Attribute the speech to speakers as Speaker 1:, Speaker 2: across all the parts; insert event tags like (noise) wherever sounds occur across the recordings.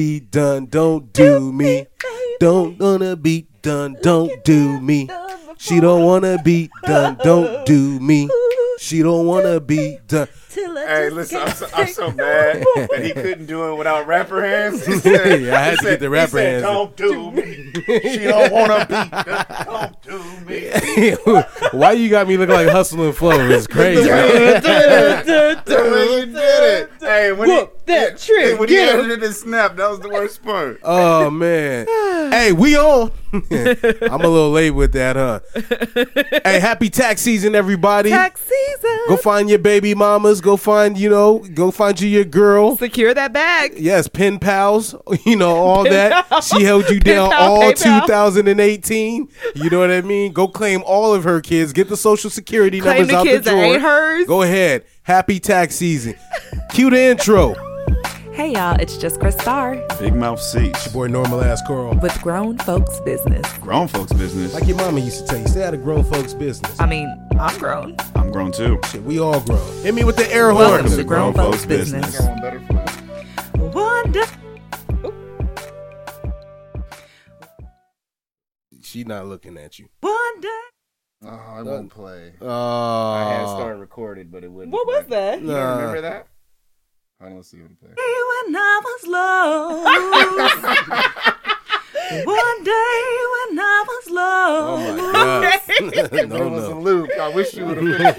Speaker 1: be done. Don't do me. Don't wanna be done. Don't do me. She don't wanna be done. Don't do me. She don't wanna be done.
Speaker 2: Till I
Speaker 3: Hey,
Speaker 2: just
Speaker 3: listen,
Speaker 2: can't
Speaker 3: I'm so, I'm
Speaker 2: take
Speaker 3: so
Speaker 2: no
Speaker 4: (laughs)
Speaker 3: mad
Speaker 2: more.
Speaker 3: that he couldn't do it without rapper hands. He
Speaker 1: Yeah, I had to
Speaker 3: he
Speaker 1: get the rapper
Speaker 3: he
Speaker 1: hands.
Speaker 3: Said, don't do me. She don't want to be. Don't do
Speaker 1: (laughs) (laughs)
Speaker 3: me.
Speaker 1: Why you got me looking like hustle and flow? It's crazy. (laughs)
Speaker 4: (laughs)
Speaker 3: (laughs)
Speaker 2: (laughs)
Speaker 3: That's when you did it. Hey, when
Speaker 2: Whoop
Speaker 3: he,
Speaker 2: that trick,
Speaker 3: When he
Speaker 2: get 'em.
Speaker 3: edited the snap, that was the worst part.
Speaker 1: Oh man. hey, we on. (laughs) I'm a little late with that, huh? hey, happy tax season, everybody.
Speaker 2: Tax season.
Speaker 1: Go find your baby mamas. Go find, you know, go find you your girl.
Speaker 2: Secure that bag.
Speaker 1: Yes, pen pals, (laughs) you know, all
Speaker 2: Pen
Speaker 1: that.
Speaker 2: pal.
Speaker 1: She held you
Speaker 2: Pen
Speaker 1: down
Speaker 2: pal,
Speaker 1: all
Speaker 2: PayPal.
Speaker 1: 2018. You know what I mean? Go claim all of her kids. Get the social security
Speaker 2: Claim
Speaker 1: numbers
Speaker 2: the
Speaker 1: out
Speaker 2: kids
Speaker 1: the
Speaker 2: that
Speaker 1: drawer.
Speaker 2: ain't hers.
Speaker 1: Go ahead. Happy tax
Speaker 2: (laughs)
Speaker 1: season. Cue the intro.
Speaker 4: Hey y'all, it's just Chris Starr
Speaker 3: Big mouth seats.
Speaker 1: Boy, normal ass Carl.
Speaker 4: with Grown Folks Business.
Speaker 3: Grown folks business.
Speaker 1: Like your mama used to tell you, stay out of grown folks' business.
Speaker 4: I mean, I'm grown.
Speaker 3: I'm grown too.
Speaker 1: Shit, we all grown. Hit me with the air
Speaker 4: Welcome
Speaker 1: horn.
Speaker 4: to Grown Folks Business.
Speaker 2: Wonder.
Speaker 1: She not looking at you.
Speaker 2: Wonder.
Speaker 5: Oh, it won't play.
Speaker 1: Oh.
Speaker 5: I had
Speaker 1: Uh,
Speaker 5: started recorded, but it wouldn't.
Speaker 2: What was
Speaker 5: play.
Speaker 2: that?
Speaker 3: You
Speaker 1: (laughs)
Speaker 3: don't
Speaker 2: (laughs)
Speaker 3: remember that?
Speaker 5: I don't see what it played.
Speaker 2: When I was low. (laughs) One day when I was
Speaker 1: Oh
Speaker 2: low.
Speaker 1: my
Speaker 2: (laughs)
Speaker 1: god.
Speaker 5: But
Speaker 1: no,
Speaker 5: it was a
Speaker 1: no.
Speaker 5: loop. I wish you would have finished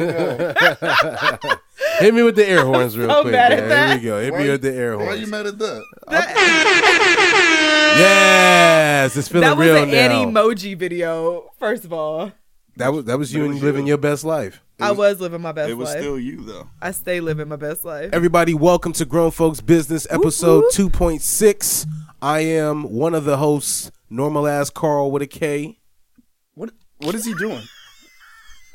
Speaker 5: it.
Speaker 1: Hit me with the air horns real
Speaker 2: (laughs) so
Speaker 1: quick.
Speaker 2: mad
Speaker 1: man.
Speaker 2: at that.
Speaker 1: Here we go. Hit me
Speaker 5: Why-
Speaker 1: with the air
Speaker 5: Why
Speaker 1: horns.
Speaker 5: you mad at that?
Speaker 1: Yes, it's feeling
Speaker 2: That was
Speaker 1: real
Speaker 2: an
Speaker 1: now.
Speaker 2: Annie emoji video. First of all,
Speaker 1: that was that was you and living your best life.
Speaker 2: I was living my best
Speaker 3: It was
Speaker 2: life.
Speaker 3: still you though.
Speaker 2: I stay living my best life.
Speaker 1: Everybody, welcome to Grown Folks Business episode 2.6. I am one of the hosts, normal ass Carl with a K.
Speaker 3: What? What is he doing?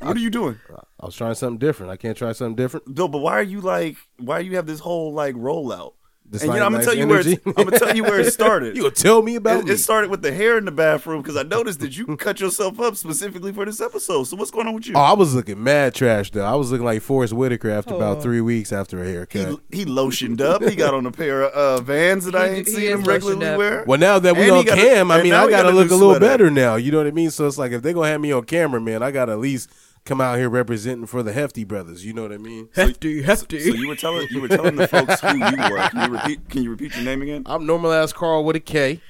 Speaker 3: What are you doing?
Speaker 1: I was trying something different. I can't try something different.
Speaker 3: No, but why are you like? Why you have this whole like rollout?
Speaker 1: This
Speaker 3: and you
Speaker 1: like
Speaker 3: know, I'm gonna
Speaker 1: nice
Speaker 3: tell you where it's,
Speaker 1: energy.
Speaker 3: I'm gonna tell you where
Speaker 1: (laughs)
Speaker 3: it started.
Speaker 1: You gonna tell me about
Speaker 3: it,
Speaker 1: me?
Speaker 3: it started with the hair in the bathroom because I noticed that you cut yourself up specifically for this episode. So what's going on with you?
Speaker 1: Oh, I was looking mad trash though. I was looking like Forrest Whitaker after
Speaker 2: Oh.
Speaker 1: about three weeks after a haircut.
Speaker 3: he, he lotioned up. He got on a pair of uh, Vans that I
Speaker 2: He-
Speaker 3: ain't
Speaker 2: he
Speaker 3: seen
Speaker 2: is
Speaker 3: him
Speaker 2: lotioned
Speaker 3: regularly
Speaker 2: up.
Speaker 3: wear.
Speaker 1: Well, now that we
Speaker 3: And he
Speaker 1: on
Speaker 3: got a-
Speaker 1: cam, I
Speaker 3: and
Speaker 1: mean,
Speaker 3: now
Speaker 1: I
Speaker 3: he
Speaker 1: gotta
Speaker 3: got a new
Speaker 1: look a little
Speaker 3: sweater.
Speaker 1: better now. You know what I mean? So it's like if they gonna have me on camera, man, I gotta at least come out here representing for the Hefty Brothers. You know what I mean?
Speaker 2: hefty, hefty.
Speaker 3: So you were telling you were telling the folks who you were. Can you repeat? Can you repeat your name again?
Speaker 1: I'm normal ass Carl with a K.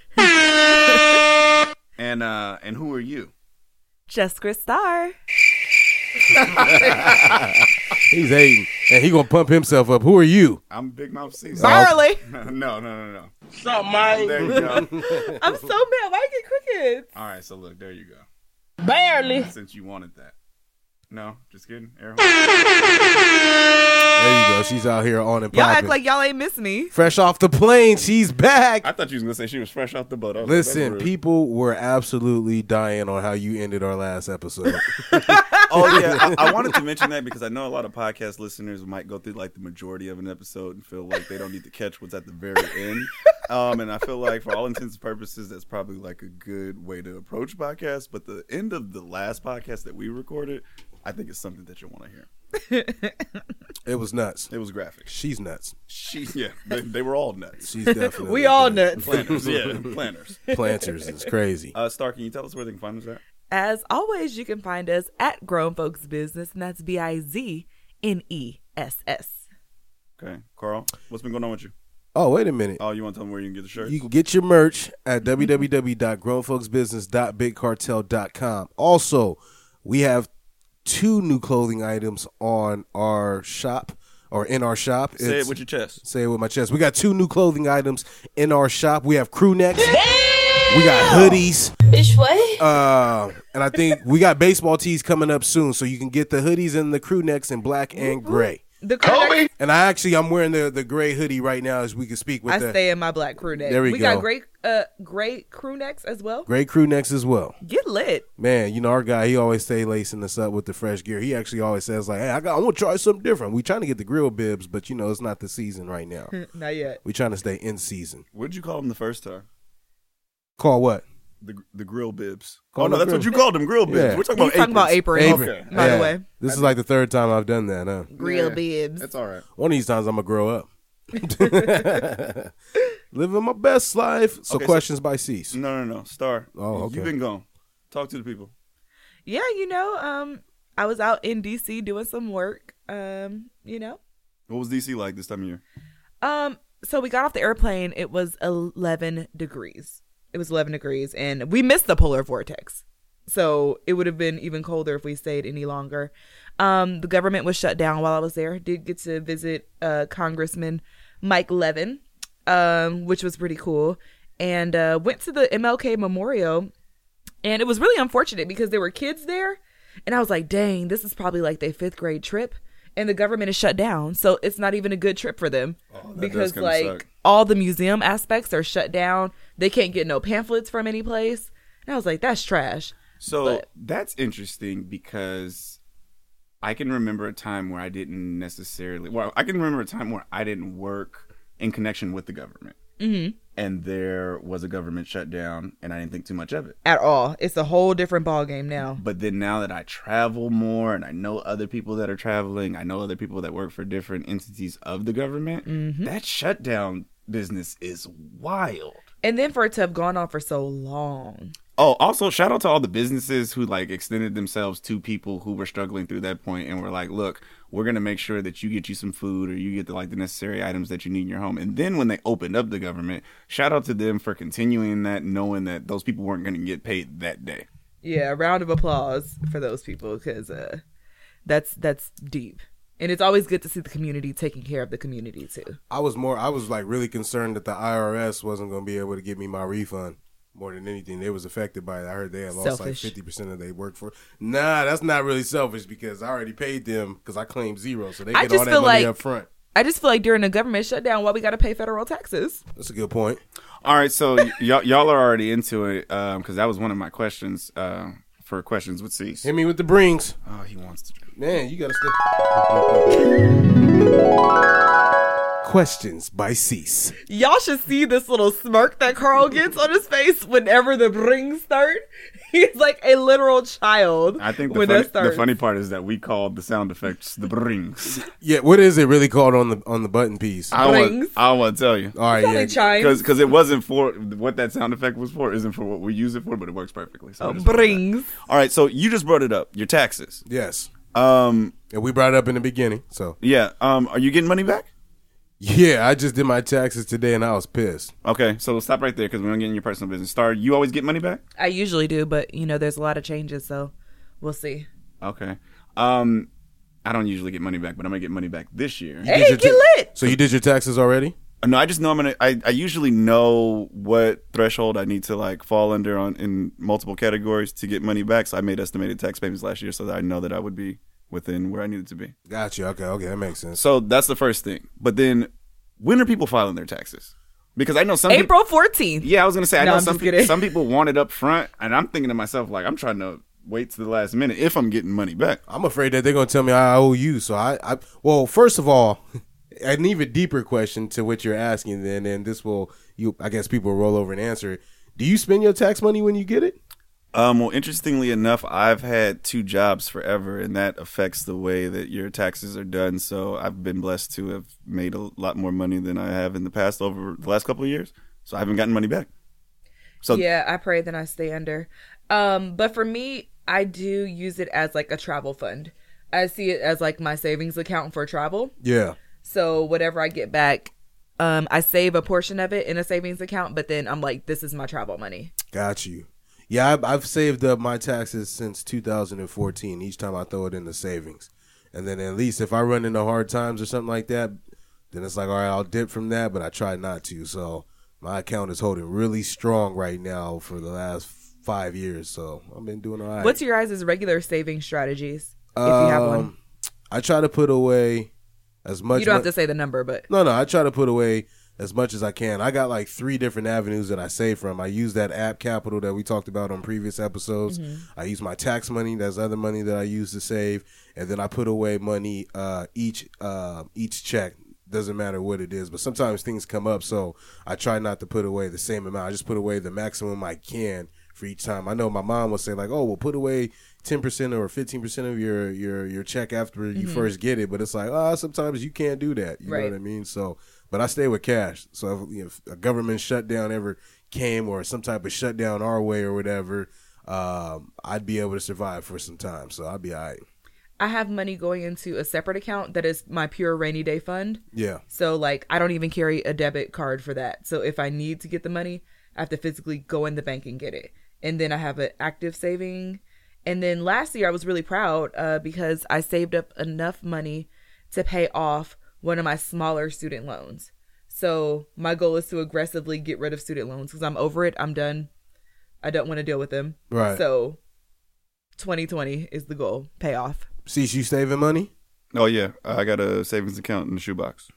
Speaker 3: And uh, and who are you?
Speaker 4: Just Chris Starr.
Speaker 1: He's hating, and he gonna pump himself up. Who are you?
Speaker 3: I'm Big Mouth Caesar.
Speaker 2: Barley.
Speaker 3: (laughs) no, no, no, no. Sup, Mike? There you go.
Speaker 2: I'm so mad. Why you get crickets?
Speaker 3: All right, so look, there you go.
Speaker 6: Barely.
Speaker 3: Since you wanted that. No, just kidding. Air horn. (laughs)
Speaker 1: There you go. She's out here on and
Speaker 2: Y'all
Speaker 1: popping.
Speaker 2: act like y'all ain't miss me.
Speaker 1: Fresh off the plane, she's back.
Speaker 3: I thought you was gonna say she was fresh off the boat. I was like, that's
Speaker 1: Listen,
Speaker 3: rude.
Speaker 1: people were absolutely dying on how you ended our last episode.
Speaker 3: Oh yeah, I, I wanted (laughs) to mention that because I know a lot of podcast listeners might go through like the majority of an episode and feel like they don't need to catch what's at the very end. Um, and I feel like for all intents and purposes, that's probably like a good way to approach podcasts. But the end of the last podcast that we recorded, I think is something that you'll want to hear.
Speaker 1: it was nuts.
Speaker 3: It was graphic.
Speaker 1: She's nuts.
Speaker 3: She, yeah, they, they were all nuts.
Speaker 1: She's definitely
Speaker 2: (laughs) We all nuts.
Speaker 3: Planners,
Speaker 5: (laughs)
Speaker 3: yeah, planners.
Speaker 1: planters. It's crazy.
Speaker 3: Uh, Star, can you tell us where they can find us at?
Speaker 4: As always, you can find us at Grown Folks Business, and that's B I Z N E S S.
Speaker 3: Okay, Carl, what's been going on with you?
Speaker 1: Oh, wait a minute.
Speaker 3: Oh, you want to tell them where you can get the shirt?
Speaker 1: You can get your merch at
Speaker 3: Mm-hmm.
Speaker 1: www.grownfolksbusiness.bigcartel.com. Also, we have two new clothing items on our shop or in our shop.
Speaker 3: Say it
Speaker 1: It's-
Speaker 3: with your chest.
Speaker 1: Say it with my chest. We got two new clothing items in our shop. We have crew necks. We got hoodies.
Speaker 6: Bitch, what?
Speaker 1: Uh, and I think we got baseball tees coming up soon. So you can get the hoodies and the crew necks in black and gray.
Speaker 2: The crew neck-
Speaker 1: And I actually I'm wearing the, the gray hoodie right now as we can speak with
Speaker 2: I
Speaker 1: the
Speaker 2: stay in my black crew neck.
Speaker 1: There we
Speaker 2: got
Speaker 1: go.
Speaker 2: great, uh, great crew necks as well.
Speaker 1: gray crew necks as well.
Speaker 2: Get lit.
Speaker 1: Man, you know our guy, he always stay lacing us up with the fresh gear. He actually always says like, "Hey, I got, I want to try something different." We trying to get the grill bibs, but you know it's not the season right now.
Speaker 2: Not yet.
Speaker 1: we trying to stay in season.
Speaker 3: What did you call them the first time?
Speaker 1: Call what?
Speaker 3: The, the grill bibs.
Speaker 1: Call
Speaker 3: oh no,
Speaker 1: them
Speaker 3: that's what
Speaker 1: grill-
Speaker 3: you called them, grill bibs.
Speaker 1: Yeah.
Speaker 3: We're talking
Speaker 2: He's
Speaker 3: about
Speaker 2: talking about
Speaker 3: aprons.
Speaker 2: apron.
Speaker 1: Apron.
Speaker 2: By
Speaker 1: Yeah.
Speaker 2: the way,
Speaker 1: This is like the third time I've done that. Huh?
Speaker 2: real
Speaker 5: Yeah.
Speaker 2: bibs.
Speaker 5: It's all right.
Speaker 2: (laughs)
Speaker 1: One of these times I'm gonna grow up. (laughs) Living my best life. So
Speaker 5: Okay, so-
Speaker 1: questions by Cease.
Speaker 5: No, no, no. Star.
Speaker 1: Oh, okay.
Speaker 5: You've been gone. Talk to the people.
Speaker 4: Yeah, you know, um, I was out in DC doing some work. Um, you know,
Speaker 5: What was DC like this time of year?
Speaker 4: um, so we got off the airplane. It was eleven degrees. It was eleven degrees, and we missed the polar vortex. So it would have been even colder if we stayed any longer. Um, the government was shut down while I was there. Did get to visit uh, Congressman Mike Levin, um, which was pretty cool, and uh, went to the MLK Memorial And it was really unfortunate because there were kids there. And I was like, dang, this is probably like their fifth grade trip. And the government is shut down. So it's not even a good trip for them.
Speaker 5: Oh, that
Speaker 4: because,
Speaker 5: does kinda
Speaker 4: like,
Speaker 5: suck.
Speaker 4: all the museum aspects are shut down. They can't get no pamphlets from any place. And I was like, that's trash.
Speaker 5: So that's interesting because I can remember a time where I didn't necessarily. Well, I can remember a time where I didn't work in connection with the government, mm-hmm. and there was a government shutdown, and I didn't think too much of it.
Speaker 4: At all. It's a whole different ballgame now.
Speaker 5: But then now that I travel more and I know other people that are traveling, I know other people that work for different entities of the government. That shutdown business is wild.
Speaker 4: And then for it to have gone on for so long.
Speaker 5: Oh, also shout out to all the businesses who like extended themselves to people who were struggling through that point and were like, "Look, we're gonna make sure that you get you some food or you get the like the necessary items that you need in your home." And then when they opened up the government, shout out to them for continuing that, knowing that those people weren't gonna get paid that day.
Speaker 4: Yeah, a round of applause for those people because uh, that's that's deep. And it's always good to see the community taking care of the community too.
Speaker 1: I was more. I was like really concerned that the IRS wasn't going to be able to give me my refund. More than anything, they was affected by it. I heard they had lost
Speaker 4: Selfish.
Speaker 1: like fifty percent of their workforce. Nah, that's not really selfish because I already paid them because I claimed zero, so they
Speaker 4: I
Speaker 1: get
Speaker 4: just
Speaker 1: all that
Speaker 4: feel
Speaker 1: money
Speaker 4: like-
Speaker 1: up front.
Speaker 4: I just feel like during a government shutdown, why we got to pay federal taxes?
Speaker 1: That's a good point.
Speaker 5: All right, so y- y'all y'all are already into it because that was one of my questions uh, for questions with Cease.
Speaker 1: Hit me with the brings,
Speaker 5: Oh, he wants to.
Speaker 1: man. You got to stay. Questions by Cease.
Speaker 4: Y'all should see this little smirk that Carl gets on his face whenever the brings start. (laughs) He's like a literal child.
Speaker 5: I think the
Speaker 4: when
Speaker 5: funny,
Speaker 4: that starts.
Speaker 5: the funny part is that we called the sound effects the brings.
Speaker 1: Yeah, what is it really called on the on the button piece?
Speaker 5: I want
Speaker 4: Brings.
Speaker 5: I want to tell you.
Speaker 1: all right,
Speaker 4: Probably
Speaker 1: yeah.
Speaker 4: chimes.
Speaker 5: because because it wasn't for what that sound effect was for isn't for what we use it for but it works perfectly so I
Speaker 4: Oh,
Speaker 5: just-
Speaker 4: brings.
Speaker 5: all right so you just brought it up your taxes
Speaker 1: yes,
Speaker 5: um
Speaker 1: and we brought it up in the beginning. So
Speaker 5: yeah um are you getting money back
Speaker 1: yeah, I just did my taxes today, and I was pissed.
Speaker 5: okay so stop right there because we don't get in your personal business star you always get money back
Speaker 4: I usually do, but you know, there's a lot of changes, so we'll see.
Speaker 5: okay um i don't usually get money back but i'm gonna get money back this year
Speaker 1: Did
Speaker 4: Hey,
Speaker 1: your
Speaker 4: get lit!
Speaker 1: So you did your taxes already?
Speaker 5: no i just know i'm gonna I, I usually know what threshold i need to like fall under on in multiple categories to get money back so i made estimated tax payments last year so that i know that i would be within where i needed to be
Speaker 1: Gotcha. Okay, okay, that makes sense.
Speaker 5: So that's the first thing. But then, when are people filing their taxes? Because I know some
Speaker 4: April 14th.
Speaker 5: People, yeah, I was gonna say I
Speaker 4: No,
Speaker 5: know
Speaker 4: I'm
Speaker 5: some
Speaker 4: just
Speaker 5: people,
Speaker 4: kidding.
Speaker 5: some people want it up front, and I'm thinking to myself like I'm trying to wait to the last minute if I'm getting money back.
Speaker 1: I'm afraid that they're gonna tell me I owe you. So I, I well, first of all, (laughs) an even deeper question to what you're asking, then, and this will you, I guess, people will roll over and answer it. Do you spend your tax money when you get it?
Speaker 5: Um, well, interestingly enough, I've had two jobs forever, and that affects the way that your taxes are done. So I've been blessed to have made a lot more money than I have in the past over the last couple of years. So I haven't gotten money back. So
Speaker 4: Yeah, I pray that I stay under. Um, but for me, I do use it as like a travel fund. I see it as like my savings account for travel.
Speaker 1: Yeah.
Speaker 4: So whatever I get back, um, I save a portion of it in a savings account, but then I'm like, this is my travel money.
Speaker 1: Got you. Yeah, I've, I've saved up my taxes since 2014. Each time I throw it in the savings, and then at least if I run into hard times or something like that, then it's like all right, I'll dip from that. But I try not to. So my account is holding really strong right now for the last five years. So I've been doing all right.
Speaker 4: What's your guys' regular saving strategies? If you have one,
Speaker 1: Um, I try to put away as much.
Speaker 4: you don't have
Speaker 1: mon-
Speaker 4: to say the number,
Speaker 1: (laughs)
Speaker 4: but
Speaker 1: no, no. I try to put away as much as I can. I got like three different avenues that I save from. I use that app Capital that we talked about on previous episodes. I use my tax money. That's other money that I use to save, and then I put away money uh, each uh, each check. Doesn't matter what it is, but sometimes things come up, so I try not to put away the same amount. I just put away the maximum I can for each time. I know my mom will say like, "Oh, well, put away ten percent or fifteen percent of your your your check after you first get it," but it's like, ah, sometimes you can't do that. You know
Speaker 4: Right.
Speaker 1: what I mean? So But I stay with cash. So if, you know, if a government shutdown ever came or some type of shutdown our way or whatever, um, I'd be able to survive for some time. So I'd be all right.
Speaker 4: I have money going into a separate account that is my pure rainy day fund.
Speaker 1: Yeah.
Speaker 4: So like I don't even carry a debit card for that. So if I need to get the money, I have to physically go in the bank and get it. And then I have an active saving. And then last year I was really proud uh, because I saved up enough money to pay off one of my smaller student loans. So my goal is to aggressively get rid of student loans because I'm over it. I'm done. I don't want to deal with them.
Speaker 1: Right.
Speaker 4: So 2020 is the goal. Pay off.
Speaker 1: See, you saving money?
Speaker 5: Oh yeah, I got a savings account in the shoebox.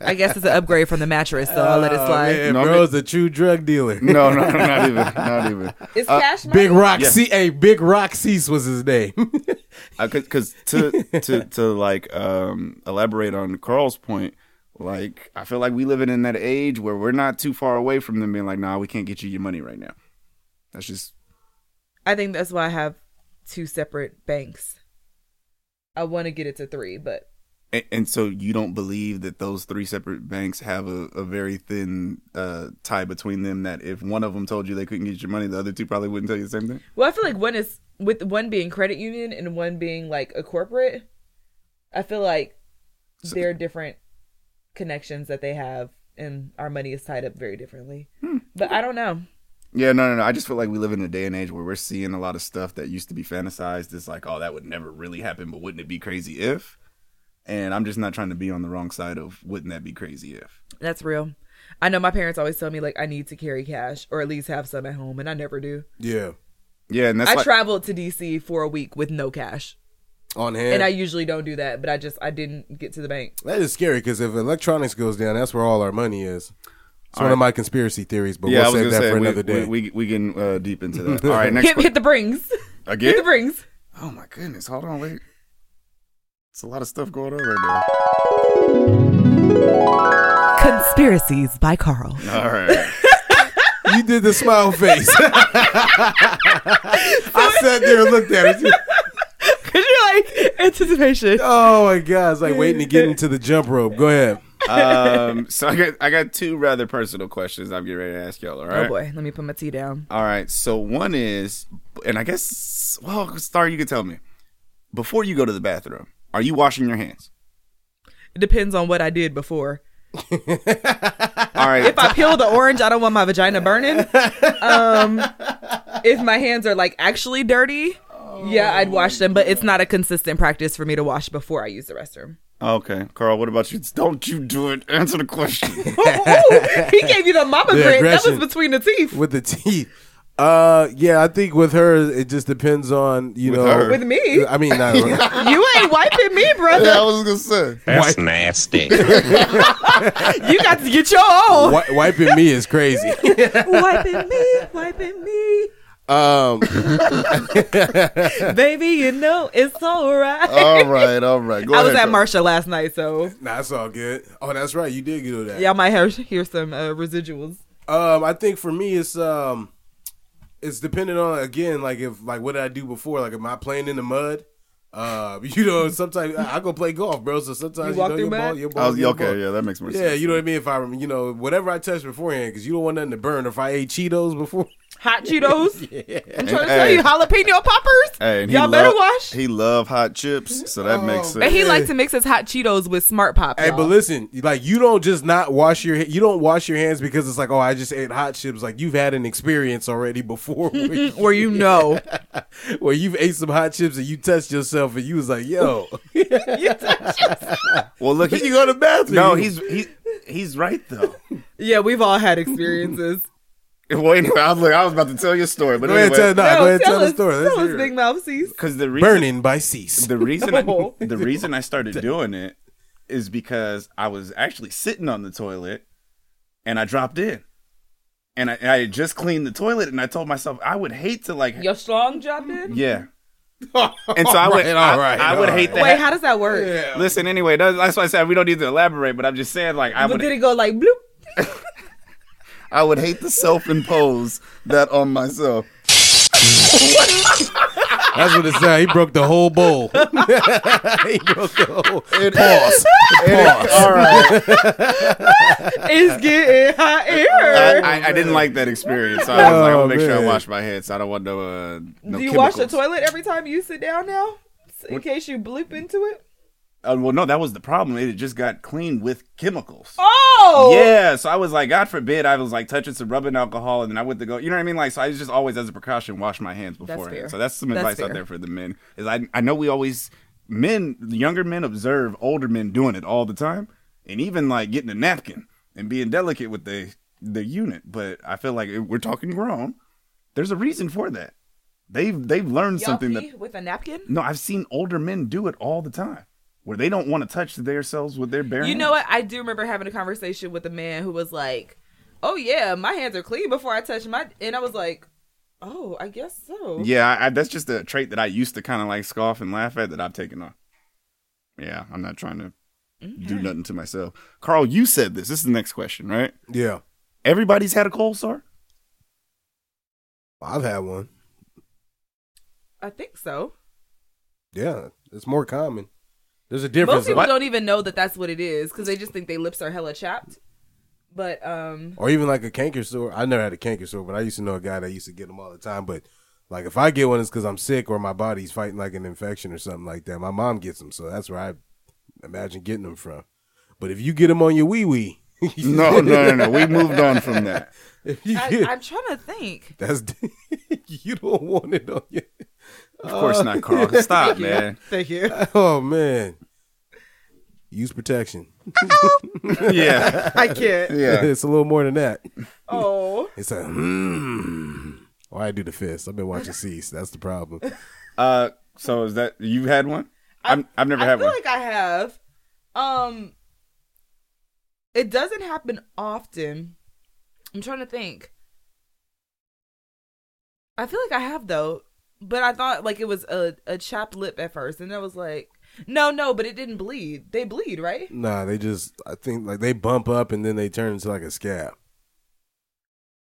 Speaker 4: I guess it's an upgrade from the mattress, so I'll let it
Speaker 1: Oh,
Speaker 4: slide.
Speaker 1: man,
Speaker 5: No,
Speaker 1: bro
Speaker 5: I'm-
Speaker 1: is a true drug dealer.
Speaker 5: No, no, (laughs) not even, not even.
Speaker 4: It's
Speaker 5: Uh,
Speaker 4: cash
Speaker 1: (laughs)
Speaker 4: money.
Speaker 1: Big Rock
Speaker 5: Yeah.
Speaker 1: yeah. hey, Big Rock Cease was his name. (laughs)
Speaker 5: Because to to to like um, elaborate on Carl's point, like I feel like we living in that age where we're not too far away from them being like, nah, we can't get you your money right now. That's just
Speaker 4: I think that's why I have two separate banks. I want to get it to three, but
Speaker 5: and, and so you don't believe that those three separate banks have a, a very thin uh, tie between them that if one of them told you they couldn't get your money the other two probably wouldn't tell you the same thing
Speaker 4: well, I feel like one is with one being credit union and one being like a corporate. I feel like there are different connections that they have, and our money is tied up very differently.
Speaker 5: Hmm.
Speaker 4: But I don't know.
Speaker 5: yeah no no no i just feel like we live in a day and age where we're seeing a lot of stuff that used to be fantasized it's like oh that would never really happen but wouldn't it be crazy if and i'm just not trying to be on the wrong side of wouldn't that be crazy if
Speaker 4: That's real. I know my parents always tell me like I need to carry cash or at least have some at home, and I never do.
Speaker 1: yeah.
Speaker 5: yeah and that's
Speaker 4: I
Speaker 5: like,
Speaker 4: traveled to DC for a week with no cash.
Speaker 1: On
Speaker 4: and
Speaker 1: hand.
Speaker 4: I usually don't do that, but I just I didn't get to the bank.
Speaker 1: that is scary because if electronics goes down, that's where all our money is. It's one of my conspiracy theories, but
Speaker 5: yeah i
Speaker 1: we'll
Speaker 5: was
Speaker 1: save
Speaker 5: gonna
Speaker 1: that
Speaker 5: say
Speaker 1: for
Speaker 5: we,
Speaker 1: another day.
Speaker 5: we, we, we getting uh, deep into
Speaker 1: (laughs)
Speaker 5: that all right next
Speaker 4: Hit,
Speaker 5: question
Speaker 4: hit the brings, hit the
Speaker 5: again
Speaker 4: brings.
Speaker 5: Oh my goodness, hold on, wait. It's a lot of stuff going on right
Speaker 4: Conspiracies by Carl.
Speaker 5: now. All right.
Speaker 1: you did the
Speaker 5: (laughs)
Speaker 1: smile face. I sat there and looked at
Speaker 5: (laughs)
Speaker 1: it.
Speaker 4: (laughs) Cause you're like anticipation.
Speaker 1: Oh my god, it's like waiting to
Speaker 4: (laughs)
Speaker 1: get into the jump rope. Go ahead.
Speaker 5: um, so I got I got two rather personal questions I'm getting ready to ask y'all, all right?
Speaker 4: Oh boy, let me put my tea down.
Speaker 5: All right. So one is and I guess well, Star, you can tell me. Before you go to the bathroom, are you washing your hands?
Speaker 4: It depends on what I did before.
Speaker 5: All (laughs)
Speaker 4: (laughs)
Speaker 5: right.
Speaker 4: If I peel the orange, I don't want my vagina burning. Um, (laughs) if my hands are like actually dirty, yeah, I'd wash them. But it's not a consistent practice for me to wash before I use the (laughs) restroom.
Speaker 5: okay, Carl, what about you? Don't you do it. Answer the (laughs) question.
Speaker 4: Ooh, he gave you the mama
Speaker 1: The
Speaker 4: grit. That was
Speaker 1: aggression.
Speaker 4: between the teeth.
Speaker 1: With the (laughs) teeth. Uh yeah, I think with her it just depends on, you
Speaker 5: With
Speaker 1: know
Speaker 5: her.
Speaker 4: With me,
Speaker 1: I mean
Speaker 4: (laughs)
Speaker 1: not
Speaker 4: you ain't wiping me, brother.
Speaker 5: was gonna say.
Speaker 3: That's nasty.
Speaker 4: You got to get your own.
Speaker 1: wi- wiping me is crazy.
Speaker 4: (laughs) wiping me, wiping me. (laughs)
Speaker 1: Um
Speaker 4: Baby, you know it's all right.
Speaker 5: All right, all right. Oh, Go
Speaker 4: I was at
Speaker 5: ahead, Carl.
Speaker 4: Marsha last night, so
Speaker 1: Nah, that's all good. Oh, that's right. You did do that.
Speaker 4: y'all might have, hear some uh, residuals.
Speaker 1: Um, I think for me, it's um, it's dependent on again, like if like what did I do before? Like, am I playing in the mud? Uh, (laughs) you know, sometimes I, I go play golf, bro. So sometimes
Speaker 4: You walk
Speaker 1: know,
Speaker 4: through
Speaker 1: your ball,
Speaker 4: mud?
Speaker 1: your
Speaker 5: I
Speaker 1: ball,
Speaker 5: was,
Speaker 1: your ball.
Speaker 5: Oh, okay, yeah, that makes more sense.
Speaker 1: Yeah, you know what I mean. If I, rem- you know, whatever I touched beforehand, because you don't want nothing to burn. If I ate Cheetos before, (laughs)
Speaker 4: Hot
Speaker 5: (laughs)
Speaker 4: Cheetos. I'm trying to tell
Speaker 5: Hey.
Speaker 4: you, jalapeno poppers.
Speaker 5: Hey, and he
Speaker 4: y'all better
Speaker 5: love-
Speaker 4: wash.
Speaker 5: He love hot chips, so that makes
Speaker 1: man.
Speaker 4: And (laughs)
Speaker 5: sense.
Speaker 4: he liked to mix his hot Cheetos with Smart Pop.
Speaker 1: hey,
Speaker 4: y'all.
Speaker 1: but listen, like you don't just not wash your, you don't wash your hands because it's like, oh, I just ate hot chips. Like you've had an experience already before, (laughs) where, you,
Speaker 4: Where you
Speaker 5: (laughs)
Speaker 4: know.
Speaker 1: where you've ate some hot chips and you touched yourself, and you was like, yo, (laughs)
Speaker 5: Well, look,
Speaker 1: you
Speaker 5: he,
Speaker 1: go to the bathroom.
Speaker 5: no, he's he, (laughs) he's right though. (laughs)
Speaker 4: yeah, we've all had experiences.
Speaker 5: well, anyway, I was, like, I was about to tell your story, but
Speaker 1: Go ahead, tell,
Speaker 5: anyway,
Speaker 1: nah, go ahead, tell,
Speaker 4: us-
Speaker 1: the story. Let's
Speaker 4: Tell us,
Speaker 1: hear it.
Speaker 4: Big Mouth Cease.
Speaker 5: because the reason
Speaker 1: Burning by Cease.
Speaker 5: the
Speaker 3: (laughs)
Speaker 5: reason I,
Speaker 4: Oh.
Speaker 5: the reason I started doing it is because I was actually sitting on the toilet and I dropped in, and I, and I had just cleaned the toilet, and I told myself I would hate to like
Speaker 4: Your strong dropped in?
Speaker 5: yeah, and so I would I, I would hate that.
Speaker 4: Wait, how does that work?
Speaker 5: Listen, anyway, that's, that's why I said we don't need to elaborate, but I'm just saying like I
Speaker 4: But
Speaker 5: would
Speaker 4: did it go like bloop?
Speaker 5: I would hate to self impose that on myself.
Speaker 1: That's what it sounded. He broke the whole bowl. (laughs) he broke the whole.
Speaker 7: It-
Speaker 1: pause.
Speaker 7: It-
Speaker 1: pause.
Speaker 7: all right.
Speaker 5: (laughs)
Speaker 4: It's getting
Speaker 5: I,
Speaker 4: higher.
Speaker 5: I, I didn't like that experience. So I was like, I'm
Speaker 1: Oh,
Speaker 5: gonna make sure I
Speaker 1: man.
Speaker 5: wash my hands. So I don't want no. Uh, no
Speaker 4: Do you wash the
Speaker 5: chemicals.
Speaker 4: toilet every time you sit down now? In case you bloop into it?
Speaker 5: Uh, well, no, that was the problem. It had just got cleaned with chemicals.
Speaker 4: Oh!
Speaker 5: Yeah, so I was like, God forbid, I was like touching some rubbing alcohol, and then I went to go. You know what I mean? Like, so I just always, as a precaution, wash my hands beforehand.
Speaker 4: fair.
Speaker 5: so that's some
Speaker 4: That's
Speaker 5: advice out
Speaker 4: fair.
Speaker 5: there for the men. Is I I know we always men, younger men observe older men doing it all the time, and even like getting a napkin and being delicate with the the unit. But I feel like we're talking grown. There's a reason for that. They've they've learned
Speaker 4: Y'all
Speaker 5: something that
Speaker 4: pee with a napkin?
Speaker 5: no, I've seen older men do it all the time, where they don't want to touch themselves with their bare.
Speaker 4: You
Speaker 5: hands.
Speaker 4: know what? I do remember having a conversation with a man who was like, "Oh yeah, my hands are clean before I touch my," and I was like, "Oh, I guess so."
Speaker 5: Yeah, I, I, that's just a trait that I used to kind of like scoff and laugh at that I've taken on. Yeah, I'm not trying to do nothing to myself. Carl, you said this. This is the next question, right?
Speaker 1: Yeah.
Speaker 5: Everybody's had a cold sore.
Speaker 1: I've had one.
Speaker 4: I think so.
Speaker 1: Yeah. It's more common. There's a
Speaker 4: Most
Speaker 1: difference.
Speaker 4: people
Speaker 5: What?
Speaker 4: don't even know that that's what it is because they just think they lips are hella chapped. But
Speaker 5: (laughs)
Speaker 4: um,
Speaker 1: or even like a canker sore. I never had a canker sore, but I used to know a guy that used to get them all the time. But like if I get one, it's because I'm sick or my body's fighting like an infection or something like that. My mom gets them, so that's where I imagine getting them from. But if you get them on your wee wee, (laughs)
Speaker 5: No, no, no, no. We moved on from that.
Speaker 1: if you
Speaker 4: I,
Speaker 1: get,
Speaker 4: I'm trying to think.
Speaker 1: that's (laughs) you don't want it on your. (laughs)
Speaker 5: Of course not, (laughs) Carl. Stop, man.
Speaker 4: Thank you. (laughs)
Speaker 1: Oh man, use protection. (laughs)
Speaker 5: Yeah, (laughs)
Speaker 4: I can't.
Speaker 7: Yeah.
Speaker 1: it's a little more than that.
Speaker 4: Oh,
Speaker 1: It's a hmm. Or I do the fist. I've been watching Cease. That's the problem.
Speaker 5: Uh, so is that you have had one? I'm, I've never
Speaker 4: I
Speaker 5: had
Speaker 4: feel
Speaker 5: one.
Speaker 4: like I have. Um, it doesn't happen often. I'm trying to think. I feel like I have though, but I thought like it was a a chapped lip at first, and I was like, no, no, but it didn't bleed. They bleed, right?
Speaker 1: Nah, they just I think like they bump up and then they turn into like a scab.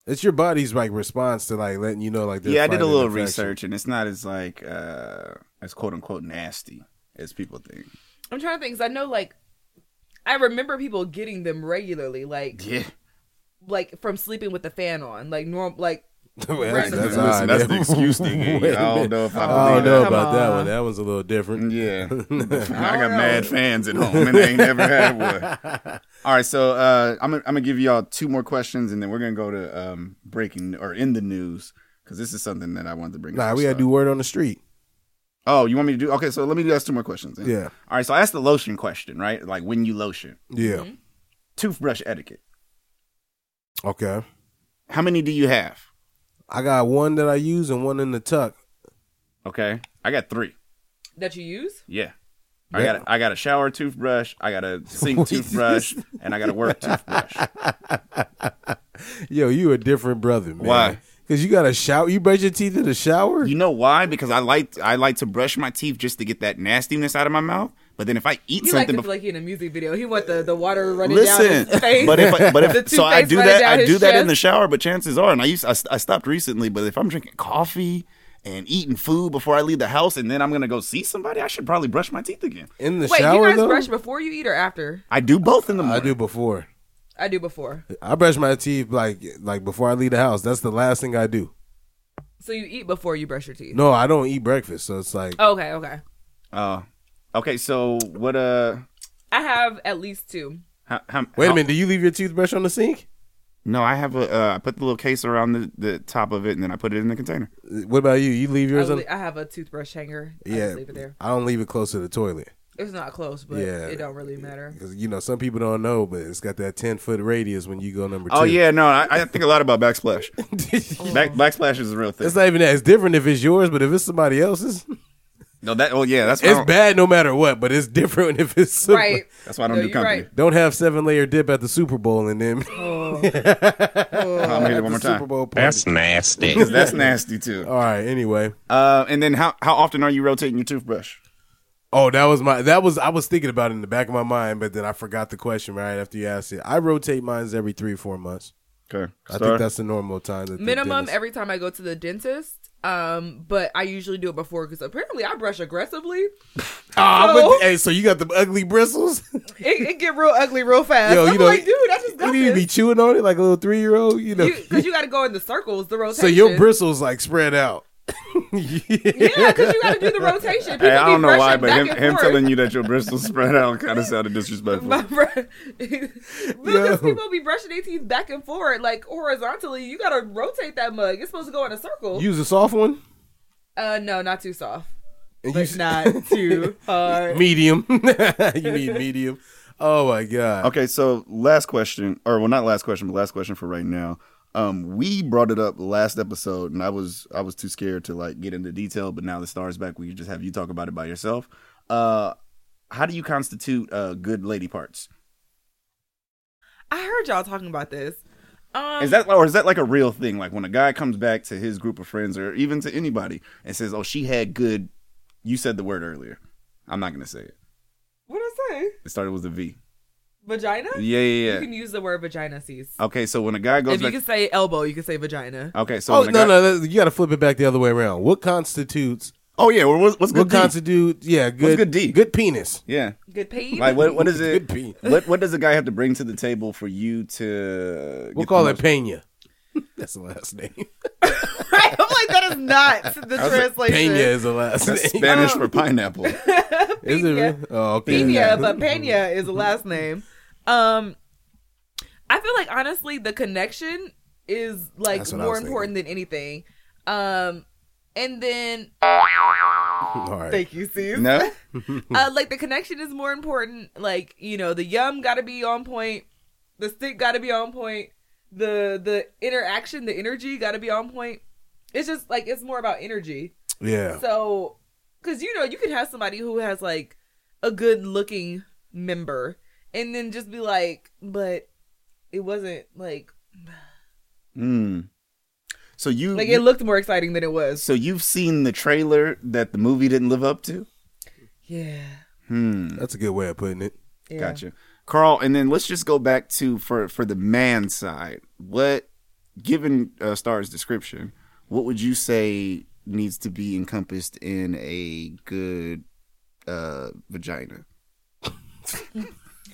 Speaker 1: It's your body's like response to like letting you know like they're
Speaker 5: yeah, I did a
Speaker 1: fighting
Speaker 5: little
Speaker 1: infection.
Speaker 5: research, and it's not as like uh as quote unquote nasty as people think.
Speaker 4: I'm trying to think 'cause I know like I remember people getting them regularly, like
Speaker 5: Yeah.
Speaker 4: like from sleeping with the fan on, like normal, like
Speaker 1: Well, (laughs) that's, (laughs)
Speaker 4: Right.
Speaker 1: that's,
Speaker 5: Listen,
Speaker 1: odd.
Speaker 5: that's the
Speaker 1: (laughs)
Speaker 5: excuse they give you.
Speaker 1: Wait a
Speaker 7: I don't
Speaker 1: minute. Oh,
Speaker 7: know if I
Speaker 1: I don't
Speaker 7: believe
Speaker 1: know
Speaker 4: that.
Speaker 1: about that
Speaker 4: Come
Speaker 1: one.
Speaker 4: on.
Speaker 1: That one's a little different. (laughs)
Speaker 7: Yeah.
Speaker 5: (laughs) I got
Speaker 4: know.
Speaker 5: mad fans at home and they ain't never had one.
Speaker 1: (laughs)
Speaker 5: All right, so uh, I'm gonna, I'm gonna give y'all two more questions and then we're gonna go to um, breaking or in the news because this is something that I wanted to bring.
Speaker 1: Nah,
Speaker 5: up.
Speaker 1: we gotta do word on the street.
Speaker 5: Oh, you want me to do? Okay, so let me ask two more questions. then.
Speaker 1: Yeah.
Speaker 5: All right, so I asked the lotion question, right? Like when you lotion,
Speaker 1: Yeah.
Speaker 4: Mm-hmm.
Speaker 5: toothbrush etiquette.
Speaker 1: Okay.
Speaker 5: How many do you have?
Speaker 1: I got one that I use and one in the tuck.
Speaker 5: Okay, I got three.
Speaker 4: that you use.
Speaker 5: Yeah. I
Speaker 1: Yeah.
Speaker 5: got a, I got a shower toothbrush, I got a
Speaker 1: (laughs)
Speaker 5: sink toothbrush, and I got a work toothbrush.
Speaker 1: Yo, you a different brother, man.
Speaker 5: Why?
Speaker 1: Because you got a shower. You brush your teeth in the shower.
Speaker 5: You know why? Because I like I like to brush my teeth just to get that nastiness out of my mouth. But then if I eat
Speaker 4: He like to
Speaker 5: something
Speaker 4: feel
Speaker 5: before,
Speaker 4: like he in a music video. He want the, the water running down
Speaker 5: listen.
Speaker 4: his face.
Speaker 5: But if I, but (laughs) if
Speaker 4: (laughs) The
Speaker 5: so, I
Speaker 4: toothpaste
Speaker 5: do
Speaker 4: running
Speaker 5: that.
Speaker 4: down
Speaker 5: I
Speaker 4: his
Speaker 5: do that in
Speaker 4: chest.
Speaker 5: the shower. But chances are, and I used I, I stopped recently. But if I'm drinking coffee and eating food before I leave the house, and then I'm gonna go see somebody, I should probably brush my teeth again.
Speaker 1: in the
Speaker 4: Wait,
Speaker 1: shower
Speaker 4: you guys
Speaker 1: though.
Speaker 4: brush before you eat or after?
Speaker 5: I do both in the
Speaker 1: I
Speaker 5: morning.
Speaker 1: do before.
Speaker 4: I do before.
Speaker 1: I brush my teeth like like before I leave the house. That's the last thing I do.
Speaker 4: So you eat before you brush your teeth.
Speaker 1: No, I don't eat breakfast, so it's like
Speaker 4: Okay, okay.
Speaker 5: Uh, okay, so what? Uh,
Speaker 4: I have at least two.
Speaker 5: how, how,
Speaker 1: wait
Speaker 5: how-
Speaker 1: a minute. Do you leave your toothbrush on the sink?
Speaker 5: No, I have a. Uh, I put the little case around the, the top of it, and then I put it in the container.
Speaker 1: What about you? You leave
Speaker 4: I,
Speaker 1: yours on?
Speaker 4: li- I have a toothbrush hanger. I
Speaker 1: yeah,
Speaker 4: just leave it there.
Speaker 1: I don't leave it close to the toilet
Speaker 4: It's not close, but
Speaker 1: Yeah.
Speaker 4: it don't really matter.
Speaker 1: because you know some people don't know, but it's got that ten foot radius when you go number two.
Speaker 5: Oh
Speaker 1: (laughs)
Speaker 5: yeah, no, I, I think a lot about (laughs) backsplash. Back, backsplash is a real thing.
Speaker 1: It's not even that. It's different if it's yours, but if it's somebody else's,
Speaker 5: no, that. Oh yeah, that's why. I
Speaker 1: it's
Speaker 5: don't-
Speaker 1: bad no matter what. But it's different (laughs) if it's super.
Speaker 5: (laughs)
Speaker 4: Right.
Speaker 5: That's why I don't
Speaker 4: No,
Speaker 5: do
Speaker 4: you're
Speaker 5: company.
Speaker 4: right.
Speaker 1: Don't have seven layer dip at the Super Bowl and then (laughs)
Speaker 5: I'm gonna hit it one more
Speaker 1: Super
Speaker 5: time.
Speaker 1: Bowl party.
Speaker 3: That's nasty.
Speaker 5: 'Cause that's nasty too.
Speaker 1: All right. Anyway.
Speaker 5: Uh, and then how how often are you rotating your toothbrush?
Speaker 1: Oh, that was my that was I was thinking about it in the back of my mind, but then I forgot the question right after you asked it. I rotate mines every three or four months.
Speaker 5: Okay,
Speaker 1: I think that's the normal time. That the
Speaker 4: Minimum
Speaker 1: dentist-
Speaker 4: every time I go to the dentist, Um, but I usually do it before because apparently I brush aggressively.
Speaker 1: Ah,
Speaker 4: So-
Speaker 1: but- hey, so you got the ugly bristles? (laughs)
Speaker 4: It, it get real ugly real fast.
Speaker 1: Yo,
Speaker 4: I'm
Speaker 1: you know,
Speaker 4: like, dude, I just
Speaker 1: you
Speaker 4: got
Speaker 1: need to be
Speaker 4: this.
Speaker 1: chewing on it like a little three year old. You know, (laughs)
Speaker 4: Because you, got to go in the circles, the rotation.
Speaker 1: so your bristles like spread out. (laughs) yeah.
Speaker 4: Yeah, because you got to do the rotation. People
Speaker 5: Hey, I don't
Speaker 4: be
Speaker 5: know why,
Speaker 4: brushing
Speaker 5: but
Speaker 4: back
Speaker 5: him,
Speaker 4: and
Speaker 5: him
Speaker 4: forth.
Speaker 5: telling you that your bristles (laughs) spread out kind of sounded disrespectful.
Speaker 4: (laughs) My (laughs) br-
Speaker 1: Yo.
Speaker 4: because people be brushing their teeth back and forth like horizontally. You gotta rotate that mug. It's supposed to go in a circle.
Speaker 1: Use a soft one.
Speaker 4: uh, no, not too soft,
Speaker 1: And
Speaker 4: but
Speaker 1: s-
Speaker 4: not
Speaker 1: (laughs)
Speaker 4: too hard.
Speaker 1: medium. (laughs) you need medium. Oh my god.
Speaker 5: Okay, so last question, or well, not last question, but last question for right now. Um, we brought it up last episode, and I was I was too scared to like get into detail. But now the star is back. We can just have you talk about it by yourself. Uh, how do you constitute uh, good lady parts?
Speaker 4: I heard y'all talking about this. Um,
Speaker 5: Is that or is that like a real thing? Like when a guy comes back to his group of friends or even to anybody and says, "Oh, she had good." You said the word earlier. I'm not gonna say it.
Speaker 4: what did I say?
Speaker 5: It started with a V.
Speaker 4: Vagina.
Speaker 5: Yeah, yeah,
Speaker 4: You
Speaker 5: yeah.
Speaker 4: can use the word vagina, cease.
Speaker 5: Okay, so when a guy goes
Speaker 4: if you
Speaker 5: back,
Speaker 4: can say elbow, you can say vagina. (laughs)
Speaker 5: okay, so
Speaker 1: Oh
Speaker 5: when a
Speaker 1: no,
Speaker 5: guy-
Speaker 1: no, that- you got to flip it back the other way around. What constitutes?
Speaker 5: oh yeah, well, what's, what's
Speaker 1: What
Speaker 5: good? D?
Speaker 1: constitutes? Yeah, good.
Speaker 5: good D?
Speaker 1: Good penis.
Speaker 5: yeah,
Speaker 4: Good pee. (laughs)
Speaker 5: like what what is
Speaker 1: (laughs) Good
Speaker 5: it?
Speaker 1: penis.
Speaker 5: What what does a guy have to bring to the table for you to?
Speaker 1: We'll
Speaker 5: get
Speaker 1: call
Speaker 5: the
Speaker 1: it Pena. (laughs) That's the last
Speaker 4: (laughs)
Speaker 1: name.
Speaker 4: I'm like that is
Speaker 5: (laughs)
Speaker 4: not the translation.
Speaker 1: Pena is the last
Speaker 5: most- That's
Speaker 1: name.
Speaker 5: Spanish
Speaker 4: (laughs)
Speaker 5: for pineapple.
Speaker 1: Is it? really? Oh, okay.
Speaker 4: Pena, but Pena is the last name. Um, I feel like honestly, the connection is like
Speaker 1: That's what I
Speaker 4: more
Speaker 1: was
Speaker 4: important than anything. Um, and then
Speaker 1: (laughs) All right.
Speaker 4: thank you,
Speaker 1: (laughs)
Speaker 4: Steve.
Speaker 5: No,
Speaker 4: Uh, like the connection is more important. Like you know, the yum got to be on point. The stick got to be on point. The the interaction, the energy got to be on point. It's just like it's more about energy.
Speaker 1: Yeah.
Speaker 4: So, because you know, you can have somebody who has like a good looking member and then just be like, but it wasn't like,
Speaker 5: Hmm. So Mm, you,
Speaker 4: like it looked more exciting than it was.
Speaker 5: so you've seen the trailer that the movie didn't live up to.
Speaker 4: Yeah.
Speaker 5: Hmm.
Speaker 1: That's a good way of putting it.
Speaker 4: yeah.
Speaker 5: Gotcha, Carl. And then let's just go back to for for the man side. What, given uh, Star's description, what would you say needs to be encompassed in a good uh vagina?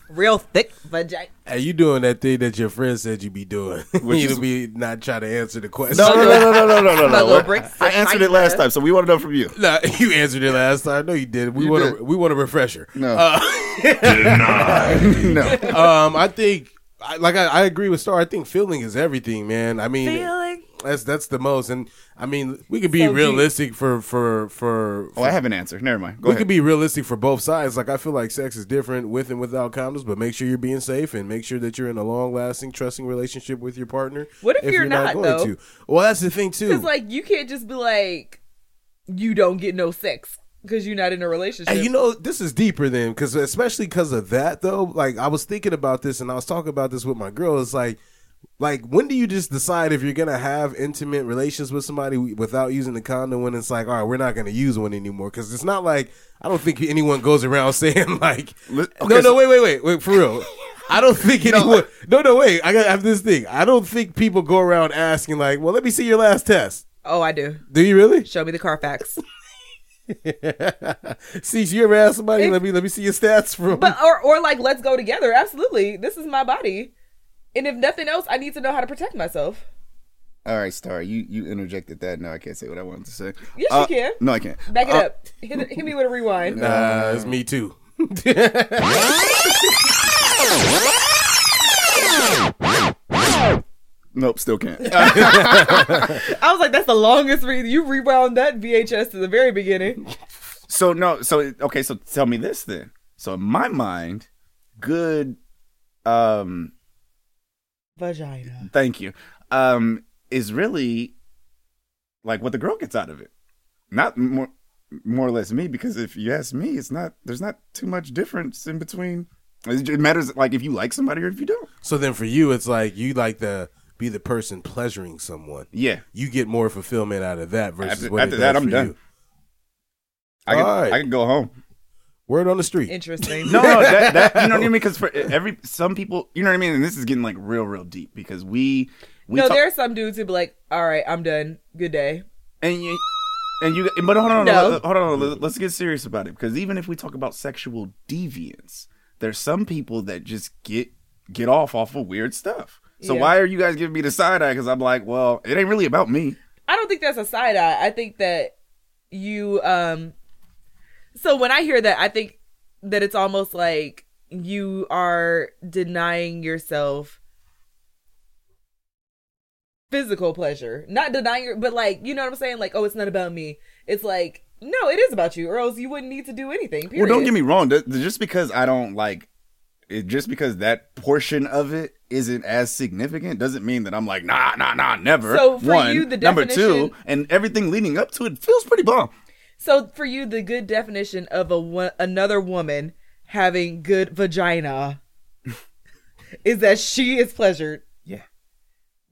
Speaker 4: Real thick vagina.
Speaker 1: Hey, you doing that thing that your friend said you be doing? (laughs)
Speaker 5: Which
Speaker 1: you
Speaker 5: is-
Speaker 1: to be not trying to answer the question.
Speaker 5: No, no, no, no,
Speaker 4: (laughs)
Speaker 5: no, no, no,
Speaker 4: Smuggle
Speaker 5: no.
Speaker 4: bricks
Speaker 5: I
Speaker 4: and
Speaker 5: answered it
Speaker 4: fiber.
Speaker 5: last time, so we want to know from you.
Speaker 1: (laughs) Nah, you answered it last time. No, you did. We
Speaker 5: You
Speaker 1: want
Speaker 5: did.
Speaker 1: a we want a
Speaker 4: (laughs)
Speaker 1: refresher.
Speaker 5: No. Uh, (laughs) no.
Speaker 1: um, I think, I, like I, I agree with Star. I think feeling is everything, man. I mean,
Speaker 4: Feeling.
Speaker 1: that's that's the most, and I mean, we could be
Speaker 4: So deep.
Speaker 1: realistic for for for.
Speaker 5: Oh, I have an answer. Never mind. Go
Speaker 1: we
Speaker 5: ahead.
Speaker 1: could be realistic for both sides. Like I feel like sex is different with and without condoms, but make sure you're being safe and make sure that you're in a long lasting, trusting relationship with your partner.
Speaker 4: What if you're not, though?
Speaker 1: Well, that's the thing too.
Speaker 4: Because, like, you can't just be like, you don't get no sex because you're not in a relationship.
Speaker 1: And you know, this is deeper than because, especially because of that though. Like I was thinking about this, and I was talking about this with my girl. It's like, like when do you just decide if you're gonna have intimate relations with somebody without using the condom? When it's like, all right, we're not gonna use one anymore because it's not like I don't think anyone goes around (laughs) saying like,
Speaker 5: Li-
Speaker 1: no,
Speaker 5: okay,
Speaker 1: no,
Speaker 5: so-
Speaker 1: wait, wait, wait, wait, for real. I don't think anyone. No, no, wait. I got to have this thing. I don't think people go around asking like, well, let me see your last test.
Speaker 4: oh, I do.
Speaker 1: Do you really? (laughs)
Speaker 4: Show me the Carfax.
Speaker 1: see, you ever ask somebody?
Speaker 4: If-
Speaker 1: let me let me see your stats from.
Speaker 4: But or or like let's go together. Absolutely. This is my body. And if nothing else, I need to know how to protect myself.
Speaker 5: All right, Star. You you interjected that. No, I can't say what I wanted to say.
Speaker 4: Yes, you
Speaker 5: Uh,
Speaker 4: can.
Speaker 5: No, I can't.
Speaker 4: Back it
Speaker 5: Uh,
Speaker 4: up. Hit, hit me with a rewind.
Speaker 5: Um,
Speaker 1: Nah, Uh, it's me too.
Speaker 5: Nope, still can't. Uh,
Speaker 4: I was like, that's the longest read. You rewound that VHS to the very beginning.
Speaker 5: (laughs) So no, so okay, so tell me this then. So in my mind, good um
Speaker 4: Vagina.
Speaker 5: thank you. Um is really like what the girl gets out of it. Not more more or less me because if you ask me, it's not there's not too much difference in between it ju- matters like if you like somebody or if you don't.
Speaker 1: So then for you, it's like you like to be the person pleasuring someone.
Speaker 5: Yeah.
Speaker 1: You get more fulfillment out of that versus
Speaker 5: After-
Speaker 1: what it
Speaker 5: after that,
Speaker 1: does
Speaker 5: I'm
Speaker 1: for
Speaker 5: done.
Speaker 1: you.
Speaker 5: I can,
Speaker 1: All right.
Speaker 5: I can go home.
Speaker 1: Word on the street.
Speaker 4: Interesting.
Speaker 5: (laughs) No, no, that, that you know what I mean? Because for e, every some people, you know what I mean. And this is getting like real, real deep because we we
Speaker 4: no,
Speaker 5: talk-
Speaker 4: there are some dudes who be like, all right, I'm done. Good day.
Speaker 5: and you and you but hold on,
Speaker 4: No.
Speaker 5: hold on, hold on. Let's get serious about it because even if we talk about sexual deviance, there's some people that just get get off off of weird stuff. So
Speaker 4: Yeah.
Speaker 5: why are you guys giving me the side eye? Because I'm like, well, it ain't really about me.
Speaker 4: I don't think that's a side eye. I think that you um so when I hear that I think that it's almost like you are denying yourself physical pleasure. Not denying your but like, you know what I'm saying? Like, oh, it's not about me. It's like, no, it is about you, or else you wouldn't need to do anything. Period.
Speaker 5: Well, don't get me wrong. th- th- Just because I don't like, it, just because that portion of it isn't as significant, doesn't mean that I'm like, nah, nah, nah, never.
Speaker 4: So, for
Speaker 5: One,
Speaker 4: you, the
Speaker 5: number two,
Speaker 4: definition-
Speaker 5: and everything leading up to it feels pretty bomb.
Speaker 4: So for you, the good definition of a wo- another woman having good
Speaker 5: (laughs)
Speaker 4: vagina is that she is pleasured.
Speaker 5: Yeah.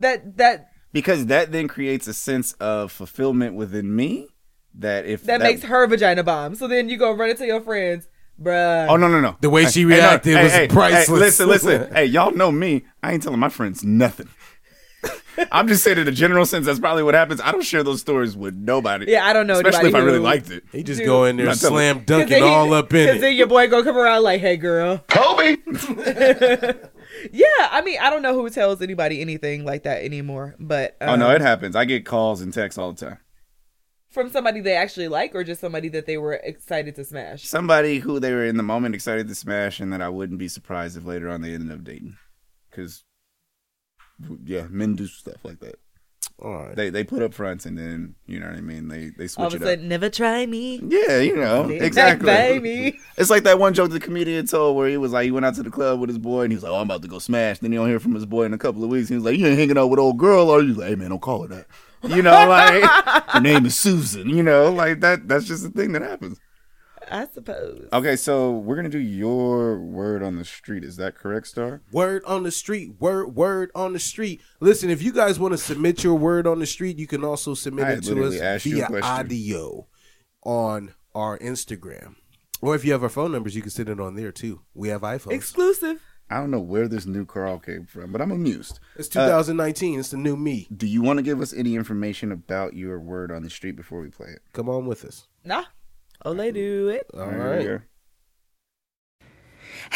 Speaker 4: That that
Speaker 5: because that then creates a sense of fulfillment within me. That if
Speaker 4: that, makes her vagina bomb. So then you go run it to your friends, bruh.
Speaker 5: Oh no no no!
Speaker 1: The way she
Speaker 5: Hey, no,
Speaker 1: reacted
Speaker 5: hey,
Speaker 1: was
Speaker 5: hey, hey,
Speaker 1: priceless.
Speaker 5: listen listen. hey y'all know me. I ain't telling my friends nothing. (laughs) I'm just saying in a general sense. That's probably what happens. I don't share those stories with nobody.
Speaker 4: Yeah, I don't know
Speaker 5: Especially if I
Speaker 4: anybody
Speaker 5: really
Speaker 4: who-
Speaker 5: liked it.
Speaker 1: (laughs) He just
Speaker 4: Dude.
Speaker 1: go in there,
Speaker 5: Not telling-
Speaker 1: slam
Speaker 4: (laughs) Cause
Speaker 1: dunking
Speaker 4: then he-
Speaker 1: all up
Speaker 4: Cause
Speaker 1: in it.
Speaker 4: then your boy gonna come around like, "Hey, girl."
Speaker 8: Kobe.
Speaker 4: Yeah, I mean, I don't know who tells anybody anything like that anymore. But
Speaker 5: Oh
Speaker 4: um,
Speaker 5: no, it happens. I get calls and texts all the time.
Speaker 4: from somebody they actually like, or just somebody that they were excited to smash.
Speaker 5: Somebody who they were in the moment excited to smash, and that I wouldn't be surprised if later on they ended up dating. Because yeah, men do stuff like that.
Speaker 1: All right.
Speaker 5: They they put up fronts, and then you know what I mean. They they
Speaker 4: All
Speaker 5: switch
Speaker 4: of a
Speaker 5: it up.
Speaker 4: sudden, never try me.
Speaker 5: Yeah, you know
Speaker 4: Back,
Speaker 5: (laughs) exactly.
Speaker 4: baby.
Speaker 5: It's like that one joke the comedian told where he was like, he went out to the club with his boy and he was like, oh, I'm about to go smash. Then he don't hear from his boy in a couple of weeks. He was like, you ain't hanging out with old girl, are you? Like, hey man, don't call her that. You know, like her name is Susan. You know, like that. That's just the thing that happens.
Speaker 4: I suppose.
Speaker 5: Okay, so we're gonna do your word on the street. Is that correct, Star?
Speaker 1: Word on the street. Word, word on the street. Listen, if you guys want to submit your word on the street, you can also submit
Speaker 5: I
Speaker 1: it to
Speaker 5: literally
Speaker 1: us
Speaker 5: asked you a
Speaker 1: via
Speaker 5: question.
Speaker 1: audio on our Instagram. Or if you have our phone numbers, you can send it on there too. We have iPhones.
Speaker 4: Exclusive.
Speaker 5: I don't know where this new Carl came from, but I'm amused.
Speaker 1: it's 2019. it's the new me.
Speaker 5: Do you want to give us any information about your word on the street before we play it?
Speaker 1: Come on with us.
Speaker 4: Nah. Oh, they do it.
Speaker 1: All
Speaker 5: Here we
Speaker 1: right.
Speaker 5: (laughs) go.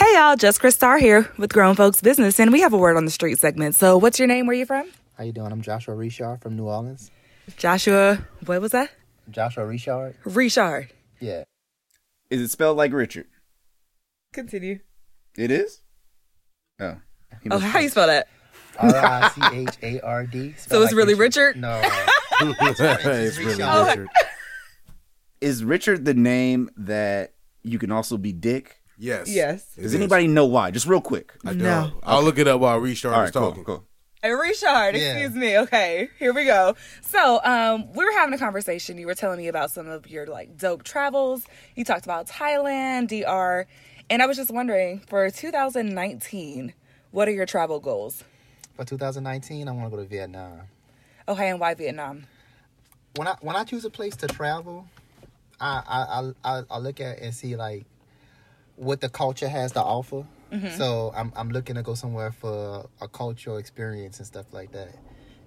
Speaker 9: Hey y'all, Jessica Starr here with Grown Folks Business, and we have a word on the street segment. So, what's your name? Where you from?
Speaker 10: How you doing? I'm Joshua Richard from New Orleans.
Speaker 9: Joshua. What was that?
Speaker 10: Joshua Richard?
Speaker 9: Richard.
Speaker 10: Yeah.
Speaker 5: Is it spelled like Richard?
Speaker 4: Continue.
Speaker 5: It is. Oh. He
Speaker 9: Oh,
Speaker 5: must-
Speaker 9: how do you spell that?
Speaker 10: R I C H A R D.
Speaker 9: So it's really Richard?
Speaker 10: No.
Speaker 1: (laughs) it's really
Speaker 10: Richard.
Speaker 1: Richard.
Speaker 5: is Richard the name that you can also be Dick?
Speaker 1: Yes.
Speaker 4: Yes.
Speaker 1: It
Speaker 5: Does
Speaker 1: is.
Speaker 5: anybody know why? Just real quick.
Speaker 1: I don't. I'll look it up while Richard
Speaker 5: All
Speaker 1: is
Speaker 5: right, cool,
Speaker 1: talking.
Speaker 5: cool.
Speaker 9: Hey, Richard,
Speaker 10: Yeah.
Speaker 9: excuse me. Okay, here we go. So, um, we were having a conversation. You were telling me about some of your like dope travels. You talked about Thailand, DR, and I was just wondering for 2019, what are your travel goals?
Speaker 10: For 2019, I want to go to Vietnam.
Speaker 9: Okay, Oh, and why Vietnam?
Speaker 10: When I when I choose a place to travel, I I I, I, I look at and see like what the culture has to offer. So I'm I'm looking to go somewhere for a cultural experience and stuff like that.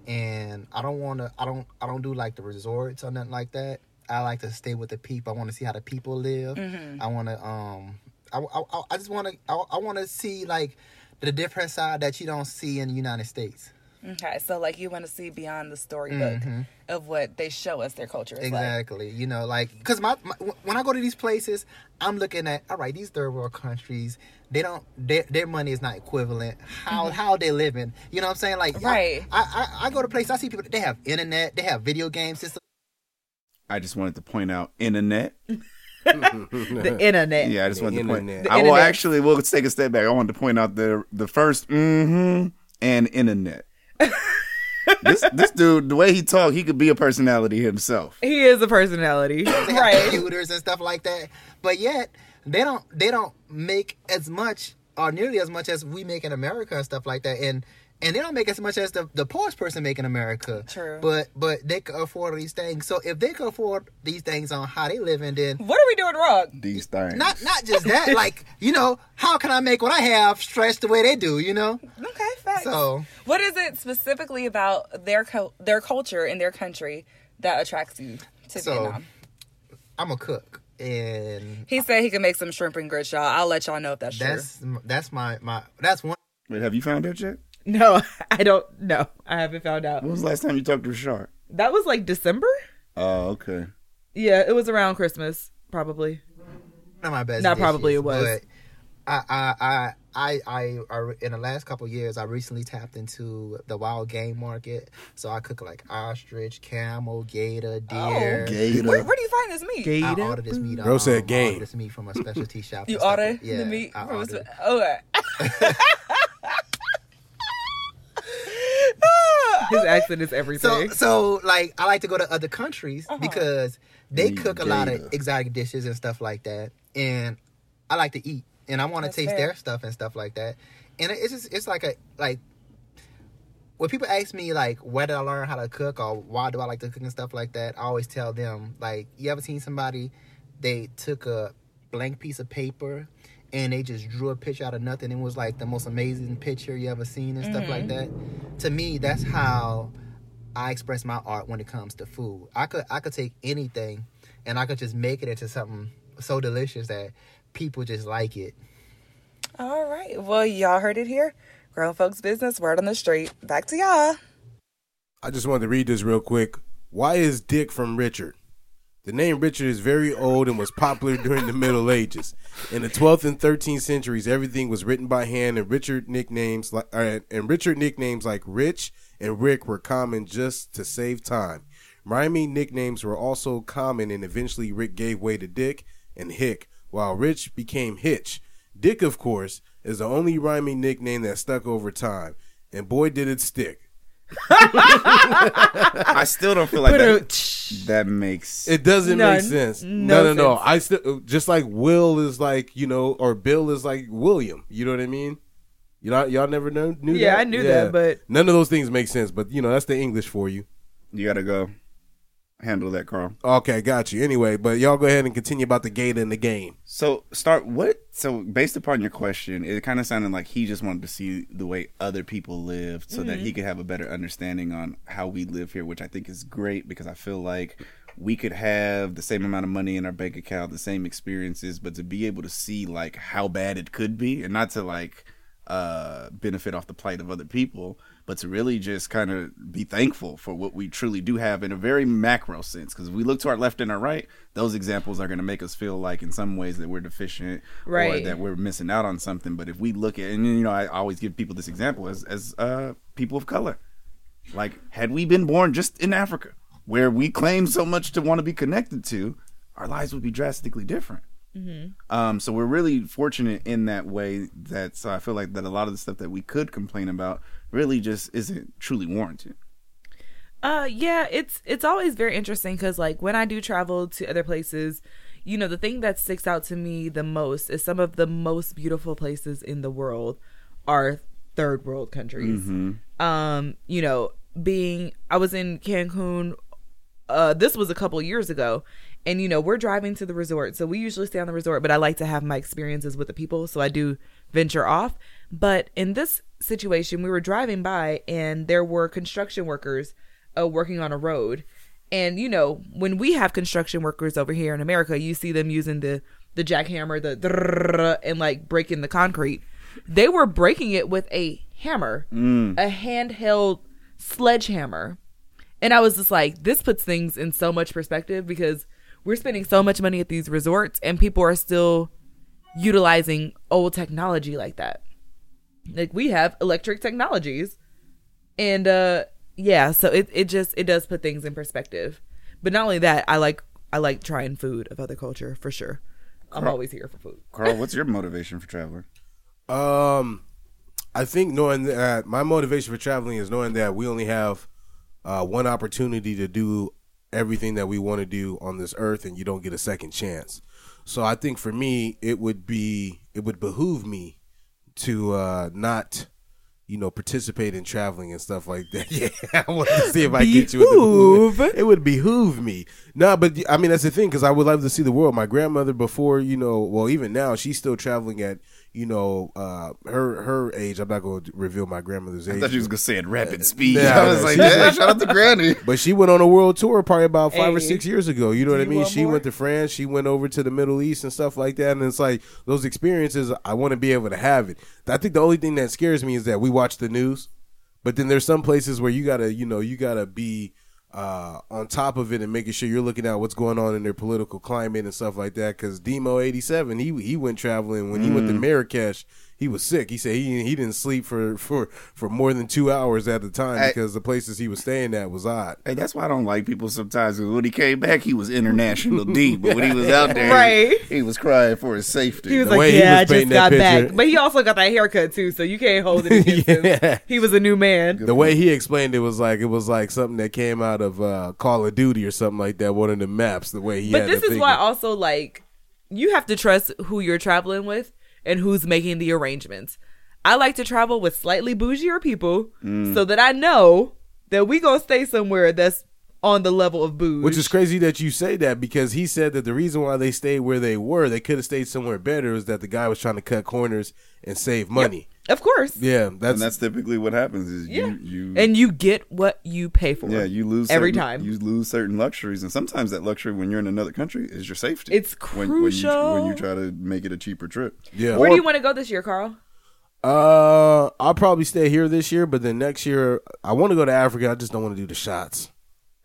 Speaker 10: And I don't want to I don't I don't do like the resorts or nothing like that. I like to stay with the people. I want to see how the people live. I want to um I I, I- I just want to I, I want to see like the different side that you don't see in the United States.
Speaker 9: Okay, so like you want to see beyond the storybook of what they show us their culture is like.
Speaker 10: Exactly. You know, like because my, my when I go to these places, I'm looking at all right, these third world countries. They don't their their money is not equivalent. How how they living? You know what I'm saying? Like I-
Speaker 9: Mm-hmm. Right.
Speaker 10: I I, I go to places. I see people. They have internet. They have video games. System.
Speaker 5: I just wanted to point out internet.
Speaker 4: The internet.
Speaker 5: Yeah, I just
Speaker 1: The
Speaker 5: wanted to point.
Speaker 1: internet.
Speaker 5: I will
Speaker 4: internet.
Speaker 5: actually. We'll take a step back. I wanted to point out the the first mm-hmm and internet. this this dude, the way he talk, he could be a personality himself.
Speaker 4: He is
Speaker 9: (coughs)
Speaker 4: a personality.
Speaker 10: (laughs) They have
Speaker 4: right.
Speaker 10: computers and stuff like that. But yet they don't they don't make as much or nearly as much as we make in America and stuff like that. And and they don't make as much as the, the poorest person make in America.
Speaker 9: True.
Speaker 10: But but they can afford these things. So if they can afford these things on how they living, then
Speaker 9: What are we doing wrong?
Speaker 5: These things.
Speaker 10: not not just that, like, you know, how can I make what I have stretch the way they do, you know?
Speaker 9: Okay, facts.
Speaker 10: So-
Speaker 9: what is it specifically about their co- their culture in their country
Speaker 11: that attracts you to
Speaker 10: So-
Speaker 11: Vietnam?
Speaker 10: I'm a cook, and
Speaker 11: He said he could make some shrimp and grits, y'all. I'll let y'all know if that's,
Speaker 10: that's that's my my that's one.
Speaker 5: Wait, have you found out yet?
Speaker 4: No, (laughs) I don't. No, I haven't found out.
Speaker 5: When was the last time you talked to Rashard?
Speaker 4: That was like December.
Speaker 5: Oh, okay.
Speaker 4: Yeah, it was around Christmas, probably.
Speaker 10: one of my best.
Speaker 4: Nah,
Speaker 10: dishes,
Speaker 4: probably it was.
Speaker 10: But I, I, I, I, I, I, in the last couple of years, I recently tapped into the wild game market. So I cook like ostrich, camel, gator,
Speaker 11: Oh,
Speaker 10: deer.
Speaker 11: true. Where, where do you find this meat?
Speaker 10: I ordered this meat. um,
Speaker 1: Bro said
Speaker 10: I ordered
Speaker 1: game.
Speaker 10: this meat from
Speaker 11: (laughs)
Speaker 10: a specialty shop.
Speaker 11: You
Speaker 10: and stuff.
Speaker 11: order
Speaker 10: Yeah,
Speaker 11: the meat
Speaker 10: I
Speaker 11: from a
Speaker 10: ordered.
Speaker 11: sp- oh, uh, okay.
Speaker 4: His accent is
Speaker 10: So,
Speaker 4: everything.
Speaker 10: so like I like to go to other countries
Speaker 11: Uh-huh.
Speaker 10: because they cook a lot of
Speaker 5: Gator.
Speaker 10: exotic dishes and stuff like that, and I like to eat, and I want to
Speaker 11: That's
Speaker 10: taste
Speaker 11: fair.
Speaker 10: their stuff and stuff like that, and it- it's just it's like a like when people ask me like where did I learn how to cook or why do I like to cook and stuff like that, I always tell them like you ever seen somebody they took a blank piece of paper and they just drew a picture out of nothing. It was like the most amazing picture you ever seen and stuff like that.
Speaker 11: Mm-hmm.
Speaker 10: To me, that's how I express my art when it comes to food. I could I could take anything and I could just make it into something so delicious that people just like it.
Speaker 11: All right. Well, y'all heard it here. Grown folks business, word on the street. Back to y'all.
Speaker 1: I just wanted to read this real quick. Why is Dick from Richard? The name Richard is very old and was popular (laughs) during the Middle Ages. In the 12th and 13th centuries, everything was written by hand, and Richard nicknames like uh, and Richard nicknames like Rich and Rick were common just to save time. Rhyming nicknames were also common, and eventually Rick gave way to Dick and Hick, while Rich became Hitch. Dick, of course, is the only rhyming nickname that stuck over time, and boy did it stick.
Speaker 5: I still don't feel
Speaker 4: (laughs)
Speaker 5: like that, that makes
Speaker 1: It doesn't
Speaker 4: None.
Speaker 1: make sense.
Speaker 4: No
Speaker 1: No, no, no. I still just like Will is like you know, or Bill is like William. You know what I mean? You know, y'all never know, knew.
Speaker 4: Yeah,
Speaker 1: that?
Speaker 4: I knew that, but-
Speaker 1: none of those things make sense. But you know, that's the English for you.
Speaker 5: you gotta go handle that, Carl.
Speaker 1: Okay, got you. Anyway, but y'all go ahead and continue about the gator in the game.
Speaker 5: So start what? So based upon your question, it kind of sounded like he just wanted to see the way other people lived, so that he could have a better understanding on how we live here, which I think is great because I feel like we could have the same amount of money in our bank account, the same experiences, but to be able to see like how bad it could be, and not to like uh, benefit off the plight of other people, but to really just kind of be thankful for what we truly do have in a very macro sense. Because if we look to our left and our right, those examples are going to make us feel like in some ways that we're deficient or
Speaker 4: Right.
Speaker 5: that we're missing out on something. But if we look at, and you know, I always give people this example as, as uh, people of color. Like, had we been born just in Africa, where we claim so much to want to be connected to, our lives would be drastically different. Um, so we're really fortunate in that way. That so I feel like that a lot of the stuff that we could complain about really just isn't truly warranted.
Speaker 4: Uh, yeah, it's it's always very interesting because like when I do travel to other places, you know, the thing that sticks out to me the most is some of the most beautiful places in the world are third world countries. Um, you know, being I was in Cancun. Uh, this was a couple years ago, and you know we're driving to the resort, so we usually stay on the resort. But I like to have my experiences with the people, so I do venture off. But in this situation, we were driving by, and there were construction workers uh, working on a road. And you know, when we have construction workers over here in America, you see them using the the jackhammer, the drrrr, and like breaking the concrete. They were breaking it with a hammer, a handheld sledgehammer. And I was just like, this puts things in so much perspective because we're spending so much money at these resorts and people are still utilizing old technology like that. Like we have electric technologies. And uh yeah, so it, it just it does put things in perspective. But not only that, I like I like trying food of other culture for sure. I'm always here for food.
Speaker 5: Carl, what's your motivation for traveling?
Speaker 1: Um, I think knowing that my motivation for traveling is knowing that we only have uh, one opportunity to do everything that we want to do on this earth, and you don't get a second chance. So I think for me, it would be it would behoove me to uh, not, you know, participate in traveling and stuff like that. (laughs) Yeah, I want to see if I get you. In the
Speaker 4: Behoove.
Speaker 1: mood. It would behoove me. No, but I mean that's the thing because I would love to see the world. My grandmother before you know, well even now she's still traveling at you know, uh, her her age. I'm not going to reveal my grandmother's age.
Speaker 5: I thought you was gonna say it rapid speed.
Speaker 1: Yeah,
Speaker 5: I was
Speaker 1: no,
Speaker 5: like,
Speaker 1: she's
Speaker 5: yeah, shout out to Granny.
Speaker 1: But she went on a world tour probably about five or
Speaker 2: Hey.
Speaker 1: six years ago. You know what I
Speaker 2: you
Speaker 1: mean?
Speaker 2: want
Speaker 1: She
Speaker 2: more?
Speaker 1: went to France. She went over to the Middle East and stuff like that. And it's like those experiences, I want to be able to have it. I think the only thing that scares me is that we watch the news, but then there's some places where you gotta, you know, you gotta be uh, on top of it and making sure you're looking at what's going on in their political climate and stuff like that. Because Demo eighty seven, he he went traveling when he went to
Speaker 2: Mm.
Speaker 1: Marrakesh. He was sick. He said he he didn't sleep for, for, for more than two hours at the time
Speaker 5: I-
Speaker 1: because the places he was staying at was
Speaker 2: (laughs)
Speaker 1: odd.
Speaker 5: (laughs) Hey, that's why I don't like people sometimes. 'cause when he came back, he was (laughs) international deep, but when he was out there,
Speaker 4: Right.
Speaker 5: he was crying for his safety.
Speaker 4: He was
Speaker 1: The
Speaker 4: like,
Speaker 1: way he
Speaker 4: "Yeah,
Speaker 1: was
Speaker 4: I just
Speaker 1: painting
Speaker 4: got
Speaker 1: that
Speaker 4: back,"
Speaker 1: picture.
Speaker 4: but he also got that haircut too, so you
Speaker 1: (laughs)
Speaker 4: can't hold it. Against
Speaker 1: Yeah.
Speaker 4: him. He was a new man.
Speaker 1: The way he explained it was like it was like something that came out of uh, Call of Duty or something like that. One of the maps, the way he.
Speaker 4: But
Speaker 1: had
Speaker 4: this
Speaker 1: to
Speaker 4: is
Speaker 1: think
Speaker 4: why
Speaker 1: it.
Speaker 4: also like you have to trust who you're traveling with and who's making the arrangements. I like to travel with slightly bougier people
Speaker 1: Mm.
Speaker 4: so that I know that we gonna stay somewhere that's on the level of booze.
Speaker 1: Which is crazy that you say that because he said that the reason why they stayed where they were, they could have stayed somewhere better, is that the guy was trying to cut corners and save money.
Speaker 4: of course.
Speaker 1: Yeah, that's,
Speaker 3: and that's typically what happens is you you
Speaker 4: And you get what you pay for.
Speaker 3: yeah you lose
Speaker 4: every
Speaker 3: certain-
Speaker 4: time.
Speaker 3: you lose certain luxuries and sometimes that luxury when you're in another country is your safety
Speaker 4: It's
Speaker 3: when, when you, when
Speaker 4: crucial.
Speaker 3: you try to make it a cheaper trip
Speaker 1: yeah.
Speaker 4: Where do you want to go this year, Carl?
Speaker 1: uh, I'll probably stay here this year, but then next year I want to go to Africa. I just don't want to do the shots.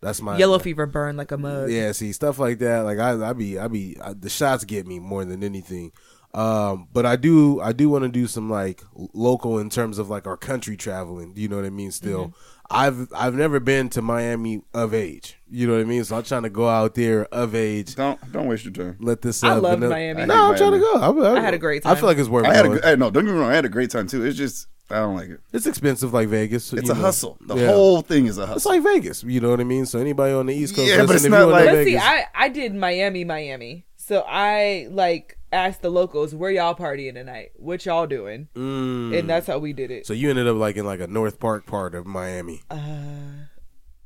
Speaker 1: That's my
Speaker 4: Yellow fever burn like a mug.
Speaker 1: Yeah, see stuff like that. Like I, I be, I be I, the shots get me more than anything. Um, but I do, I do want to do some like l- local in terms of like our country traveling. You know what I mean? Still,
Speaker 4: Mm-hmm.
Speaker 1: I've I've never been to Miami of age. You know what I mean? So I'm trying to go out there of age.
Speaker 3: don't don't waste your time
Speaker 1: Let this.
Speaker 4: I
Speaker 1: uh,
Speaker 4: loved
Speaker 1: vanilla-
Speaker 4: Miami.
Speaker 1: No, I'm trying to go. I, I-
Speaker 4: I had a great
Speaker 1: I feel
Speaker 4: time.
Speaker 1: like it's worth.
Speaker 3: I had a
Speaker 1: going.
Speaker 3: gr- hey, no don't get me wrong I had a great time too it's just I don't like it
Speaker 1: it's expensive, like Vegas.
Speaker 3: it's
Speaker 1: you
Speaker 3: a
Speaker 1: know.
Speaker 3: hustle the
Speaker 1: Yeah.
Speaker 3: whole thing is a hustle
Speaker 1: It's like Vegas. You know what I mean? So anybody on the East Coast,
Speaker 5: Yeah, but
Speaker 1: listen,
Speaker 5: it's
Speaker 1: if
Speaker 5: not
Speaker 1: you wanna
Speaker 5: like-
Speaker 1: go to
Speaker 4: But see,
Speaker 1: Vegas-
Speaker 4: I I did Miami, Miami. So I like asked the locals, "Where y'all partying tonight? What y'all doing?"
Speaker 1: Mm.
Speaker 4: And that's how we did it.
Speaker 1: So you ended up like in like a North Park part of Miami.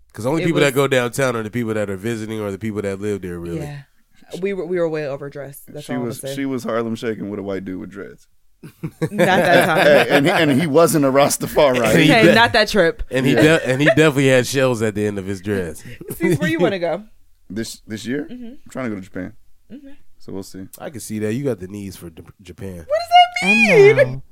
Speaker 1: Because only
Speaker 4: Uh, it
Speaker 1: people that
Speaker 4: was-
Speaker 1: go downtown are the people that are visiting or the people that live there. Really,
Speaker 4: Yeah, we were we were way overdressed. That's
Speaker 3: she
Speaker 4: all
Speaker 3: was
Speaker 4: I'm
Speaker 3: she
Speaker 4: saying.
Speaker 3: was Harlem shaking with a white dude with dreads
Speaker 4: Not
Speaker 3: (laughs)
Speaker 4: that
Speaker 5: Hey, and, he, and he wasn't a
Speaker 4: (laughs) time.
Speaker 5: Rastafari.
Speaker 1: He
Speaker 4: okay,
Speaker 1: bet.
Speaker 4: not that trip.
Speaker 1: and he de- and he definitely had shells at the end of his dress.
Speaker 4: See, where you want to go?
Speaker 3: this this year
Speaker 4: Mm-hmm.
Speaker 3: I'm trying to go to Japan so we'll see
Speaker 1: I can see that you got the knees for D- Japan.
Speaker 12: And
Speaker 4: (laughs)
Speaker 12: now,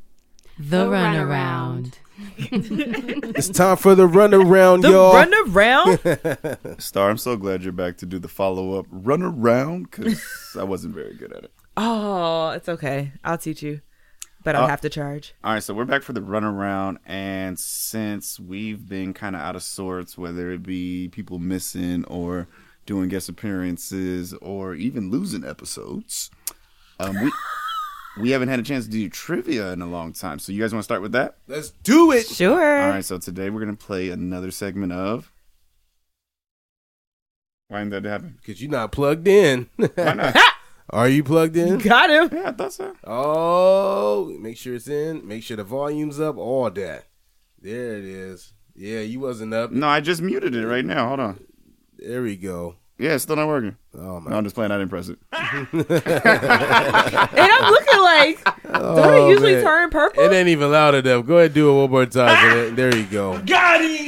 Speaker 12: the runaround.
Speaker 1: (laughs)
Speaker 4: (laughs)
Speaker 1: It's time for the runaround,
Speaker 4: The
Speaker 1: y'all.
Speaker 4: run around.
Speaker 3: Star I'm so glad you're back to do the follow up run around because
Speaker 4: (laughs)
Speaker 3: I wasn't very good at it
Speaker 4: oh, it's okay. I'll teach you, but
Speaker 3: Uh,
Speaker 4: I'll have to charge.
Speaker 5: All right, so we're back for the runaround, and since we've been kind of out of sorts, whether it be
Speaker 3: people missing or doing guest appearances or even losing episodes. Um, we we haven't had a chance to do trivia in a long time, so you guys want to start with that?
Speaker 1: Let's do it.
Speaker 4: Sure.
Speaker 3: All right, so today we're gonna play another segment of. Why didn't that happen?
Speaker 1: Cause you're not plugged in.
Speaker 3: Why not?
Speaker 1: (laughs) Are you plugged in?
Speaker 4: (laughs) Got him.
Speaker 3: yeah, I thought so.
Speaker 1: Oh, make sure it's in. Make sure the volume's up. All that. There it is. Yeah, you wasn't up.
Speaker 3: No, I just muted it right now. Hold on.
Speaker 1: There we go.
Speaker 3: Yeah, it's still not working.
Speaker 1: Oh my.
Speaker 3: No, I'm just playing. I
Speaker 1: (laughs)
Speaker 3: didn't press it.
Speaker 4: And I'm looking like, don't
Speaker 1: Oh,
Speaker 4: it usually
Speaker 1: man.
Speaker 4: turn purple?
Speaker 1: It ain't even loud enough. Go ahead, and do it one more time. and There you go.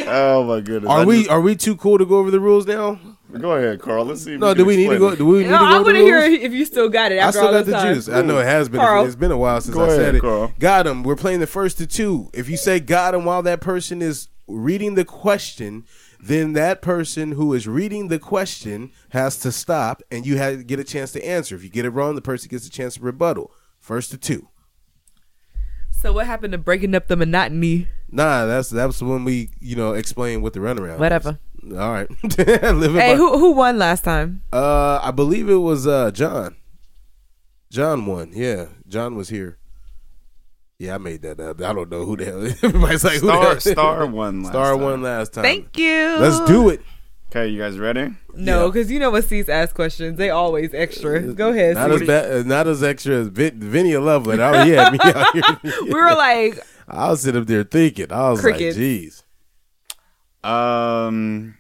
Speaker 3: Oh my goodness. I
Speaker 1: Are we
Speaker 3: just-
Speaker 1: are we too cool to go over the rules now?
Speaker 3: go ahead, Carl. Let's see. if
Speaker 1: No,
Speaker 3: you
Speaker 1: do
Speaker 3: can
Speaker 1: we need to
Speaker 3: explain
Speaker 1: go? Do we need to
Speaker 4: No,
Speaker 1: go
Speaker 4: I
Speaker 1: over
Speaker 4: want
Speaker 1: the
Speaker 4: to hear
Speaker 1: rules?
Speaker 4: if you still got it
Speaker 1: I
Speaker 4: after
Speaker 1: still
Speaker 4: all
Speaker 1: got
Speaker 4: this
Speaker 1: the
Speaker 4: time.
Speaker 1: juice. I know it has been.
Speaker 4: Carl.
Speaker 1: It's been a while since
Speaker 3: Go
Speaker 1: I
Speaker 3: ahead,
Speaker 1: said it.
Speaker 3: Carl.
Speaker 1: Got him. We're playing the first to two. If you say got him while that person is reading the question, then that person who is reading the question has to stop, and you have, get a chance to answer. If you get it wrong, the person gets a chance to rebuttal. First to two.
Speaker 4: So what happened to breaking up the monotony?
Speaker 1: Nah, that's that's when we you know explain what the runaround.
Speaker 4: Whatever.
Speaker 1: Is. All right. (laughs) Living
Speaker 4: Hey,
Speaker 1: by-
Speaker 4: who who won last time?
Speaker 1: Uh, I believe it was uh John. John won. Yeah, John was here. Yeah, I made that up. I don't know who the hell. (laughs) Everybody's like, who the hell? (laughs)
Speaker 5: Star Star One, last
Speaker 1: Star
Speaker 5: time.
Speaker 1: won last time.
Speaker 4: Thank you.
Speaker 1: Let's do it.
Speaker 5: Okay, you guys ready?
Speaker 4: No, because you know what C's ask questions. They always extra. Go ahead.
Speaker 1: Not
Speaker 4: Cease.
Speaker 1: as bad, uh, not as extra as Vin, Vinny Loveland. Oh yeah, (laughs) me out here.
Speaker 4: We were like,
Speaker 1: I was sitting up there thinking. I was
Speaker 4: Crickets.
Speaker 1: like, jeez.
Speaker 5: Um,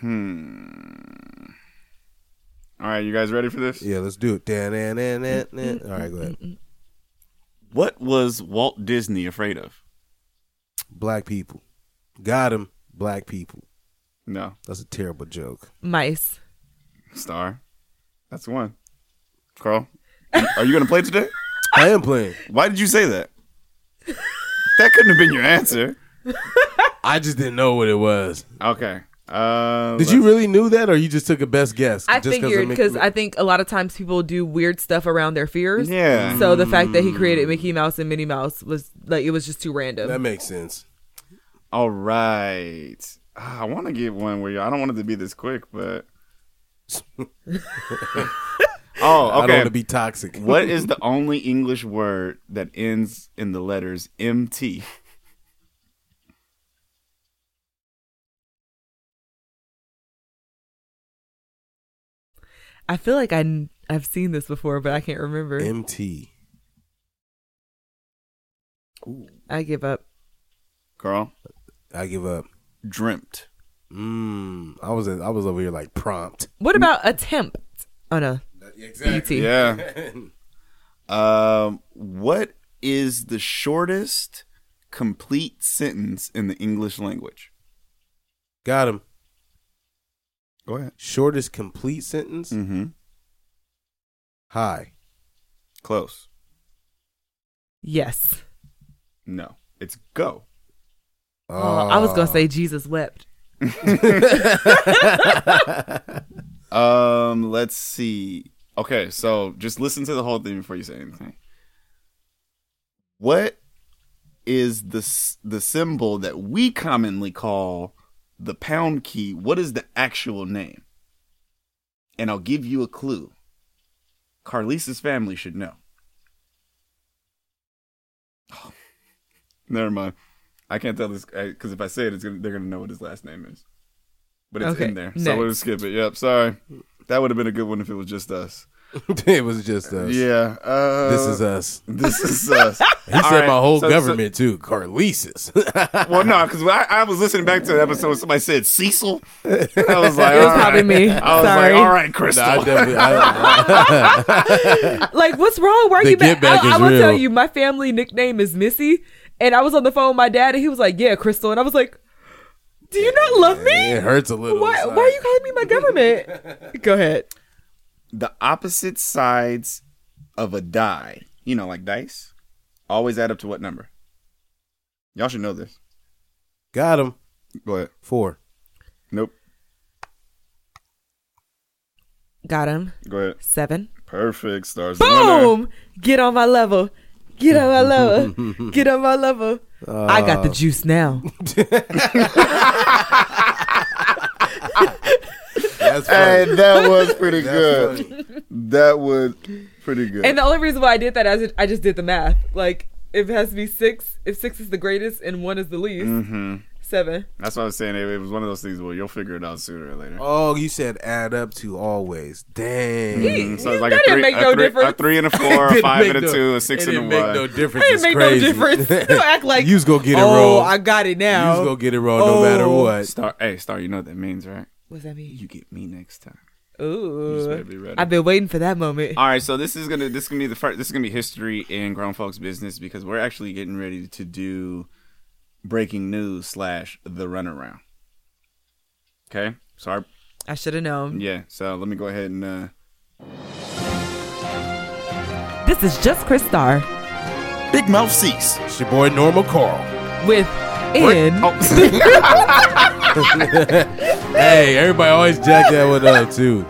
Speaker 5: hmm. All right, you guys ready for this?
Speaker 1: Yeah, let's do it. Dan, dan, dan, dan, dan. All right, go ahead.
Speaker 5: What was Walt Disney afraid of?
Speaker 1: Black people. Got him. Black people.
Speaker 5: No.
Speaker 1: That's a terrible joke.
Speaker 2: Mice.
Speaker 5: Star. That's one. Carl, are you going to play today?
Speaker 1: I am playing.
Speaker 5: Why did you say that? That couldn't have been your answer.
Speaker 1: I just didn't know what it was.
Speaker 5: Okay. Uh,
Speaker 1: Did you really knew that, or you just took a best guess?
Speaker 2: I
Speaker 1: Just 'cause it
Speaker 2: figured
Speaker 1: make-
Speaker 2: because I think a lot of times people do weird stuff around their fears.
Speaker 5: Yeah.
Speaker 2: So the fact that he created Mickey Mouse and Minnie Mouse was like it was just too random.
Speaker 1: that makes sense.
Speaker 5: All right. Ah, I want to get one where you, I don't want it to be this quick,
Speaker 1: (laughs)
Speaker 5: but.
Speaker 1: I
Speaker 5: oh,
Speaker 1: don't want
Speaker 5: okay.
Speaker 1: to be (laughs) toxic.
Speaker 5: what is the only English word that ends in the letters MT?
Speaker 2: I feel like I kn- I've seen this before, but I can't remember.
Speaker 1: MT?
Speaker 2: I give up.
Speaker 5: Carl?
Speaker 1: I give up.
Speaker 5: Dreamt.
Speaker 1: Mm, I was I was over here like prompt.
Speaker 2: What about attempt? Oh no,
Speaker 4: E
Speaker 2: exactly. BT.
Speaker 5: Yeah. Um, what is the shortest complete sentence in the English language?
Speaker 1: (laughs) Got him.
Speaker 5: Go ahead.
Speaker 1: Shortest complete sentence.
Speaker 5: Mm-hmm.
Speaker 1: Hi.
Speaker 5: Close.
Speaker 2: Yes.
Speaker 5: No. It's go.
Speaker 1: Oh,
Speaker 2: Oh, I was gonna say Jesus wept.
Speaker 5: Um, let's see. Okay, so just listen to the whole thing before you say anything. What is the s- the symbol that we commonly call the pound key? What is the actual name? And I'll give you a clue. Carlisa's family should know. (laughs) never mind. I can't tell this because if I say it, it's gonna, they're gonna know what his last name is. But it's
Speaker 2: Okay,
Speaker 5: in there, so we'll
Speaker 2: next.
Speaker 5: skip it. Yep, sorry. That would have been a good one if it was just us.
Speaker 1: Oh, (laughs) it was just us.
Speaker 5: Yeah. Uh,
Speaker 1: This is us.
Speaker 5: This is us.
Speaker 2: (laughs)
Speaker 1: He said my whole government too. Carlises. (laughs)
Speaker 5: well, no, because I, I was listening back to the episode where somebody said Cecil. And I was like,
Speaker 2: It was
Speaker 5: all
Speaker 2: probably
Speaker 5: right.
Speaker 2: me.
Speaker 5: I was
Speaker 2: Sorry.
Speaker 5: like, all right, Crystal.
Speaker 1: Nah, I definitely, I,
Speaker 2: Like, what's wrong? Why are
Speaker 1: The
Speaker 2: you
Speaker 1: get back
Speaker 2: I,
Speaker 1: is
Speaker 2: I will
Speaker 1: real.
Speaker 2: tell you, my family nickname is Missy, and I was on the phone with my dad, and he was like, "Yeah, Crystal," and I was like, "Do you not love
Speaker 1: (laughs)
Speaker 2: me?
Speaker 1: it hurts a little.
Speaker 2: Why?
Speaker 1: Sorry.
Speaker 2: Why are you calling me my government?" Go ahead.
Speaker 5: the opposite sides of a die, you know, like dice, always add up to what number? Y'all should know this.
Speaker 1: Got him.
Speaker 5: Go ahead.
Speaker 1: Four.
Speaker 5: Nope.
Speaker 2: Got him.
Speaker 5: Go ahead.
Speaker 2: Seven.
Speaker 5: Perfect. Stars. the winner.
Speaker 2: Boom! Get on my level. Get on
Speaker 1: (laughs)
Speaker 2: my level. Get on my level. I got the
Speaker 1: Uh.
Speaker 2: juice now.
Speaker 1: That's
Speaker 5: Hey,
Speaker 1: funny.
Speaker 5: that was
Speaker 2: (laughs)
Speaker 5: pretty good.
Speaker 1: That's funny.
Speaker 5: That was pretty good.
Speaker 2: And the only reason why I did that is I just did the math. Like, if it has to be six, if six is the greatest and one is the least,
Speaker 1: Mm-hmm.
Speaker 2: seven.
Speaker 5: That's what I was saying. It it was one of those things where you'll figure it out sooner or later.
Speaker 1: Oh, you said add up to always. Dang.
Speaker 5: Mhm. So it's like
Speaker 2: that
Speaker 5: a
Speaker 2: didn't
Speaker 5: three,
Speaker 2: make
Speaker 5: a,
Speaker 2: no
Speaker 5: three, a
Speaker 2: difference.
Speaker 5: three
Speaker 2: (laughs)
Speaker 5: and a four, a
Speaker 1: Didn't
Speaker 5: five
Speaker 1: make
Speaker 5: and a
Speaker 1: no-
Speaker 5: two, a six
Speaker 1: it
Speaker 5: and a
Speaker 1: didn't
Speaker 5: one.
Speaker 1: make no difference.
Speaker 2: It didn't
Speaker 1: It's
Speaker 2: make
Speaker 1: crazy.
Speaker 2: no
Speaker 1: (laughs)
Speaker 2: difference. Don't act like
Speaker 1: You's gonna get it
Speaker 2: oh,
Speaker 1: wrong.
Speaker 2: I got it
Speaker 1: You
Speaker 2: now.
Speaker 1: just gonna get it wrong no matter
Speaker 2: Oh.
Speaker 1: what.
Speaker 5: Star, hey, Star, you know what that means, right?
Speaker 2: what does that mean?
Speaker 5: You get me next time. You just better
Speaker 2: Ooh,
Speaker 5: be ready.
Speaker 2: I've been waiting for that moment.
Speaker 5: All right, so this is gonna this is gonna be the first. This is gonna be history in grown folks business because we're actually getting ready to do breaking news slash the runaround. Okay, sorry.
Speaker 2: I should have known.
Speaker 5: Yeah, so let me go ahead and. uh
Speaker 2: This is just Chris Star
Speaker 5: Big mouth cease.
Speaker 1: It's your boy Normal Carl.
Speaker 2: with in.
Speaker 5: Oh.
Speaker 1: Hey, everybody always jack that one up
Speaker 2: (laughs)
Speaker 1: too.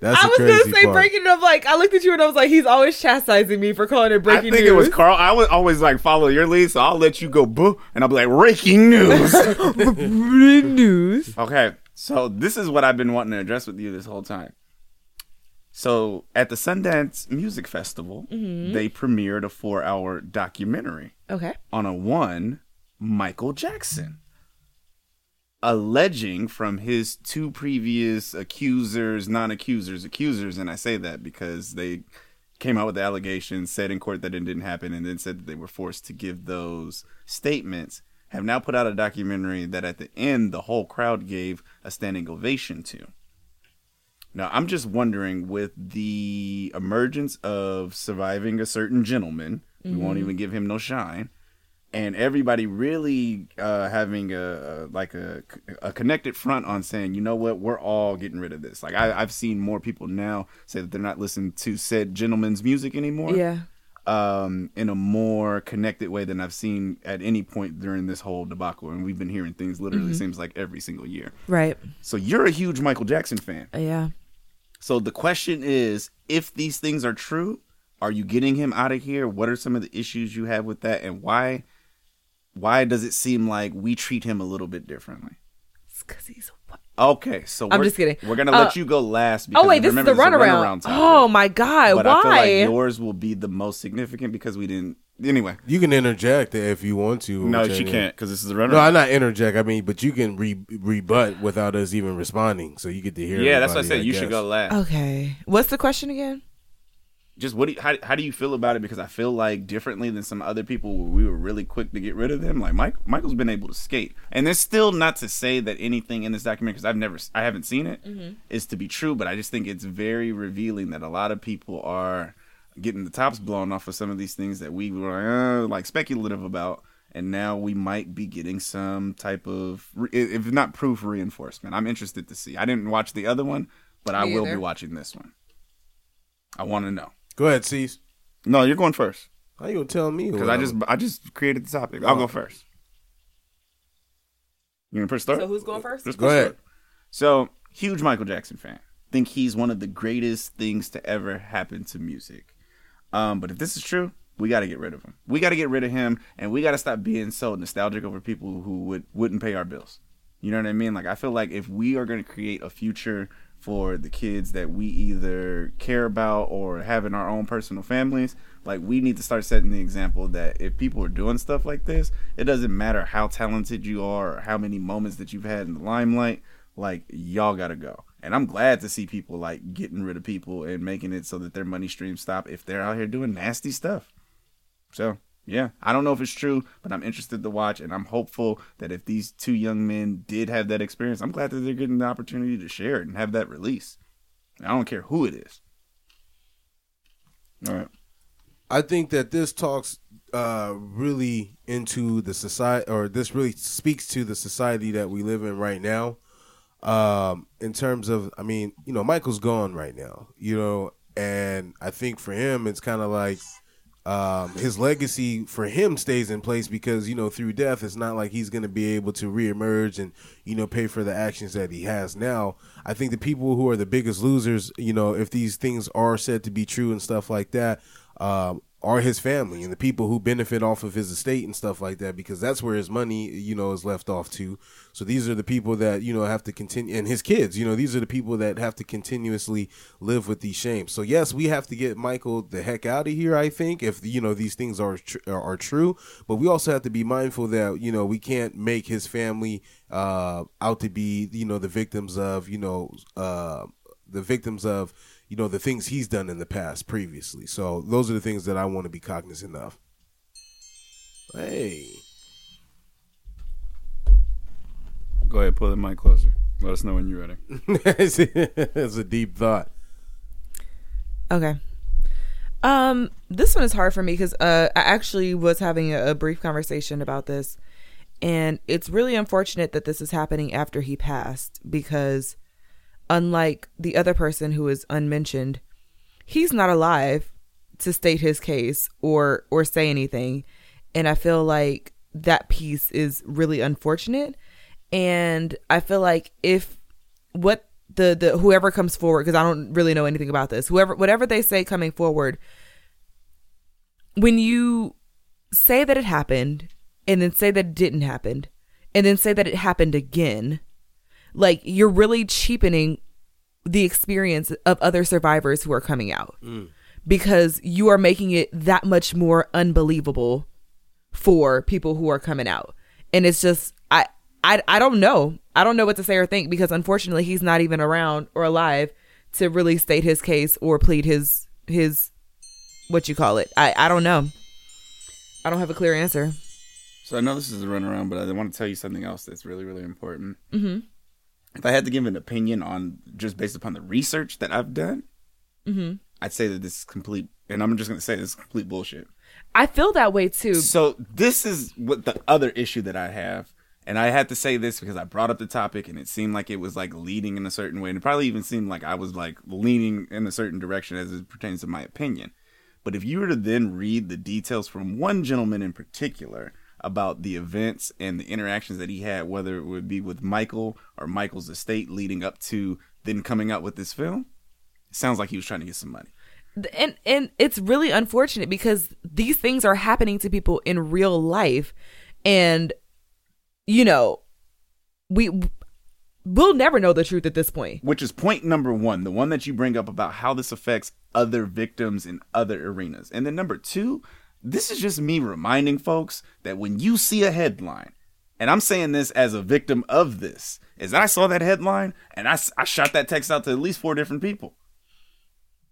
Speaker 1: That's
Speaker 2: I
Speaker 1: Oh, the
Speaker 2: was
Speaker 1: crazy
Speaker 2: gonna say
Speaker 1: part.
Speaker 2: breaking it up. Like I looked at you and I was like, he's always chastising me for calling it
Speaker 5: I
Speaker 2: breaking
Speaker 5: think
Speaker 2: news.
Speaker 5: it was Carl. I would always like follow your lead, so I'll let you go boo, and I'll be like breaking
Speaker 2: (laughs)
Speaker 5: news.
Speaker 2: news.
Speaker 5: okay, so this is what I've been wanting to address with you this whole time. So at the Sundance Music Festival,
Speaker 2: Mm-hmm.
Speaker 5: they premiered a four-hour documentary
Speaker 2: Okay.
Speaker 5: on a one Michael Jackson, alleging from his two previous accusers, non-accusers, accusers, and I say that because they came out with the allegations, said in court that it didn't happen, and then said that they were forced to give those statements. Have now put out a documentary that at the end the whole crowd gave a standing ovation to. Now, I'm just wondering with the emergence of surviving a certain gentleman We won't even give him no shine. And everybody really uh, having a, a like a, a connected front on saying, you know what, we're all getting rid of this. Like I, I've seen more people now say that they're not listening to said gentleman's music anymore.
Speaker 4: Yeah.
Speaker 5: um, in a more connected way than I've seen at any point during this whole debacle. And we've been hearing things literally seems like every single year.
Speaker 4: Right.
Speaker 5: So you're a huge Michael Jackson fan.
Speaker 4: Yeah.
Speaker 5: So the question is, if these things are true, are you getting him out of here? What are some of the issues you have with that, and why? Why does it seem like we treat him a little bit differently?
Speaker 4: It's because he's a white.
Speaker 5: Okay, so
Speaker 4: I'm
Speaker 5: we're-
Speaker 4: just kidding.
Speaker 5: We're gonna
Speaker 4: Uh,
Speaker 5: let you go last. Because
Speaker 4: Oh, wait, this is
Speaker 5: remember
Speaker 4: the
Speaker 5: this a
Speaker 4: runaround.
Speaker 5: topic.
Speaker 4: Oh, my God.
Speaker 5: But
Speaker 4: Why?
Speaker 5: I feel like yours will be the most significant because we didn't. Anyway,
Speaker 1: You can interject if you want to.
Speaker 5: no,
Speaker 1: which
Speaker 5: she
Speaker 1: I-
Speaker 5: can't because this is the runaround.
Speaker 1: No, I'm not interject. I mean, but you can re- rebut without us even responding, so you get to hear.
Speaker 5: yeah, that's what I
Speaker 1: everybody,
Speaker 5: said. you should
Speaker 1: guess.
Speaker 5: go last.
Speaker 4: okay. What's the question again?
Speaker 5: Just what? Do you, how, how do you feel about it? Because I feel like differently than some other people, where we were really quick to get rid of them. Like Mike, Michael's been able to skate, and there's still not to say that anything in this documentary because I've never, s- I haven't seen it, is
Speaker 4: Mm-hmm.
Speaker 5: to be true. But I just think it's very revealing that a lot of people are getting the tops blown off of some of these things that we were uh, like speculative about. And now we might be getting some type of, re- if not proof, reinforcement. I'm interested to see. I didn't watch the other one, but I
Speaker 4: Me
Speaker 5: will be
Speaker 4: either.
Speaker 5: watching this one. I want to know.
Speaker 1: Go ahead, Cease.
Speaker 5: No, you're going first
Speaker 1: How you gonna tell me?
Speaker 5: because
Speaker 1: what
Speaker 5: I
Speaker 1: I'm-
Speaker 5: just I just created the topic. I'll go first. You gonna press start?
Speaker 4: So who's going first?
Speaker 5: Just
Speaker 1: Go
Speaker 5: press
Speaker 1: ahead.
Speaker 5: start. So huge Michael Jackson fan. Think he's one of the greatest things to ever happen to music. Um, but if this is true, we got to get rid of him. We got to get rid of him, and we got to stop being so nostalgic over people who would wouldn't pay our bills. You know what I mean? Like I feel like if we are going to create a future for the kids that we either care about or have in our own personal families, like we need to start setting the example that if people are doing stuff like this, it doesn't matter how talented you are or how many moments that you've had in the limelight, like y'all got to go. And I'm glad to see people like getting rid of people and making it so that their money streams stop if they're out here doing nasty stuff. So yeah, I don't know if it's true, but I'm interested to watch, and I'm hopeful that if these two young men did have that experience, I'm glad that they're getting the opportunity to share it and have that release. And I don't care who it is. All right.
Speaker 1: I think that this talks uh, really into the society, or this really speaks to the society that we live in right now. Um, in terms of, I mean, you know, Michael's gone right now, you know, and I think for him, it's kind of like um, his legacy for him stays in place because you know through death, it's not like he's going to be able to reemerge and you know pay for the actions that he has now. I think the people who are the biggest losers, you know, if these things are said to be true and stuff like that, um, are his family and the people who benefit off of his estate and stuff like that because that's where his money you know is left off to so these are the people that you know have to continue and his kids you know these are the people that have to continuously live with these shames so yes we have to get michael the heck out of here i think if you know these things are tr- are are true but we also have to be mindful that you know we can't make his family uh out to be you know the victims of you know uh the victims of you know the things he's done in the past previously. So those are the things that I want to be cognizant of. Hey, (laughs)
Speaker 3: Go ahead, pull the mic closer. Let us know when you're ready.
Speaker 1: that's a deep thought.
Speaker 4: Okay. Um, this one is hard for me because uh, I actually was having a, a brief conversation about this, and it's really unfortunate that this is happening after he passed because, unlike the other person who is unmentioned, he's not alive to state his case or or say anything, and I feel like that piece is really unfortunate, and I feel like if what the the whoever comes forward because I don't really know anything about this. Whoever whatever they say coming forward when you say that it happened and then say that it didn't happen and then say that it happened again like you're really cheapening the experience of other survivors who are coming out because you are making it that much more unbelievable for people who are coming out and it's just I, I i don't know i don't know what to say or think because unfortunately he's not even around or alive to really state his case or plead his his what you call it i i don't know i don't have a clear answer
Speaker 5: So I know this is a runaround, but I want to tell you something else that's really, really important. Mm-hmm. If I had to give an opinion on just based upon the research that I've done, I'd say that this is complete, and I'm just going to say this is complete bullshit.
Speaker 4: I feel that way too.
Speaker 5: So this is what the other issue that I have, and I had to say this because I brought up the topic, and it seemed like it was like leading in a certain way, and it probably even seemed like I was like leaning in a certain direction as it pertains to my opinion. But if you were to then read the details from one gentleman in particular about the events and the interactions that he had, whether it would be with Michael or Michael's estate leading up to then coming out with this film, it sounds like he was trying to get some money.
Speaker 4: and and it's really unfortunate because these things are happening to people in real life and you know we we'll never know the truth at this point
Speaker 5: which is point number one, the one that you bring up about how this affects other victims in other arenas. And then number two, this is just me reminding folks that when you see a headline, and I'm saying this as a victim of this, is I saw that headline and I, s- I shot that text out to at least four different people.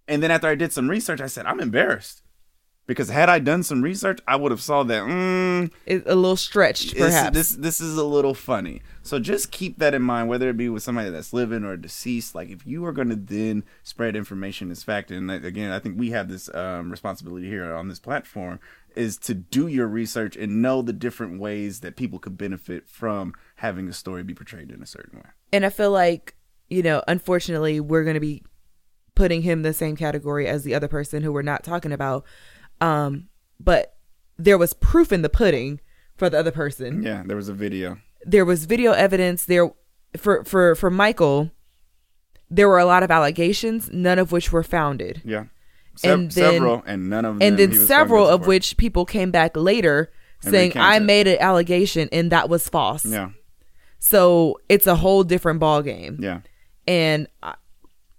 Speaker 5: And then after I did some research, I said, I'm embarrassed. Because had I done some research, I would have saw that, mm,
Speaker 4: it's a little stretched
Speaker 5: it's-
Speaker 4: perhaps
Speaker 5: This this is a little funny. So just keep that in mind, whether it be with somebody that's living or deceased. Like if you are going to then spread information as fact, and like, again, I think we have this um, responsibility here on this platform is to do your research and know the different ways that people could benefit from having a story be portrayed in a certain way.
Speaker 4: and i feel like you know unfortunately we're going to be putting him in the same category as the other person who we're not talking about um but there was proof in the pudding for the other person
Speaker 5: Yeah, there was a video.
Speaker 4: there was video evidence there for for for Michael there were a lot of allegations none of which were founded
Speaker 5: Yeah,
Speaker 4: And then-
Speaker 5: several, and none of them.
Speaker 4: and then
Speaker 5: he was
Speaker 4: several
Speaker 5: found
Speaker 4: of
Speaker 5: guilty for.
Speaker 4: which people came back later saying I
Speaker 5: recanted.
Speaker 4: made an allegation and that was false
Speaker 5: Yeah,
Speaker 4: so it's a whole different ball game
Speaker 5: yeah.
Speaker 4: and I-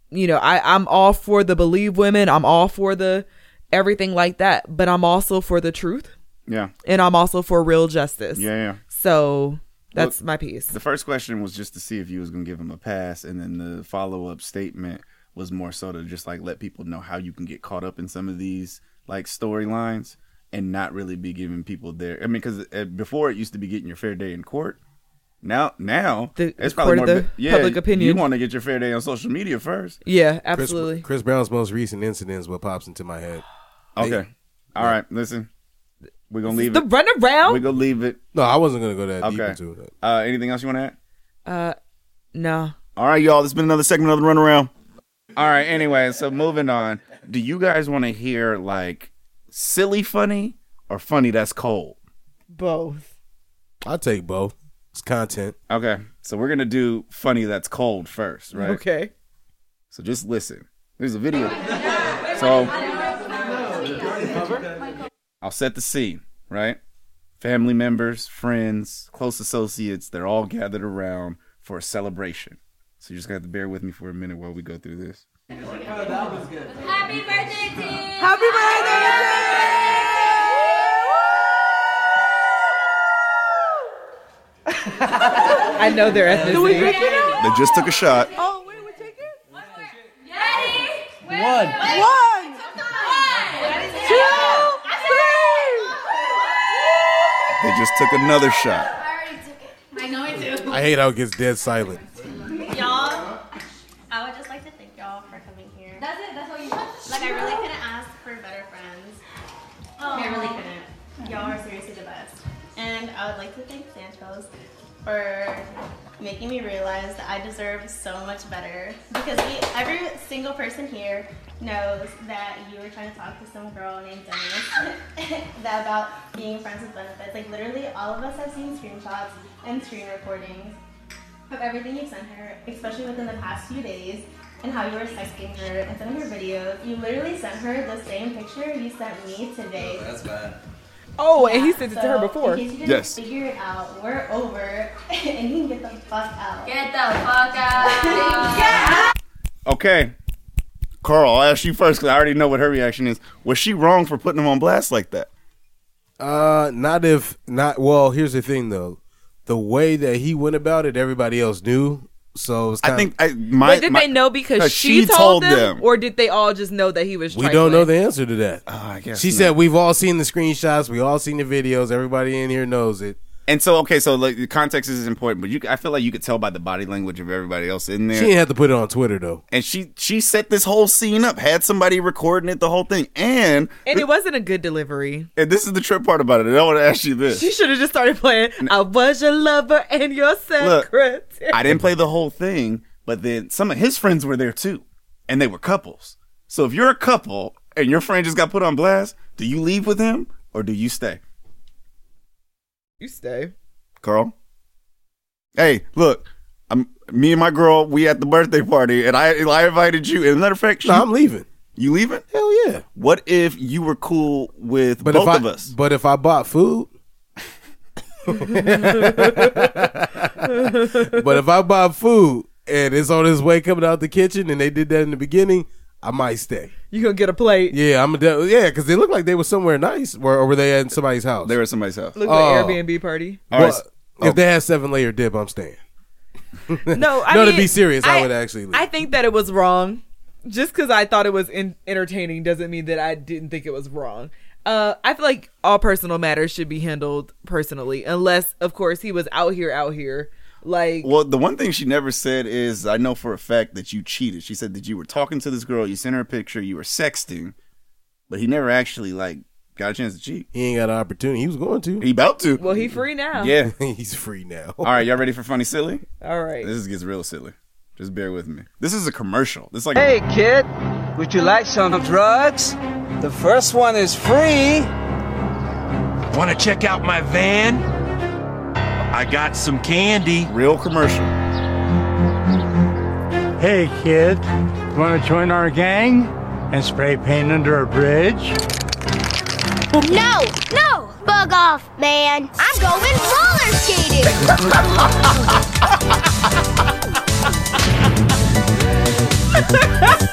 Speaker 4: you know I I'm all for the believe women I'm all for the everything like that but I'm also for the truth
Speaker 5: Yeah,
Speaker 4: and I'm also for real justice
Speaker 5: yeah, yeah.
Speaker 4: so that's
Speaker 5: Look,
Speaker 4: my piece
Speaker 5: The first question was just to see if you was gonna give him a pass, and then the follow up statement was more so to just like let people know how you can get caught up in some of these like storylines and not really be giving people their. I mean, because before it used to be getting your fair day in court. Now, now
Speaker 4: The-
Speaker 5: it's
Speaker 4: the
Speaker 5: probably
Speaker 4: court
Speaker 5: more
Speaker 4: of
Speaker 5: ba-
Speaker 4: the
Speaker 5: yeah.
Speaker 4: public
Speaker 5: You
Speaker 4: opinion.
Speaker 5: want to get your fair day on social media first.
Speaker 4: yeah
Speaker 1: Chris,
Speaker 4: absolutely
Speaker 1: Chris Brown's most recent incident is what pops into my head.
Speaker 5: Okay. All right. Listen, we're gonna leave
Speaker 4: the
Speaker 5: it. We're
Speaker 4: runaround
Speaker 5: gonna leave it.
Speaker 1: No, I wasn't gonna go that deep
Speaker 5: Okay.
Speaker 1: into it.
Speaker 5: Uh, anything else you want to add?
Speaker 4: no
Speaker 5: All right, y'all. This has been another segment of the runaround. All right. Anyway, so moving on. Do you guys want to hear like silly funny or funny that's cold?
Speaker 4: both
Speaker 1: I'll take both. It's content.
Speaker 5: Okay. So we're gonna do funny that's cold first, right?
Speaker 4: okay
Speaker 5: So just listen. There's a video. So I'll set the scene, right? Family members, friends, close associates, they're all gathered around for a celebration. So you just got to bear with me for a minute while we go through this.
Speaker 13: Happy birthday, team!
Speaker 4: I know they're
Speaker 2: (laughs)
Speaker 4: at this.
Speaker 5: They just took a shot.
Speaker 13: One more. Ready? One. One. Two. Three.
Speaker 5: They just took another shot.
Speaker 13: I already took it. I know I do.
Speaker 1: I hate how it gets dead silent.
Speaker 13: Y'all, I would just like to thank y'all for coming here. That's it. That's all you. Like I really couldn't ask for better friends. I really couldn't. Y'all are seriously the best. And I would like to thank Santos for making me realize that I deserve so much better because we, every single person here knows that you were trying to talk to some girl named Dennis (laughs) that about being friends with benefits. Like literally, all of us have seen screenshots and screen recordings of everything you sent her, especially within the past few days, and how you were sexting her and sending her videos. You literally sent her the same picture you sent me today.
Speaker 4: Oh, and he sent it to her
Speaker 13: So,
Speaker 4: before.
Speaker 13: In case you didn't
Speaker 5: Yes.
Speaker 13: figure it out, we're over, (laughs) and you can get the fuck out.
Speaker 14: Get the fuck out.
Speaker 5: Okay. Carl, I'll ask you first because I already know what her reaction is. Was she wrong for putting him on blast like that?
Speaker 1: Uh, not if not. Well, here's the thing though. The way that he went about it, everybody else knew. So it's
Speaker 5: I
Speaker 1: kinda-
Speaker 5: think I, my.
Speaker 4: But did
Speaker 5: my-
Speaker 4: they know because
Speaker 5: 'cause
Speaker 4: she, told, them,
Speaker 5: them.
Speaker 4: or did they all just know that he was?
Speaker 1: we don't know
Speaker 4: trifling?
Speaker 1: the answer to that.
Speaker 5: Ah, I guess
Speaker 1: she
Speaker 5: not.
Speaker 1: said we've all seen the screenshots, we all seen the videos. Everybody in here knows it.
Speaker 5: And so okay, so like the context is important, but you I feel like you could tell by the body language of everybody else in
Speaker 1: She
Speaker 5: there.
Speaker 1: didn't have to put it on Twitter though.
Speaker 5: And she she set this whole scene up, had somebody recording it, the whole thing, and
Speaker 2: And it wasn't a good delivery.
Speaker 5: and this is the trip part about it. And I want to ask you this.
Speaker 2: She should have just started playing I was your lover and your secretary.
Speaker 5: I didn't play the whole thing, but then some of his friends were there too, and they were couples. So if you're a couple and your friend just got put on blast, do you leave with him or do you stay,
Speaker 2: You stay.
Speaker 5: Carl? Hey, look, I'm me and my girl. We at the birthday party, and I I invited you. And matter of fact,
Speaker 1: No,
Speaker 5: you,
Speaker 1: I'm leaving.
Speaker 5: you leaving?
Speaker 1: Hell yeah.
Speaker 5: What if you were cool with
Speaker 1: But
Speaker 5: both
Speaker 1: if I,
Speaker 5: of us?
Speaker 1: But if I bought food. but if I bought food and it's on its way coming out the kitchen and they did that in the beginning, I might stay.
Speaker 2: You gonna get a plate.
Speaker 1: Yeah, I'm a de- yeah, because they looked like they were somewhere nice, or, or were they at somebody's house?
Speaker 5: They were Oh. at somebody's house.
Speaker 2: Look like
Speaker 1: Oh. (laughs)
Speaker 2: Airbnb party.
Speaker 5: All
Speaker 1: Well,
Speaker 5: right, s-
Speaker 1: If they had seven layer dip, I'm staying.
Speaker 2: No, I
Speaker 1: no,
Speaker 2: mean,
Speaker 1: to be serious, I, would actually. Leave.
Speaker 2: I think that it was wrong. Just because I thought it was in- entertaining doesn't mean that I didn't think it was wrong. Uh, I feel like all personal matters should be handled personally, unless, of course, he was out here, out here. Like,
Speaker 5: Well, the one thing she never said is, I know for a fact that you cheated. She said that you were talking to this girl, you sent her a picture, you were sexting, but he never actually like got a chance to cheat.
Speaker 1: he ain't got an opportunity. He was going to. (laughs)
Speaker 5: He about to.
Speaker 2: well, he free now.
Speaker 5: yeah.
Speaker 1: He's free now.
Speaker 5: All right, y'all ready for funny silly?
Speaker 2: All right.
Speaker 5: This is- gets real silly. Just bear with me. This is a commercial. This is like
Speaker 15: Hey, kid, would you like some drugs? The first one is free.
Speaker 3: Want to check out my van? I got some candy.
Speaker 5: a real commercial.
Speaker 3: Hey, kid, want to join our gang and spray paint under a bridge?
Speaker 14: No, no, bug off, man. I'm going roller skating.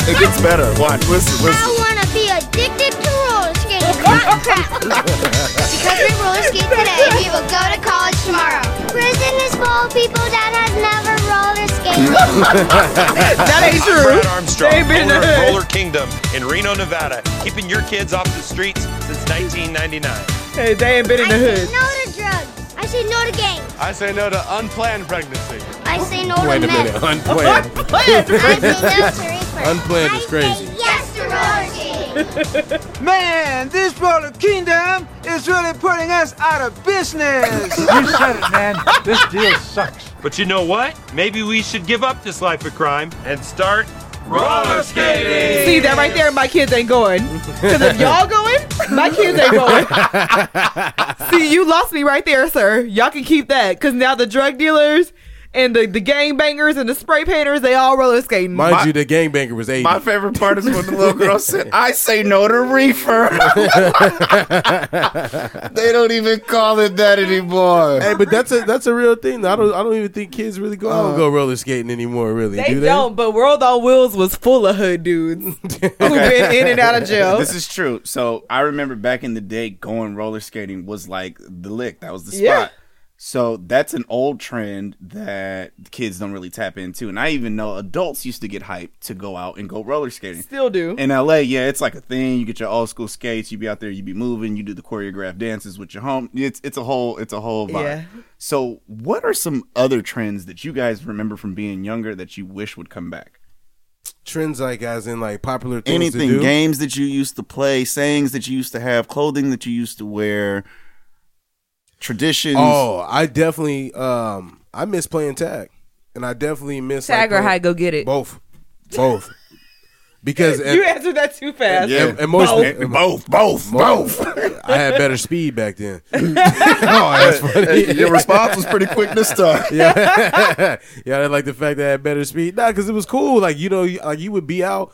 Speaker 5: It gets better. Watch. Listen,
Speaker 14: I
Speaker 5: listen.
Speaker 14: want to be addicted to roller skating, not crack. (laughs) Because we roller skate today, we will go to college tomorrow. Prison is full of people that has never roller skated.
Speaker 1: (laughs)
Speaker 2: That ain't
Speaker 15: (laughs)
Speaker 2: true.
Speaker 3: Brad Armstrong,
Speaker 2: They've been
Speaker 3: owner of
Speaker 2: ahead.
Speaker 3: Roller Kingdom in Reno, Nevada, keeping your kids off the streets since 1999.
Speaker 2: Hey, they ain't been in
Speaker 14: I
Speaker 2: the
Speaker 14: say
Speaker 2: hood.
Speaker 14: no to drugs. I say no to games.
Speaker 3: I say no to unplanned pregnancy.
Speaker 14: I say no to meth.
Speaker 1: unplanned.
Speaker 14: I say no
Speaker 1: (laughs)
Speaker 14: to reefer.
Speaker 1: Unplanned is
Speaker 14: I
Speaker 1: crazy.
Speaker 14: say yes to roller skating.
Speaker 15: Man, this Roller Kingdom is really putting us out of business.
Speaker 3: (laughs) You said it, man. This deal sucks. But you know what? Maybe we should give up this life of crime and start roller skating.
Speaker 2: See that right there? My kids ain't going. Because if y'all going, my kids ain't going. See, you lost me right there, sir. Y'all can keep that. Because now the drug dealers and the, the gang bangers and the spray painters, they all roller skating.
Speaker 1: Mind
Speaker 5: My-
Speaker 1: you, the gangbanger was eighty.
Speaker 5: My favorite part is when the little girl said, I say no to reefer. they don't even call it that anymore.
Speaker 1: hey, but that's a that's a real thing. I don't I don't even think kids really go out and go roller skating anymore. Really,
Speaker 2: they
Speaker 1: do
Speaker 2: do
Speaker 1: they?
Speaker 2: not but World on Wheels was full of hood dudes who've been in and out of jail.
Speaker 5: This is true. So I remember back in the day, going roller skating was like the lick. That was the spot.
Speaker 2: Yeah.
Speaker 5: So that's an old trend that kids don't really tap into. And I even know adults used to get hyped to go out and go roller skating.
Speaker 2: Still do.
Speaker 5: In LA, yeah, it's like a thing. You get your old school skates, you be out there, you be moving, you do the choreographed dances with your home. It's it's a whole it's a whole vibe.
Speaker 2: Yeah.
Speaker 5: So what are some other trends that you guys remember from being younger that you wish would come back?
Speaker 1: Trends like as in like popular things to
Speaker 5: anything
Speaker 1: do.
Speaker 5: games that you used to play sayings that you used to have clothing that you used to wear traditions
Speaker 1: Oh, I definitely um I miss playing tag, and I definitely miss like,
Speaker 2: Tag or
Speaker 1: playing-
Speaker 2: high, go get it.
Speaker 1: both, both, because
Speaker 2: You answered that too fast.
Speaker 5: Yeah.
Speaker 1: em- emotionally-
Speaker 5: both both (laughs)
Speaker 1: Both. I had better speed back then. oh, (laughs) that's funny.
Speaker 5: your response was pretty quick this time
Speaker 1: yeah, (laughs) yeah. I like the fact that I had better speed. Nah, because it was cool. Like you know, you- like you would be out.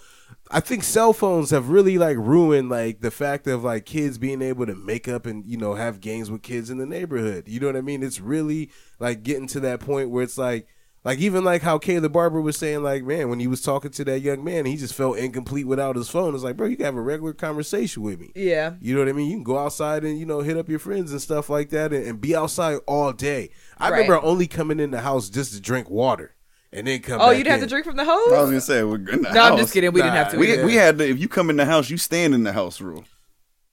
Speaker 1: I think cell phones have really like ruined like the fact of like kids being able to make up and you know have games with kids in the neighborhood. You know what I mean? It's really like getting to that point where it's like. Like even like how Kayla Barber was saying, like man, when he was talking to that young man, he just felt incomplete without his phone. It's like, bro, you can have a regular conversation with me.
Speaker 2: Yeah.
Speaker 1: You know what I mean? You can go outside and you know hit up your friends and stuff like that, and, and be outside all day. I
Speaker 2: Right.
Speaker 1: remember only coming in the house just to drink water and then come.
Speaker 2: Oh,
Speaker 1: back
Speaker 2: you'd have
Speaker 1: in.
Speaker 2: to drink from the
Speaker 5: i was
Speaker 2: hose?
Speaker 5: gonna say we're in the
Speaker 2: No, I'm
Speaker 5: house.
Speaker 2: just kidding. We didn't
Speaker 1: Nah,
Speaker 2: have to.
Speaker 5: we, we had to, if you come in the house you stand in the house rule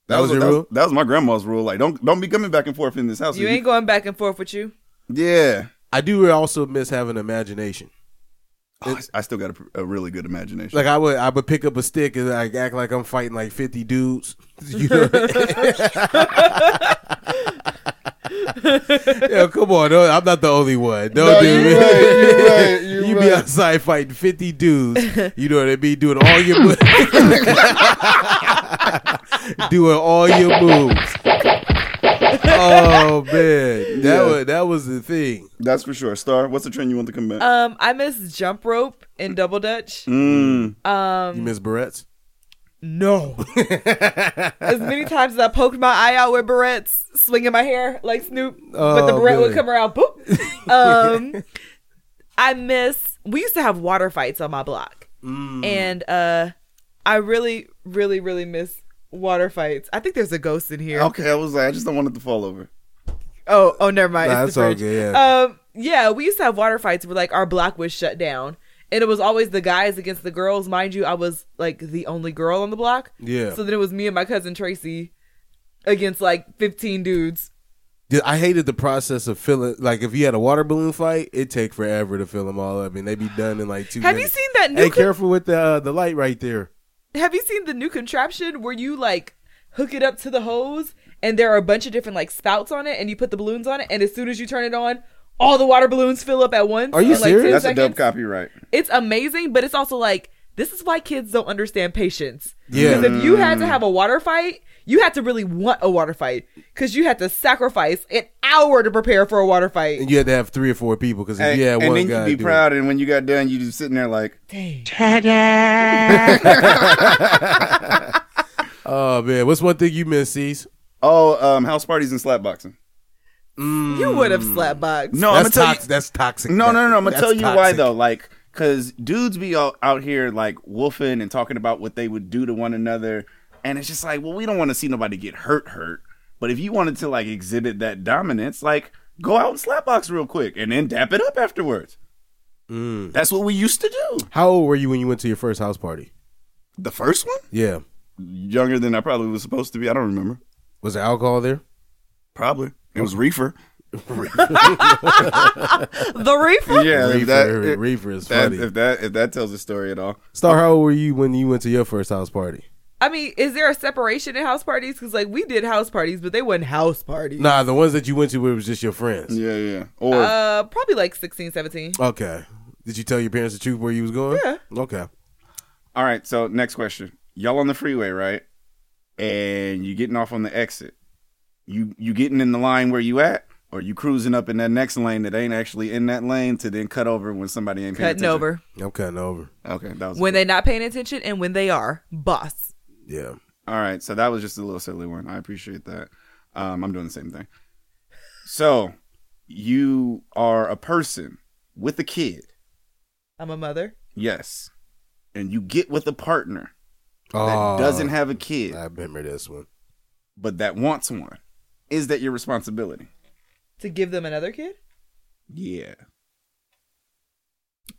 Speaker 1: That was your
Speaker 5: that
Speaker 1: rule?
Speaker 5: That was my grandma's rule. Like, don't don't be coming back and forth in this house.
Speaker 4: You ain't going back and forth with you.
Speaker 5: Yeah.
Speaker 1: I do also miss having imagination.
Speaker 5: Oh, I I still got a, pr- a really good imagination.
Speaker 1: Like I would, I would pick up a stick and like act like I'm fighting like fifty dudes. (laughs) You know? yeah, come on, no, I'm not the only one. No,
Speaker 16: No,
Speaker 1: dude,
Speaker 16: you're right, you're
Speaker 1: (laughs)
Speaker 16: right, you're
Speaker 1: you be
Speaker 16: right.
Speaker 1: outside fighting fifty dudes. You know what I mean? Doing all your moves, (laughs) doing all your moves. Oh man, that
Speaker 5: Yeah.
Speaker 1: was that was the thing.
Speaker 5: That's for sure. Star, what's the trend you want to come back?
Speaker 4: Um, I miss jump rope and double dutch.
Speaker 5: Mm.
Speaker 4: Um,
Speaker 1: You miss barrettes? (laughs)
Speaker 4: No. as many times as I poked my eye out with barrettes, swinging my hair like Snoop, but the
Speaker 1: Oh,
Speaker 4: barrette would
Speaker 1: good.
Speaker 4: come around.
Speaker 1: (laughs)
Speaker 4: Boop. Um, I miss. We used to have water fights on my block,
Speaker 17: Mm.
Speaker 4: and uh, I really, really, really miss water fights. I think there's a ghost in here.
Speaker 5: Okay, I was like, I just don't want it to fall over.
Speaker 4: Oh, oh, never mind.
Speaker 5: Nah,
Speaker 4: it's
Speaker 5: it's
Speaker 4: the
Speaker 5: all
Speaker 4: fridge.
Speaker 5: good, yeah.
Speaker 4: Um, yeah, we used to have water fights where like our block was shut down, and it was always the guys against the girls. Mind you, I was like the only girl on the block.
Speaker 1: Yeah.
Speaker 4: So then it was me and my cousin Tracy against like fifteen dudes.
Speaker 1: Dude, I hated the process of filling. Like, if you had a water balloon fight, it take forever to fill them all up, and they be done in like two.
Speaker 4: Have you
Speaker 1: minutes.
Speaker 4: seen that new
Speaker 1: Hey,
Speaker 4: con-
Speaker 1: careful with the uh, the light right there.
Speaker 4: Have you seen the new contraption where you like hook it up to the hose and there are a bunch of different like spouts on it, and you put the balloons on it, and as soon as you turn it on, all the water balloons fill up at once. in, like, 10
Speaker 5: That's a
Speaker 4: seconds?
Speaker 5: dub copyright.
Speaker 4: it's amazing, but it's also like this is why kids don't understand patience.
Speaker 5: Yeah.
Speaker 4: Because if you had to have a water fight, you had to really want a water fight because you had to sacrifice an hour to prepare for a water fight.
Speaker 1: And you had to have three or four people because if
Speaker 5: And,
Speaker 1: you had
Speaker 5: and
Speaker 1: one
Speaker 5: then
Speaker 1: guy,
Speaker 5: you'd
Speaker 1: do
Speaker 5: be
Speaker 1: it.
Speaker 5: proud, and when you got done, you just sitting there like,
Speaker 1: oh man, what's one thing you miss, C's?
Speaker 5: Oh, um, house parties and slap boxing.
Speaker 4: You would have slap boxed.
Speaker 5: No, I'm gonna tell you
Speaker 1: Mm, that's toxic.
Speaker 5: No, no, no, no. I'm gonna
Speaker 1: That's
Speaker 5: tell you why
Speaker 1: toxic.
Speaker 5: though. Like, cause dudes be all out here like wolfing and talking about what they would do to one another, and it's just like, well, we don't want to see nobody get hurt, hurt. But if you wanted to like exhibit that dominance, like go out and slapbox real quick and then dap it up afterwards. That's what we used to do.
Speaker 1: Mm. How old were you when you went to your first house party?
Speaker 5: The first one,
Speaker 1: Yeah,
Speaker 5: younger than I probably was supposed to be. I don't remember.
Speaker 1: Was there alcohol there?
Speaker 5: Probably. It was reefer.
Speaker 4: the reefer.
Speaker 5: Yeah, if
Speaker 1: Reefer-
Speaker 5: that,
Speaker 1: reefer is
Speaker 5: that-
Speaker 1: funny.
Speaker 5: If that if that tells the story at all,
Speaker 1: Star, how old were you when you went to your first house party?
Speaker 4: I mean, is there a separation in house parties? Because like we did house parties, but they wasn't house parties.
Speaker 1: Nah, the ones that you went to where it was just your friends.
Speaker 5: Yeah, yeah.
Speaker 4: uh, probably like 16, 17.
Speaker 1: okay, did you tell your parents the truth where you was going? Yeah. Okay.
Speaker 5: All right, so next question. Y'all on the freeway, right? And you getting off on the exit. You you getting in the line where you at, or you cruising up in that next lane that ain't actually in that lane to then cut over when somebody ain't paying
Speaker 4: Cutting
Speaker 5: attention?
Speaker 4: over.
Speaker 1: I'm cutting over.
Speaker 5: Okay, that was
Speaker 4: When they not paying attention and when they are, bus.
Speaker 1: yeah.
Speaker 5: All right, so that was just a little silly one. I appreciate that. Um, I'm doing the same thing. So you are a person with a kid,
Speaker 4: I'm a mother.
Speaker 5: yes, and you get with a partner
Speaker 1: Oh,
Speaker 5: that doesn't have a kid.
Speaker 1: I remember this one.
Speaker 5: But that wants one. Is that your responsibility?
Speaker 4: To give them another kid?
Speaker 5: Yeah.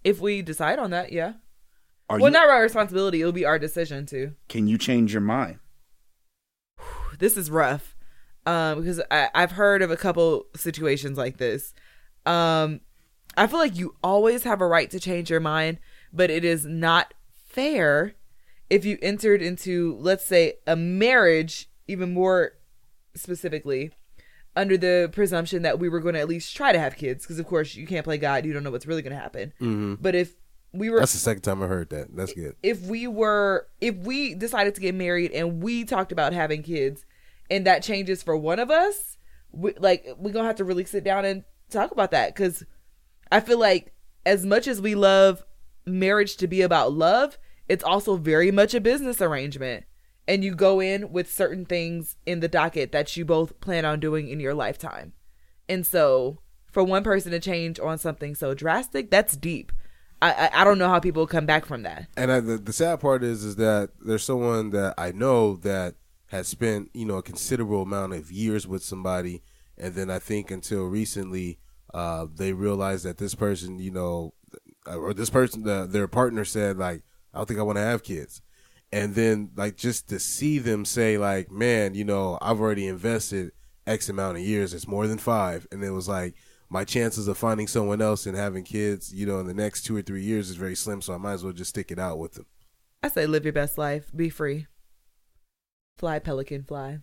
Speaker 4: If we decide on that, yeah.
Speaker 5: Are
Speaker 4: well,
Speaker 5: you-
Speaker 4: not our responsibility. It'll be our decision to.
Speaker 5: Can you change your mind?
Speaker 4: This is rough um, because I, I've heard of a couple situations like this. Um, I feel like you always have a right to change your mind, but it is not fair if you entered into, let's say, a marriage, even more specifically, under the presumption that we were going to at least try to have kids. Because, of course, you can't play God. You don't know what's really going to happen.
Speaker 1: Mhm.
Speaker 4: But if we were
Speaker 1: That's the second time I heard that. That's good.
Speaker 4: if we were if we decided to get married and we talked about having kids and that changes for one of us we, like we're gonna have to really sit down and talk about that because i feel like as much as we love marriage to be about love it's also very much a business arrangement and you go in with certain things in the docket that you both plan on doing in your lifetime and so for one person to change on something so drastic that's deep i i, I don't know how people come back from that
Speaker 1: And I, the, the sad part is, is that there's someone that I know that has spent, you know, a considerable amount of years with somebody, and then I think until recently, uh, they realized that this person, you know, or this person, the, their partner said, like, I don't think I want to have kids, and then like just to see them say like man you know i've already invested x amount of years it's more than five and it was like my chances of finding someone else and having kids you know in the next two or three years is very slim so i might as well just stick it out with them
Speaker 4: I say live your best life, be free. Fly, pelican, fly.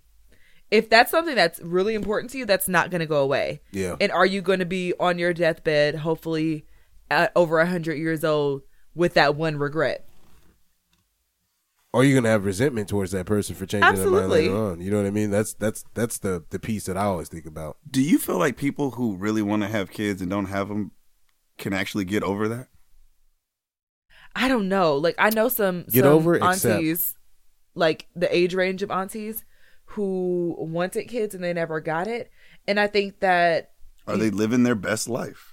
Speaker 4: If that's something that's really important to you, that's not going to go away.
Speaker 1: Yeah.
Speaker 4: And are you going to be on your deathbed, hopefully at over 100 years old, with that one regret?
Speaker 1: or you're gonna have resentment towards that person for changing their mind
Speaker 4: Absolutely.
Speaker 1: later on. You know what I mean? That's that's that's the the piece that I always think about.
Speaker 5: Do you feel like people who really want to have kids and don't have them can actually get over that?
Speaker 4: I don't know. Like, I know some,
Speaker 5: Get
Speaker 4: some
Speaker 5: over it, accept.
Speaker 4: aunties, like the age range of aunties, who wanted kids and they never got it. And I think that
Speaker 5: Are they living their best life?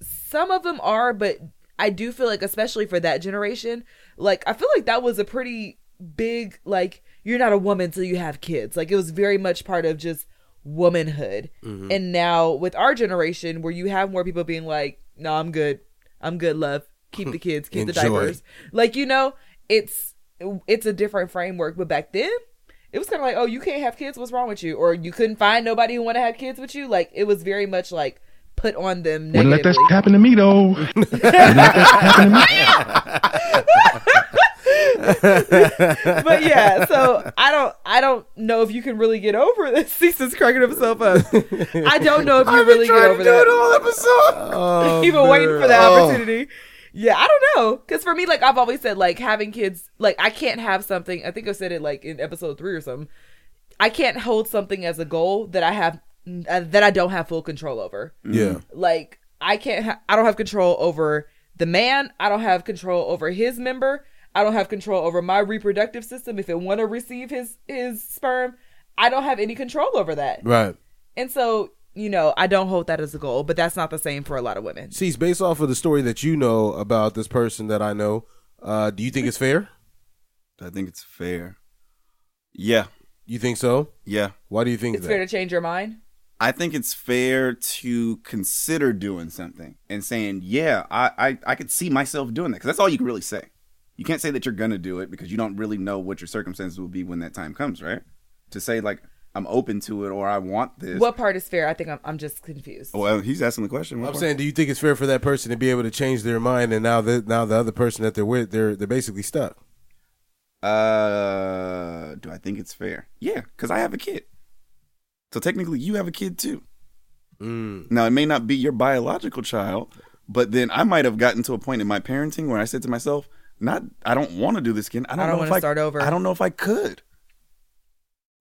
Speaker 4: some of them are, but I do feel like, especially for that generation, like I feel like that was a pretty big like you're not a woman till you have kids. Like it was very much part of just womanhood.
Speaker 18: Mhm.
Speaker 4: And now with our generation, where you have more people being like, "No, I'm good. I'm good. Love. Keep the kids. Keep the
Speaker 18: Enjoy.
Speaker 4: diapers." Like you know, it's it's a different framework. But back then. It was kind of like, oh, you can't have kids. What's wrong with you? Or you couldn't find nobody who want to have kids with you. Like it was very much like put on them.
Speaker 2: Wouldn't let that
Speaker 4: negatively.
Speaker 2: shit happen to
Speaker 18: (laughs)
Speaker 2: me though. Wouldn't let that shit happen to
Speaker 4: (laughs)
Speaker 2: me.
Speaker 4: but yeah, so I don't I don't know if you can really get over this. (laughs) Ceases cracking himself up. I don't know if you
Speaker 18: I've been
Speaker 4: really get
Speaker 18: trying to
Speaker 4: over
Speaker 18: do
Speaker 4: that.
Speaker 18: it all
Speaker 4: episode.
Speaker 18: Oh,
Speaker 4: You've been waiting for the
Speaker 18: man. Oh.
Speaker 4: opportunity. Yeah, I don't know. Cause for me, like I've always said, like having kids, like I can't have something. I think I've said it like in episode three or something. I can't hold something as a goal that I have uh, that I don't have full control over.
Speaker 1: Yeah.
Speaker 4: Like I can't. Ha- I don't have control over the man. I don't have control over his member. I don't have control over my reproductive system if it want to receive his his sperm. I don't have any control over that.
Speaker 1: Right.
Speaker 4: And so you know, I don't hold that as a goal, but that's not the same for a lot of women.
Speaker 1: See, it's based off of the story that you know about this person that I know. Uh, do you think it's fair?
Speaker 5: I think it's fair. Yeah.
Speaker 1: You think so?
Speaker 5: Yeah.
Speaker 1: Why do you think
Speaker 4: It's fair to change your mind.
Speaker 5: I think it's fair to consider doing something and saying, yeah, I, I, I could see myself doing that. Because that's all you can really say. You can't say that you're going to do it because you don't really know what your circumstances will be when that time comes, right? To say, like, I'm open to it or I want this.
Speaker 4: What part is fair? I think I'm I'm just confused.
Speaker 5: Well, he's asking the question. What
Speaker 1: I'm
Speaker 5: part?
Speaker 1: saying, do you think it's fair for that person to be able to change their mind, and now that now the other person that they're with, they're they're basically stuck.
Speaker 5: Uh, do I think it's fair? Yeah, because I have a kid. So technically, you have a kid too. Now, it may not be your biological child, but then I might have gotten to a point in my parenting where I said to myself, "Not, I don't want to do this again. I don't,
Speaker 4: I don't
Speaker 5: know if
Speaker 4: wanna
Speaker 5: I
Speaker 4: start over.
Speaker 5: I don't know if I could.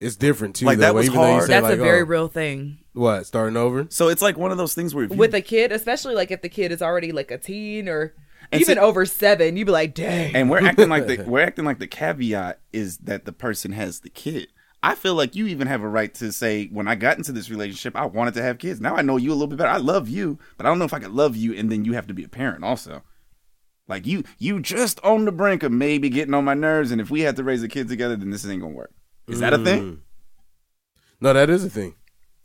Speaker 1: It's different too.
Speaker 5: Like,
Speaker 1: though,
Speaker 5: that was
Speaker 1: even though you
Speaker 5: hard.
Speaker 1: say,
Speaker 4: That's
Speaker 1: like,
Speaker 4: a very
Speaker 1: oh,
Speaker 4: real thing.
Speaker 1: what starting over.
Speaker 5: So it's like one of those things where if you-
Speaker 4: with a kid, especially like if the kid is already like a teen or
Speaker 5: And
Speaker 4: even
Speaker 5: see-
Speaker 4: over seven, you'd be like, dang.
Speaker 5: and we're acting like
Speaker 1: (laughs)
Speaker 5: the we're acting like the caveat is that the person has the kid. I feel like you even have a right to say when I got into this relationship, I wanted to have kids. Now I know you a little bit better. I love you, but I don't know if I could love you and then you have to be a parent also. Like you you just on the brink of maybe getting on my nerves and if we had to raise a kid together then this ain't going to work. Is that a thing?
Speaker 1: Mm. No, that is a thing.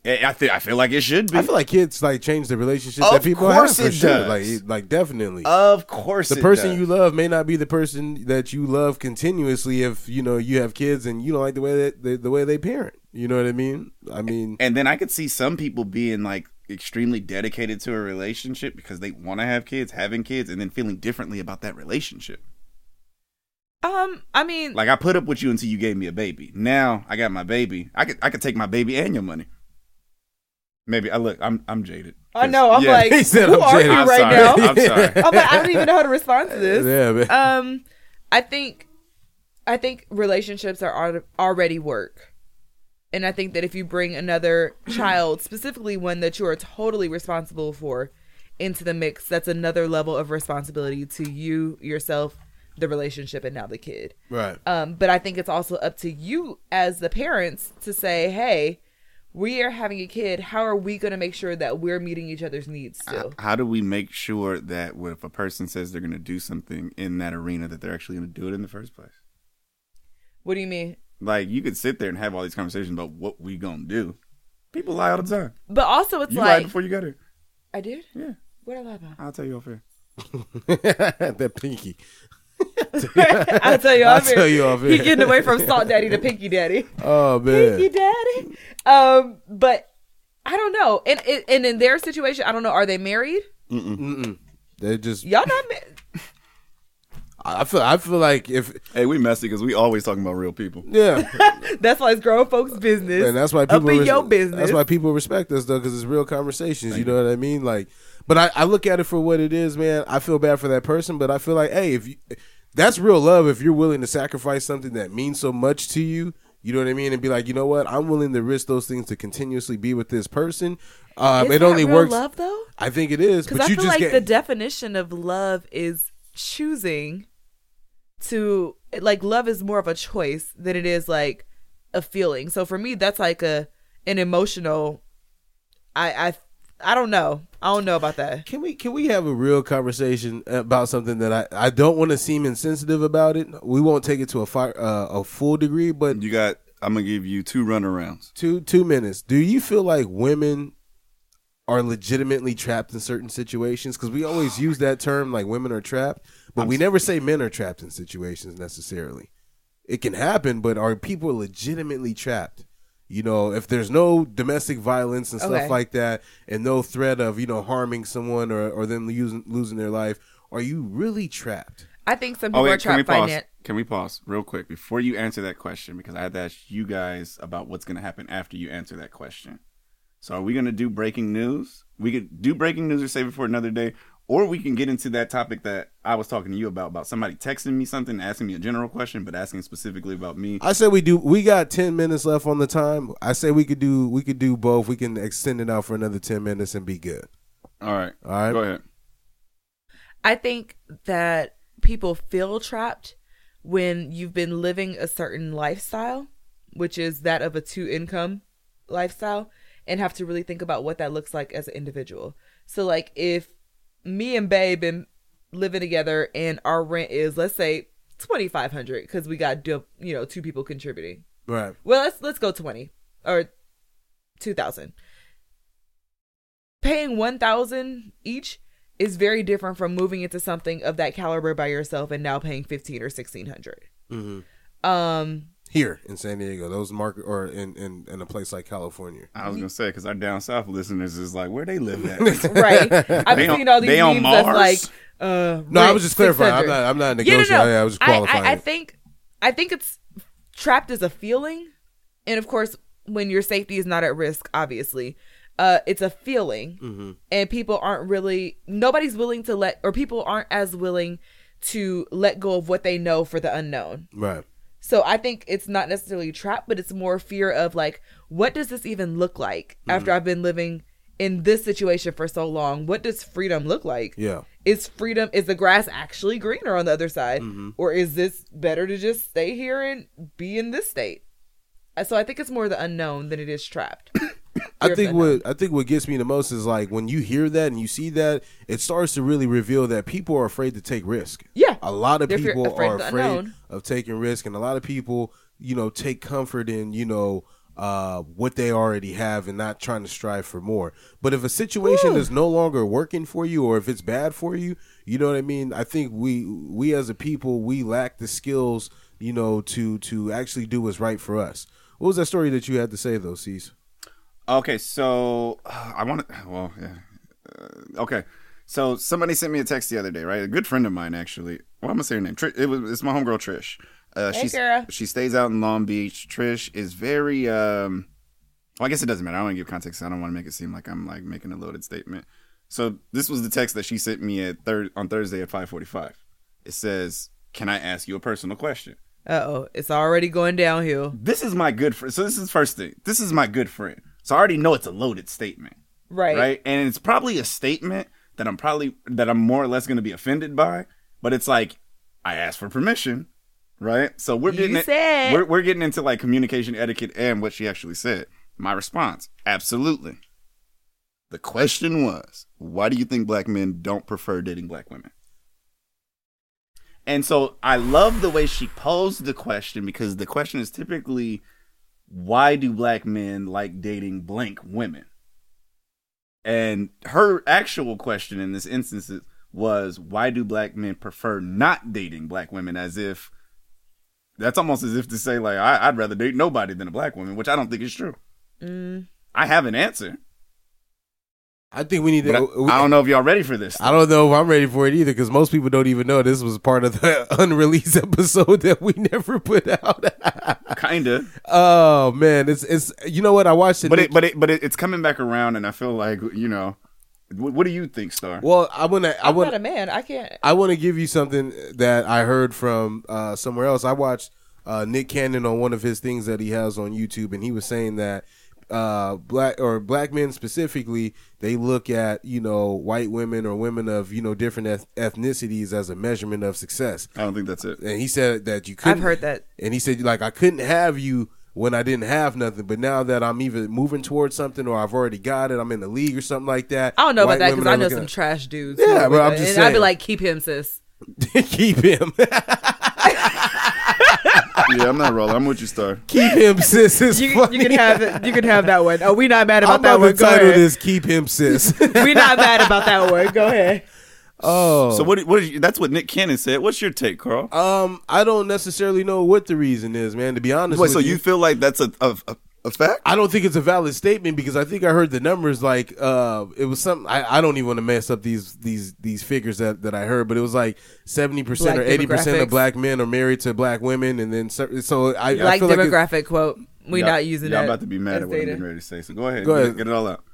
Speaker 5: Eh, I feel I feel like it should be.
Speaker 1: Mm. I feel like kids like change the relationship
Speaker 5: Of
Speaker 1: that people
Speaker 5: course
Speaker 1: have for
Speaker 5: it
Speaker 1: sure.
Speaker 5: does.
Speaker 1: Like, it- like definitely.
Speaker 5: Of course
Speaker 1: the
Speaker 5: it
Speaker 1: person
Speaker 5: does.
Speaker 1: you love may not be the person that you love continuously. If you know you have kids and you don't like the way that the, the way they parent, you know what I mean. I mean,
Speaker 5: and then I could see some people being like extremely dedicated to a relationship because they want to have kids, having kids, and then feeling differently about that relationship.
Speaker 4: Um, I mean,
Speaker 5: Like I put up with you until you gave me a baby. Now I got my baby. I could I could take my baby and your money. Maybe I look. I'm I'm jaded.
Speaker 4: I know. I'm
Speaker 5: Yeah. (laughs)
Speaker 4: like,
Speaker 5: He said
Speaker 4: who
Speaker 5: I'm
Speaker 4: are
Speaker 5: jaded.
Speaker 4: you
Speaker 5: I'm
Speaker 4: right
Speaker 5: sorry.
Speaker 4: now?
Speaker 5: (laughs) I'm sorry.
Speaker 4: (laughs) like, I don't even know how to respond to this.
Speaker 1: Yeah, man.
Speaker 4: Um, I think, I think relationships are al- already work, and I think that if you bring another
Speaker 5: (clears throat)
Speaker 4: child, specifically one that you are totally responsible for, into the mix, that's another level of responsibility to you yourself, the relationship, and now the kid.
Speaker 5: Uh,
Speaker 1: (laughs) Right.
Speaker 4: Um, but I think it's also up to you as the parents to say, hey, we are having a kid. How are we going to make sure that we're meeting each other's needs still?
Speaker 5: How do we make sure that if a person says they're going to do something in that arena, that they're actually going to do it in the first place?
Speaker 4: What do you mean?
Speaker 5: Like you could sit there and have all these conversations about what we gonna do. People lie all the time.
Speaker 4: But also, it's
Speaker 5: You lied
Speaker 4: like
Speaker 5: before you got here.
Speaker 4: I did.
Speaker 5: Yeah.
Speaker 4: What did I lie about?
Speaker 1: (laughs)
Speaker 5: I'll tell you off air.
Speaker 1: that pinky.
Speaker 2: (laughs) I'll tell you
Speaker 1: I'll
Speaker 2: off air.
Speaker 1: tell you off
Speaker 2: He
Speaker 1: air. (laughs)
Speaker 2: getting away from Salt Daddy to Pinky Daddy.
Speaker 1: Oh
Speaker 2: Pinky
Speaker 1: man.
Speaker 2: Daddy. Um, but I don't know. And, and and in their situation, I don't know. Are they married?
Speaker 1: Mm-mm. Mm-mm. They just
Speaker 2: Y'all not married.
Speaker 1: I feel I feel like if
Speaker 3: hey we messy because we always talking about real people
Speaker 1: yeah
Speaker 2: that's why it's grown folks' business.
Speaker 1: and that's why people
Speaker 2: up in
Speaker 1: res-
Speaker 2: your business.
Speaker 1: That's why people respect us though, because it's real conversations. you know what I mean? Like, but I, I look at it for what it is, man. I feel bad for that person, but I feel like, hey, if you, that's real love, if you're willing to sacrifice something that means so much to you, you know what I mean, and be like, you know what, I'm willing to risk those things to continuously be with this person. Um,
Speaker 4: Is
Speaker 1: it
Speaker 4: that
Speaker 1: only
Speaker 4: real
Speaker 1: works.
Speaker 4: love, though?
Speaker 1: I think it is,
Speaker 4: Because
Speaker 1: but
Speaker 4: I
Speaker 1: you
Speaker 4: feel
Speaker 1: just
Speaker 4: like
Speaker 1: get
Speaker 4: the definition of love is choosing to like love is more of a choice than it is like a feeling. So for me, that's like a an emotional. I I I don't know. I don't know about that.
Speaker 1: Can we can we have a real conversation about something that I, I don't want to seem insensitive about it? We won't take it to a fire, uh, a full degree, but
Speaker 3: you got I'm gonna give you two runarounds.
Speaker 1: Two two minutes. Do you feel like women are legitimately trapped in certain situations? Because we always use that term like women are trapped, but we never say men are trapped in situations necessarily. It can happen, but are people legitimately trapped? You know, if there's no domestic violence and stuff
Speaker 5: Okay.
Speaker 1: like that, and no threat of you know harming someone or or them losing losing their life, are you really trapped?
Speaker 4: I think some
Speaker 1: Oh,
Speaker 4: people
Speaker 1: wait,
Speaker 4: are
Speaker 1: can we
Speaker 4: trapped
Speaker 1: pause?
Speaker 4: finance.
Speaker 5: Can we pause real quick before you answer that question? Because I had to ask you guys about what's going to happen after you answer that question. So, are we going to do breaking news? We could do breaking news or save it for another day, or we can get into that topic that I was talking to you about about somebody texting me something, asking me a general question, but asking specifically about me.
Speaker 1: I say we do. We got ten minutes left on the time. I say we could do. We could do both. We can extend it out for another ten minutes and be good.
Speaker 3: All right.
Speaker 1: All right. Go
Speaker 3: ahead.
Speaker 4: I think that people feel trapped when you've been living a certain lifestyle, which is that of a two income lifestyle, and have to really think about what that looks like as an individual. So, like, if me and Babe been living together and our rent is, let's say, twenty five hundred because we got du- you know two people contributing.
Speaker 1: Right.
Speaker 4: Well, let's let's go twenty or two thousand paying 1000 each is very different from moving into something of that caliber by yourself and now paying 15 or 1600
Speaker 1: Mm-hmm.
Speaker 4: um
Speaker 1: Here in San Diego, those market or in, in in a place like (laughs) California.
Speaker 5: I was gonna say because our down south listeners is like, where they live at?
Speaker 1: (laughs)
Speaker 4: right i've
Speaker 5: They
Speaker 4: been
Speaker 5: on-
Speaker 4: seeing all these
Speaker 5: they on
Speaker 4: memes that's like
Speaker 5: Mars?
Speaker 4: uh
Speaker 1: No, I
Speaker 4: rent
Speaker 1: was just clarifying. I'm
Speaker 4: 600.
Speaker 1: not- I'm not negotiating. I- I was just qualifying
Speaker 4: I,
Speaker 1: it.
Speaker 4: think i think it's trapped as a feeling and of course when your safety is not at risk obviously uh it's a feeling
Speaker 1: Mm-hmm.
Speaker 4: and people aren't really nobody's willing to let or people aren't as willing to let go of what they know for the unknown
Speaker 1: Right.
Speaker 4: so i think it's not necessarily trap but it's more fear of like what does this even look like after
Speaker 1: Mhm.
Speaker 4: i've been living in this situation for so long what does freedom look like
Speaker 1: Yeah.
Speaker 4: is freedom is the grass actually greener on the other side
Speaker 5: Mm-hmm.
Speaker 4: or is this better to just stay here and be in this state Uh, so i think it's more the unknown than it is trapped
Speaker 5: (coughs)
Speaker 1: I think what I think what gets me the most is like when you hear that and you see that, it starts to really reveal that people are afraid to take risk.
Speaker 4: Yeah.
Speaker 1: a lot of
Speaker 4: They're fear-
Speaker 1: people
Speaker 4: afraid
Speaker 1: are
Speaker 4: of the
Speaker 1: afraid
Speaker 4: unknown.
Speaker 1: of taking risk, and a lot of people, you know, take comfort in you know uh, what they already have and not trying to strive for more. But if a situation is no longer working for you, or if it's bad for you, you know what I mean. I think we we as a people we lack the skills, you know, to to actually do what's right for us. What was that story that you had to say though, Cease?
Speaker 5: Okay, so uh, I want to. Well, yeah. Uh, okay, so somebody sent me a text the other day, right? A good friend of mine, actually. Well, I'm gonna say her name. Trish, it was. It's my homegirl Trish. Uh,
Speaker 4: Hey,
Speaker 5: she's,
Speaker 4: girl.
Speaker 5: She stays out in Long Beach. Trish is very. um Well, I guess it doesn't matter. I don't want to give context. I don't want to make it seem like I'm like making a loaded statement. So this was the text that she sent me at third on Thursday at 5:45. It says, "Can I ask you a personal question?"
Speaker 4: uh-oh it's already going downhill
Speaker 5: This is my good friend. So this is first thing. This is my good friend. So I already know it's a loaded statement
Speaker 4: right
Speaker 5: right and it's probably a statement that i'm probably that i'm more or less going to be offended by but it's like i asked for permission right so we're
Speaker 4: You
Speaker 5: getting it-
Speaker 4: said-
Speaker 5: we're, we're getting into like communication etiquette and what she actually said my response absolutely the question was why do you think black men don't prefer dating black women and so i love the way she posed the question because the question is typically why do black men like dating blank women and her actual question in this instance is, was why do black men prefer not dating black women as if that's almost as if to say like I, i'd rather date nobody than a black woman which i don't think is true
Speaker 4: Mm.
Speaker 5: i have an answer
Speaker 1: I think we need
Speaker 5: to. I, I don't know if y'all ready for this.
Speaker 1: I don't know if I'm ready for it either because most people don't even know this was part of the (laughs) unreleased episode that we (laughs) never put out. (laughs)
Speaker 5: Kinda.
Speaker 1: Oh man, it's it's you know what I watched it,
Speaker 5: but it, but it, but it, it's coming back around, and I feel like you know. What, what do you think, Star?
Speaker 1: Well, I want to. I
Speaker 2: I'm
Speaker 1: want.
Speaker 2: not a man. I can't.
Speaker 1: I want to give you something that I heard from uh, somewhere else. I watched uh, Nick Cannon on one of his things that he has on YouTube, and he was saying that uh, black or black men specifically, they look at you know white women or women of you know different eth- ethnicities as a measurement of success.
Speaker 5: I don't think that's it.
Speaker 1: And he said that you couldn't.
Speaker 4: heard that.
Speaker 1: And he said like I couldn't have you. When I didn't have nothing, but now that I'm even moving towards something, or I've already got it, I'm in the league or something like that.
Speaker 2: I don't know
Speaker 1: white
Speaker 2: about that because
Speaker 1: women are
Speaker 2: I know
Speaker 1: looking
Speaker 2: some
Speaker 1: at-
Speaker 2: trash dudes.
Speaker 1: Yeah,
Speaker 2: who-
Speaker 1: but I'm just
Speaker 2: and I'd be
Speaker 1: saying.
Speaker 2: like, keep him, sis.
Speaker 1: (laughs) keep him.
Speaker 5: yeah, I'm not rolling. I'm with you, Star.
Speaker 1: Keep him, sis. Is
Speaker 4: You, you can have it. You can have that one. Oh, we not mad
Speaker 1: (laughs)
Speaker 4: about
Speaker 1: I'm
Speaker 4: that
Speaker 1: about
Speaker 4: one.
Speaker 1: to
Speaker 4: Go
Speaker 1: title
Speaker 4: ahead.
Speaker 1: this "Keep Him,
Speaker 4: (laughs)
Speaker 1: Sis."
Speaker 4: we not mad about that one.
Speaker 1: (laughs)
Speaker 4: Go ahead.
Speaker 1: Oh,
Speaker 5: so what? What? Is, that's what Nick Cannon said. What's your take, Carl?
Speaker 1: Um, I don't necessarily know what the reason is, man. To be honest,
Speaker 5: Wait,
Speaker 1: with
Speaker 5: so you feel like that's a a, a, a fact?
Speaker 1: I don't think it's a valid statement because I think I heard the numbers like uh, it was something. I, I don't even want to mess up these these these figures that, that I heard, but it was like seventy percent or
Speaker 2: Black
Speaker 1: eighty percent
Speaker 2: demographics.
Speaker 1: of black men are married to black women, and then cer- so I, I
Speaker 2: like
Speaker 1: feel like it-
Speaker 2: demographic quote. We
Speaker 5: Y'all-
Speaker 2: not using
Speaker 5: y'all
Speaker 2: that.
Speaker 5: about to be mad
Speaker 2: as
Speaker 5: at what I'm
Speaker 2: data.
Speaker 5: getting ready to say. So go ahead.
Speaker 1: Go
Speaker 5: Get-
Speaker 1: ahead.
Speaker 5: Get it all out.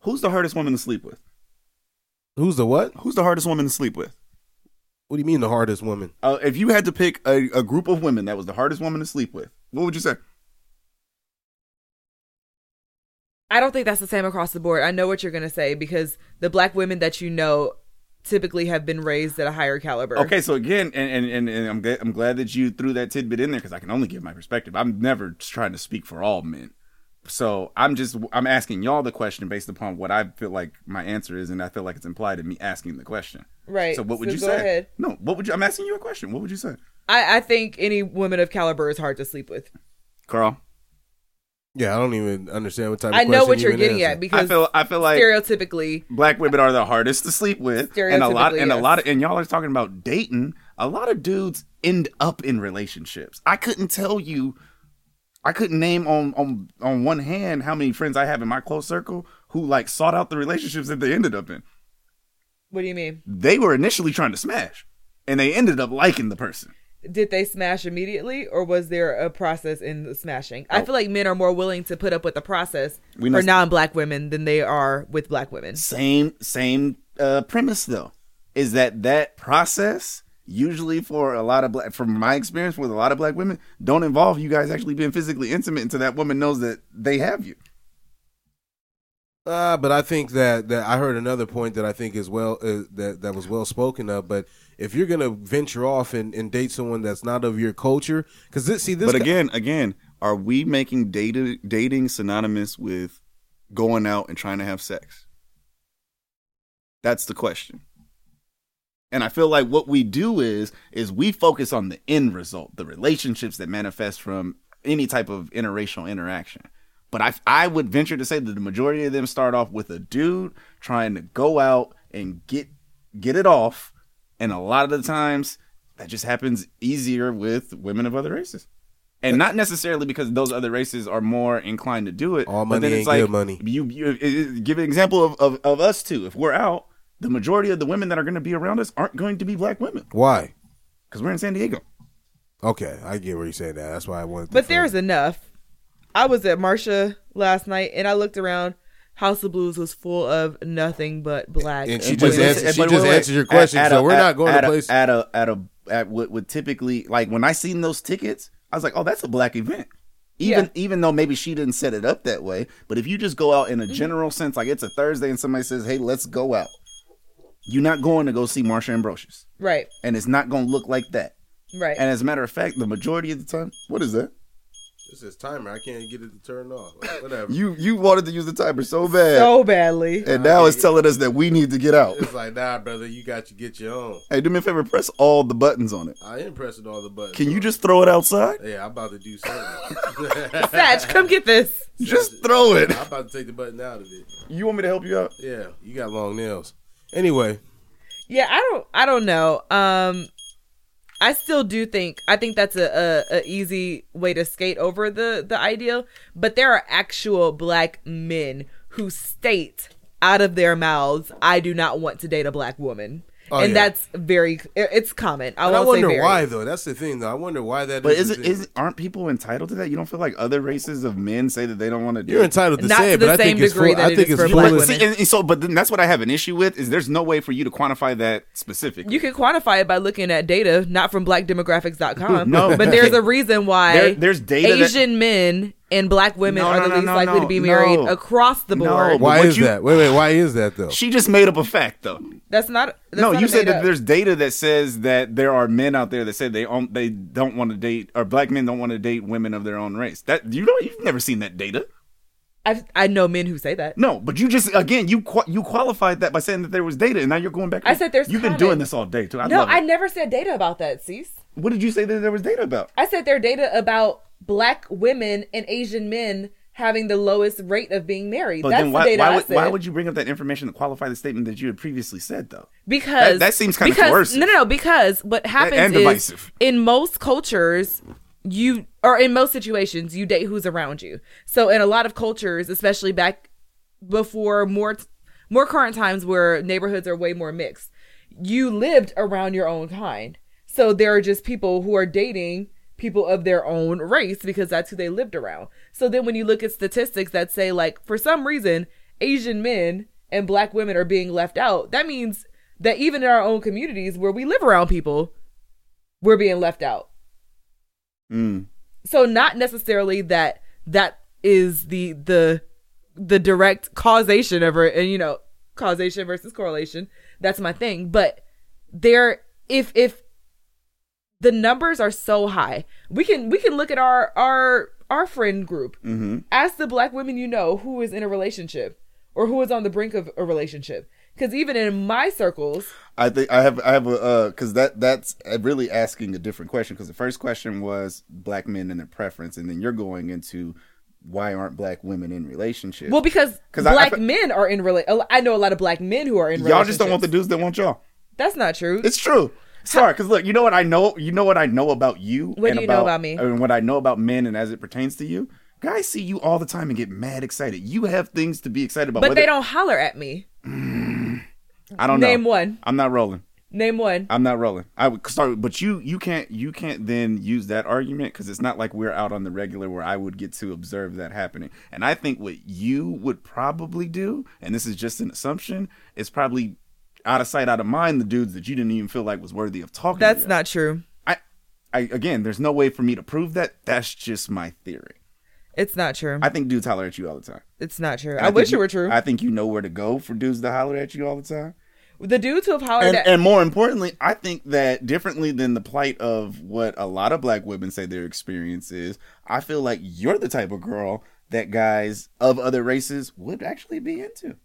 Speaker 5: Who's the hardest woman to sleep with?
Speaker 1: who's the what?
Speaker 5: Who's the hardest woman to sleep with?
Speaker 1: What do you mean the hardest woman?
Speaker 5: Uh, if you had to pick a, a group of women that was the hardest woman to sleep with, what would you say?
Speaker 2: I don't think that's the same across the board. I know what you're gonna say because the black women that you know typically have been raised at a higher caliber.
Speaker 5: Okay, so again, and and, and, and I'm, glad, I'm glad that you threw that tidbit in there because I can only give my perspective. I'm never trying to speak for all men. So I'm just I'm asking y'all the question based upon what I feel like my answer is, and I feel like it's implied in me asking the question.
Speaker 2: Right,
Speaker 5: So what would
Speaker 2: so
Speaker 5: you
Speaker 2: go
Speaker 5: say?
Speaker 2: ahead.
Speaker 5: No, what would you? I'm asking you a question. What would you say,
Speaker 2: I, I think any woman of caliber is hard to sleep with.
Speaker 5: Carl?
Speaker 1: Yeah, I don't even understand what type.
Speaker 2: I
Speaker 1: of
Speaker 2: know
Speaker 1: question
Speaker 2: what you're
Speaker 1: even
Speaker 2: getting at
Speaker 1: answered.
Speaker 2: because
Speaker 5: I feel I feel like
Speaker 2: stereotypically
Speaker 5: black women are the hardest to sleep with, and a lot
Speaker 2: Stereotypically,
Speaker 5: and a
Speaker 2: yes.
Speaker 5: lot of and y'all are talking about dating. A lot of dudes end up in relationships. I couldn't tell you. I couldn't name on on on one hand how many friends I have in my close circle who like sought out the relationships that they ended up in.
Speaker 2: What do you mean?
Speaker 5: They were initially trying to smash, and they ended up liking the person.
Speaker 2: Did they smash immediately, or was there a process in the smashing?
Speaker 1: Oh.
Speaker 2: I feel like men are more willing to put up with the process
Speaker 5: We
Speaker 2: for
Speaker 5: must-
Speaker 2: non-black women than they are with black women.
Speaker 5: Same same uh, premise though, is that that process usually for a lot of black, from my experience with a lot of black women, don't involve you guys actually being physically intimate until that woman knows that they have you.
Speaker 1: Uh, but I think that, that I heard another point that I think is well uh, that that was well spoken of. But if you're gonna venture off and, and date someone that's not of your culture, because this see this
Speaker 5: But
Speaker 1: guy-
Speaker 5: again, again, are we making data, dating synonymous with going out and trying to have sex? That's the question. And I feel like what we do is is we focus on the end result, the relationships that manifest from any type of interracial interaction. But I I would venture to say that the majority of them start off with a dude trying to go out and get get it off, and a lot of the times that just happens easier with women of other races. And not necessarily because those other races are more inclined to do it.
Speaker 1: All
Speaker 5: but then
Speaker 1: money ain't
Speaker 5: it's like,
Speaker 1: good money.
Speaker 5: You, you it- it- give an example of, of, of us too. If we're out, the majority of the women that are going to be around us aren't going to be black women
Speaker 1: why?
Speaker 5: because we're in San Diego.
Speaker 1: Okay, I get where you're saying that. That's why I wanted.
Speaker 2: But there's enough. I was at Marsha last night and I looked around. House of Blues was full of nothing but black.
Speaker 1: And she
Speaker 2: women.
Speaker 1: just answered- she just answered your question, so we're not going to
Speaker 5: at a-
Speaker 1: place-
Speaker 5: at a at a at what would typically like when I seen those tickets, I was like, oh, that's a black event. Even even though maybe she didn't set it up that way, but if you just go out in a general sense, like it's a Thursday and somebody says, hey, let's go out, you're not going to go see Marsha Ambrosius,
Speaker 2: right,
Speaker 5: and it's not going to look like that.
Speaker 2: right.
Speaker 5: And as a matter of fact, the majority of the time, what is that?
Speaker 1: this is timer. I can't get it to turn
Speaker 5: (laughs)
Speaker 1: off. Whatever.
Speaker 5: You you wanted to use the timer so bad,
Speaker 2: so badly.
Speaker 5: and now it's telling us that we need to get out.
Speaker 1: it's like nah, brother. You got to get your own.
Speaker 5: Hey, do me a favor, press all the buttons on it.
Speaker 1: I am pressing all the buttons.
Speaker 5: Can you just throw it outside?
Speaker 1: Yeah, I'm about to do something. (laughs)
Speaker 2: Satch, come get this.
Speaker 5: Just throw it.
Speaker 1: I'm about to take the button out of it.
Speaker 5: You want me to help you out?
Speaker 1: Yeah, you got long nails. Anyway,
Speaker 4: yeah, I don't I don't know. Um I still do think I think that's a, a, a easy way to skate over the the ideal, but there are actual black men who state out of their mouths, "I do not want to date a black woman,"
Speaker 1: Oh,
Speaker 4: and
Speaker 1: yeah.
Speaker 4: that's very it- it's common. I,
Speaker 1: And I
Speaker 4: won't
Speaker 1: wonder
Speaker 4: say very.
Speaker 1: why though. That's the thing though. I wonder why that.
Speaker 5: But
Speaker 1: is
Speaker 5: is it is aren't people entitled to that? You don't feel like other races of men say that they don't want to do.
Speaker 1: You're
Speaker 5: it?
Speaker 1: entitled to Not say to it, the but I think same it's degree fool- that I it think is it's for black foolish-
Speaker 5: See, and- and so, but then that's what I have an issue with is there's no way for you to quantify that specifically.
Speaker 4: You can quantify it by looking at data, not from blackdemographics.com.
Speaker 5: (laughs) No.
Speaker 4: but there's a reason why
Speaker 5: There- there's data that-
Speaker 4: Asian men and black women
Speaker 5: No,
Speaker 4: are
Speaker 5: no,
Speaker 4: the
Speaker 5: no,
Speaker 4: least
Speaker 5: no,
Speaker 4: likely
Speaker 5: no,
Speaker 4: to be married
Speaker 5: no.
Speaker 4: across the board.
Speaker 5: but
Speaker 1: Why
Speaker 5: what
Speaker 1: is
Speaker 5: you-
Speaker 1: that? Wait, wait. Why is that though?
Speaker 5: She just made up a fact though.
Speaker 4: That's not that's
Speaker 5: no,
Speaker 4: not
Speaker 5: you
Speaker 4: a
Speaker 5: said
Speaker 4: made
Speaker 5: that
Speaker 4: up.
Speaker 5: there's data that says that there are men out there that say they own, they don't want to date or black men don't want to date women of their own race. That you don't you've never seen that data.
Speaker 4: I've, I know men who say that.
Speaker 5: No, but you just again you qua- you qualified that by saying that there was data, and now you're going back.
Speaker 4: I said there's
Speaker 5: You've
Speaker 4: common.
Speaker 5: been doing this all day too. I
Speaker 4: no,
Speaker 5: love it.
Speaker 4: I never said data about that, Cease.
Speaker 5: What did you say that there was data about?
Speaker 4: I said their data about black women and Asian men having the lowest rate of being married.
Speaker 5: But
Speaker 4: That's
Speaker 5: then why,
Speaker 4: the data
Speaker 5: why
Speaker 4: I
Speaker 5: would,
Speaker 4: said.
Speaker 5: why would you bring up that information to qualify the statement that you had previously said, though?
Speaker 4: because
Speaker 5: that, that seems kind
Speaker 4: because-
Speaker 5: of coercive.
Speaker 4: No, no, no. Because what happens
Speaker 5: and
Speaker 4: is
Speaker 5: divisive.
Speaker 4: in most cultures, you or in most situations, you date who's around you. So in a lot of cultures, especially back before more more current times where neighborhoods are way more mixed, you lived around your own kind. So there are just people who are dating people of their own race because that's who they lived around. So then when you look at statistics that say like for some reason Asian men and black women are being left out, that means that even in our own communities where we live around people, we're being left out.
Speaker 5: Mm.
Speaker 4: So not necessarily that that is the the the direct causation of it and you know causation versus correlation. That's my thing, but there if if the numbers are so high, we can we can look at our our our friend group.
Speaker 5: Mm-hmm.
Speaker 4: Ask the black women you know who is in a relationship or who is on the brink of a relationship. Because even in my circles,
Speaker 5: I think I have I have a because that that's really asking a different question because the first question was black men and their preference, and then you're going into why aren't black women in relationships?
Speaker 4: well, because
Speaker 5: 'Cause I- I
Speaker 4: black
Speaker 5: fe-
Speaker 4: men are in rela- I know a lot of black men who are in.
Speaker 5: y'all just don't want the
Speaker 4: relationships.
Speaker 5: dudes that want y'all.
Speaker 4: That's not true.
Speaker 5: It's true. Sorry, because look, you know what I know. You know what I know about you.
Speaker 4: What do
Speaker 5: and
Speaker 4: you know about me?
Speaker 5: And what I know about men, and as it pertains to you, guys see you all the time and get mad excited. You have things to be excited about.
Speaker 4: but
Speaker 5: whether-
Speaker 4: they don't holler at me.
Speaker 5: I don't
Speaker 4: Name
Speaker 5: know.
Speaker 4: one.
Speaker 5: I'm not rolling.
Speaker 4: Name one.
Speaker 5: I'm not rolling. I would sorry, but you you can't you can't then use that argument because it's not like we're out on the regular where I would get to observe that happening. And I think what you would probably do, and this is just an assumption, is probably out of sight, out of mind, the dudes that you didn't even feel like was worthy of talking.
Speaker 4: That's
Speaker 5: to.
Speaker 4: not true.
Speaker 5: I, I again, there's no way for me to prove that. That's just my theory.
Speaker 4: It's not true.
Speaker 5: I think dudes holler at you all the time.
Speaker 4: It's not true.
Speaker 5: And
Speaker 4: I,
Speaker 5: think
Speaker 4: wish
Speaker 5: you-
Speaker 4: it were true.
Speaker 5: I think you know where to go for dudes to holler at you all the time.
Speaker 4: the dudes who have hollered
Speaker 5: And,
Speaker 4: at
Speaker 5: and more importantly, I think that differently than the plight of what a lot of black women say their experience is, I feel like you're the type of girl that guys of other races would actually be into.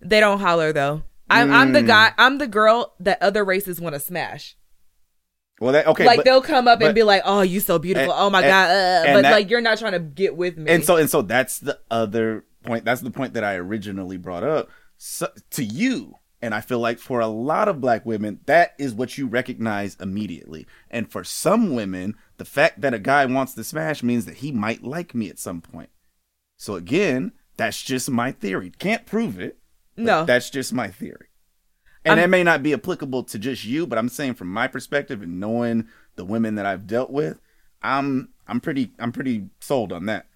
Speaker 4: they don't holler though. I'm, I'm the
Speaker 5: Mm.
Speaker 4: guy. I'm the girl that other races want to smash.
Speaker 5: Well, that okay,
Speaker 4: like
Speaker 5: but-
Speaker 4: they'll come up
Speaker 5: but-
Speaker 4: and be like, "Oh, you so beautiful.
Speaker 5: and-
Speaker 4: oh my
Speaker 5: and-
Speaker 4: god!" Uh,
Speaker 5: and
Speaker 4: but
Speaker 5: that-
Speaker 4: like you're not trying to get with me.
Speaker 5: And so and so that's the other point. That's the point that I originally brought up so, to you. And I feel like for a lot of black women, that is what you recognize immediately. And for some women, the fact that a guy wants to smash means that he might like me at some point. So again, that's just my theory. Can't prove it. but
Speaker 4: No.
Speaker 5: That's just my theory. And
Speaker 4: I'm-
Speaker 5: that may not be applicable to just you, but I'm saying from my perspective and knowing the women that I've dealt with, I'm I'm pretty I'm pretty sold on that.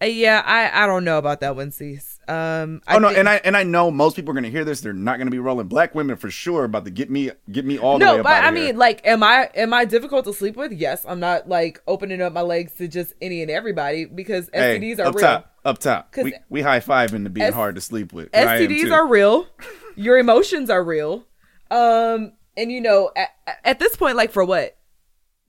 Speaker 4: Uh, yeah, I I don't know about that one, Cease. Um, I
Speaker 5: oh no,
Speaker 4: think-
Speaker 5: and I and I know most people are gonna hear this. They're not gonna be rolling black women for sure. About to get me get me all the way
Speaker 4: no,
Speaker 5: up
Speaker 4: but
Speaker 5: out
Speaker 4: I
Speaker 5: of here.
Speaker 4: mean, like, am I am I difficult to sleep with? Yes, I'm not like opening up my legs to just any and everybody because
Speaker 5: Hey,
Speaker 4: STDs are
Speaker 5: up
Speaker 4: real.
Speaker 5: top, up top.
Speaker 4: 'Cause
Speaker 5: We we high fiving to being
Speaker 4: S-
Speaker 5: hard to sleep with. and I am
Speaker 4: STDs
Speaker 5: too.
Speaker 4: are real. Your emotions are real. Um, and you know, at, at this point, like for what?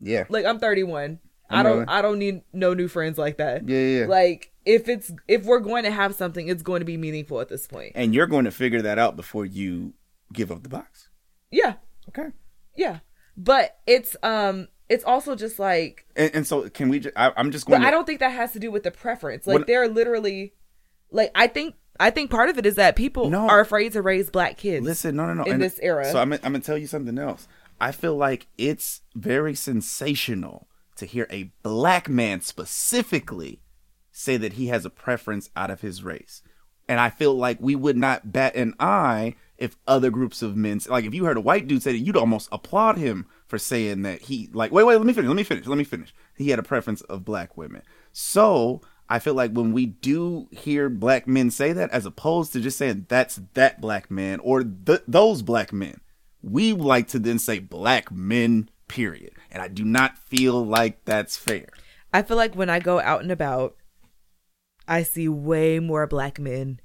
Speaker 5: Yeah.
Speaker 4: Like I'm 31. I
Speaker 5: I'm
Speaker 4: don't.
Speaker 5: rolling.
Speaker 4: I don't need no new friends like that.
Speaker 5: Yeah, yeah, yeah.
Speaker 4: Like if it's if we're going to have something, it's going to be meaningful at this point.
Speaker 5: And you're going to figure that out before you give up the box.
Speaker 4: Yeah.
Speaker 5: Okay.
Speaker 4: Yeah, but it's um, it's also just like,
Speaker 5: And, and so can we? Just, I, I'm just
Speaker 4: but
Speaker 5: going.
Speaker 4: I
Speaker 5: to,
Speaker 4: don't think that has to do with the preference. Like
Speaker 5: When-
Speaker 4: they're literally, like I think I think part of it is that people
Speaker 5: No.
Speaker 4: are afraid to raise black kids.
Speaker 5: Listen, no, no, no.
Speaker 4: In
Speaker 5: And
Speaker 4: this era,
Speaker 5: So I'm, gonna- I'm going to tell you something else. I feel like it's very sensational to hear a black man specifically say that he has a preference out of his race. And I feel like we would not bat an eye if other groups of men, like if you heard a white dude say that, you'd almost applaud him for saying that he, like, wait, wait, let me finish, let me finish, let me finish. He had a preference of black women. So I feel like when we do hear black men say that, as opposed to just saying that's that black man or th- those black men, we like to then say black men, period. And I do not feel like that's fair.
Speaker 4: I feel like when I go out and about, I see way more black men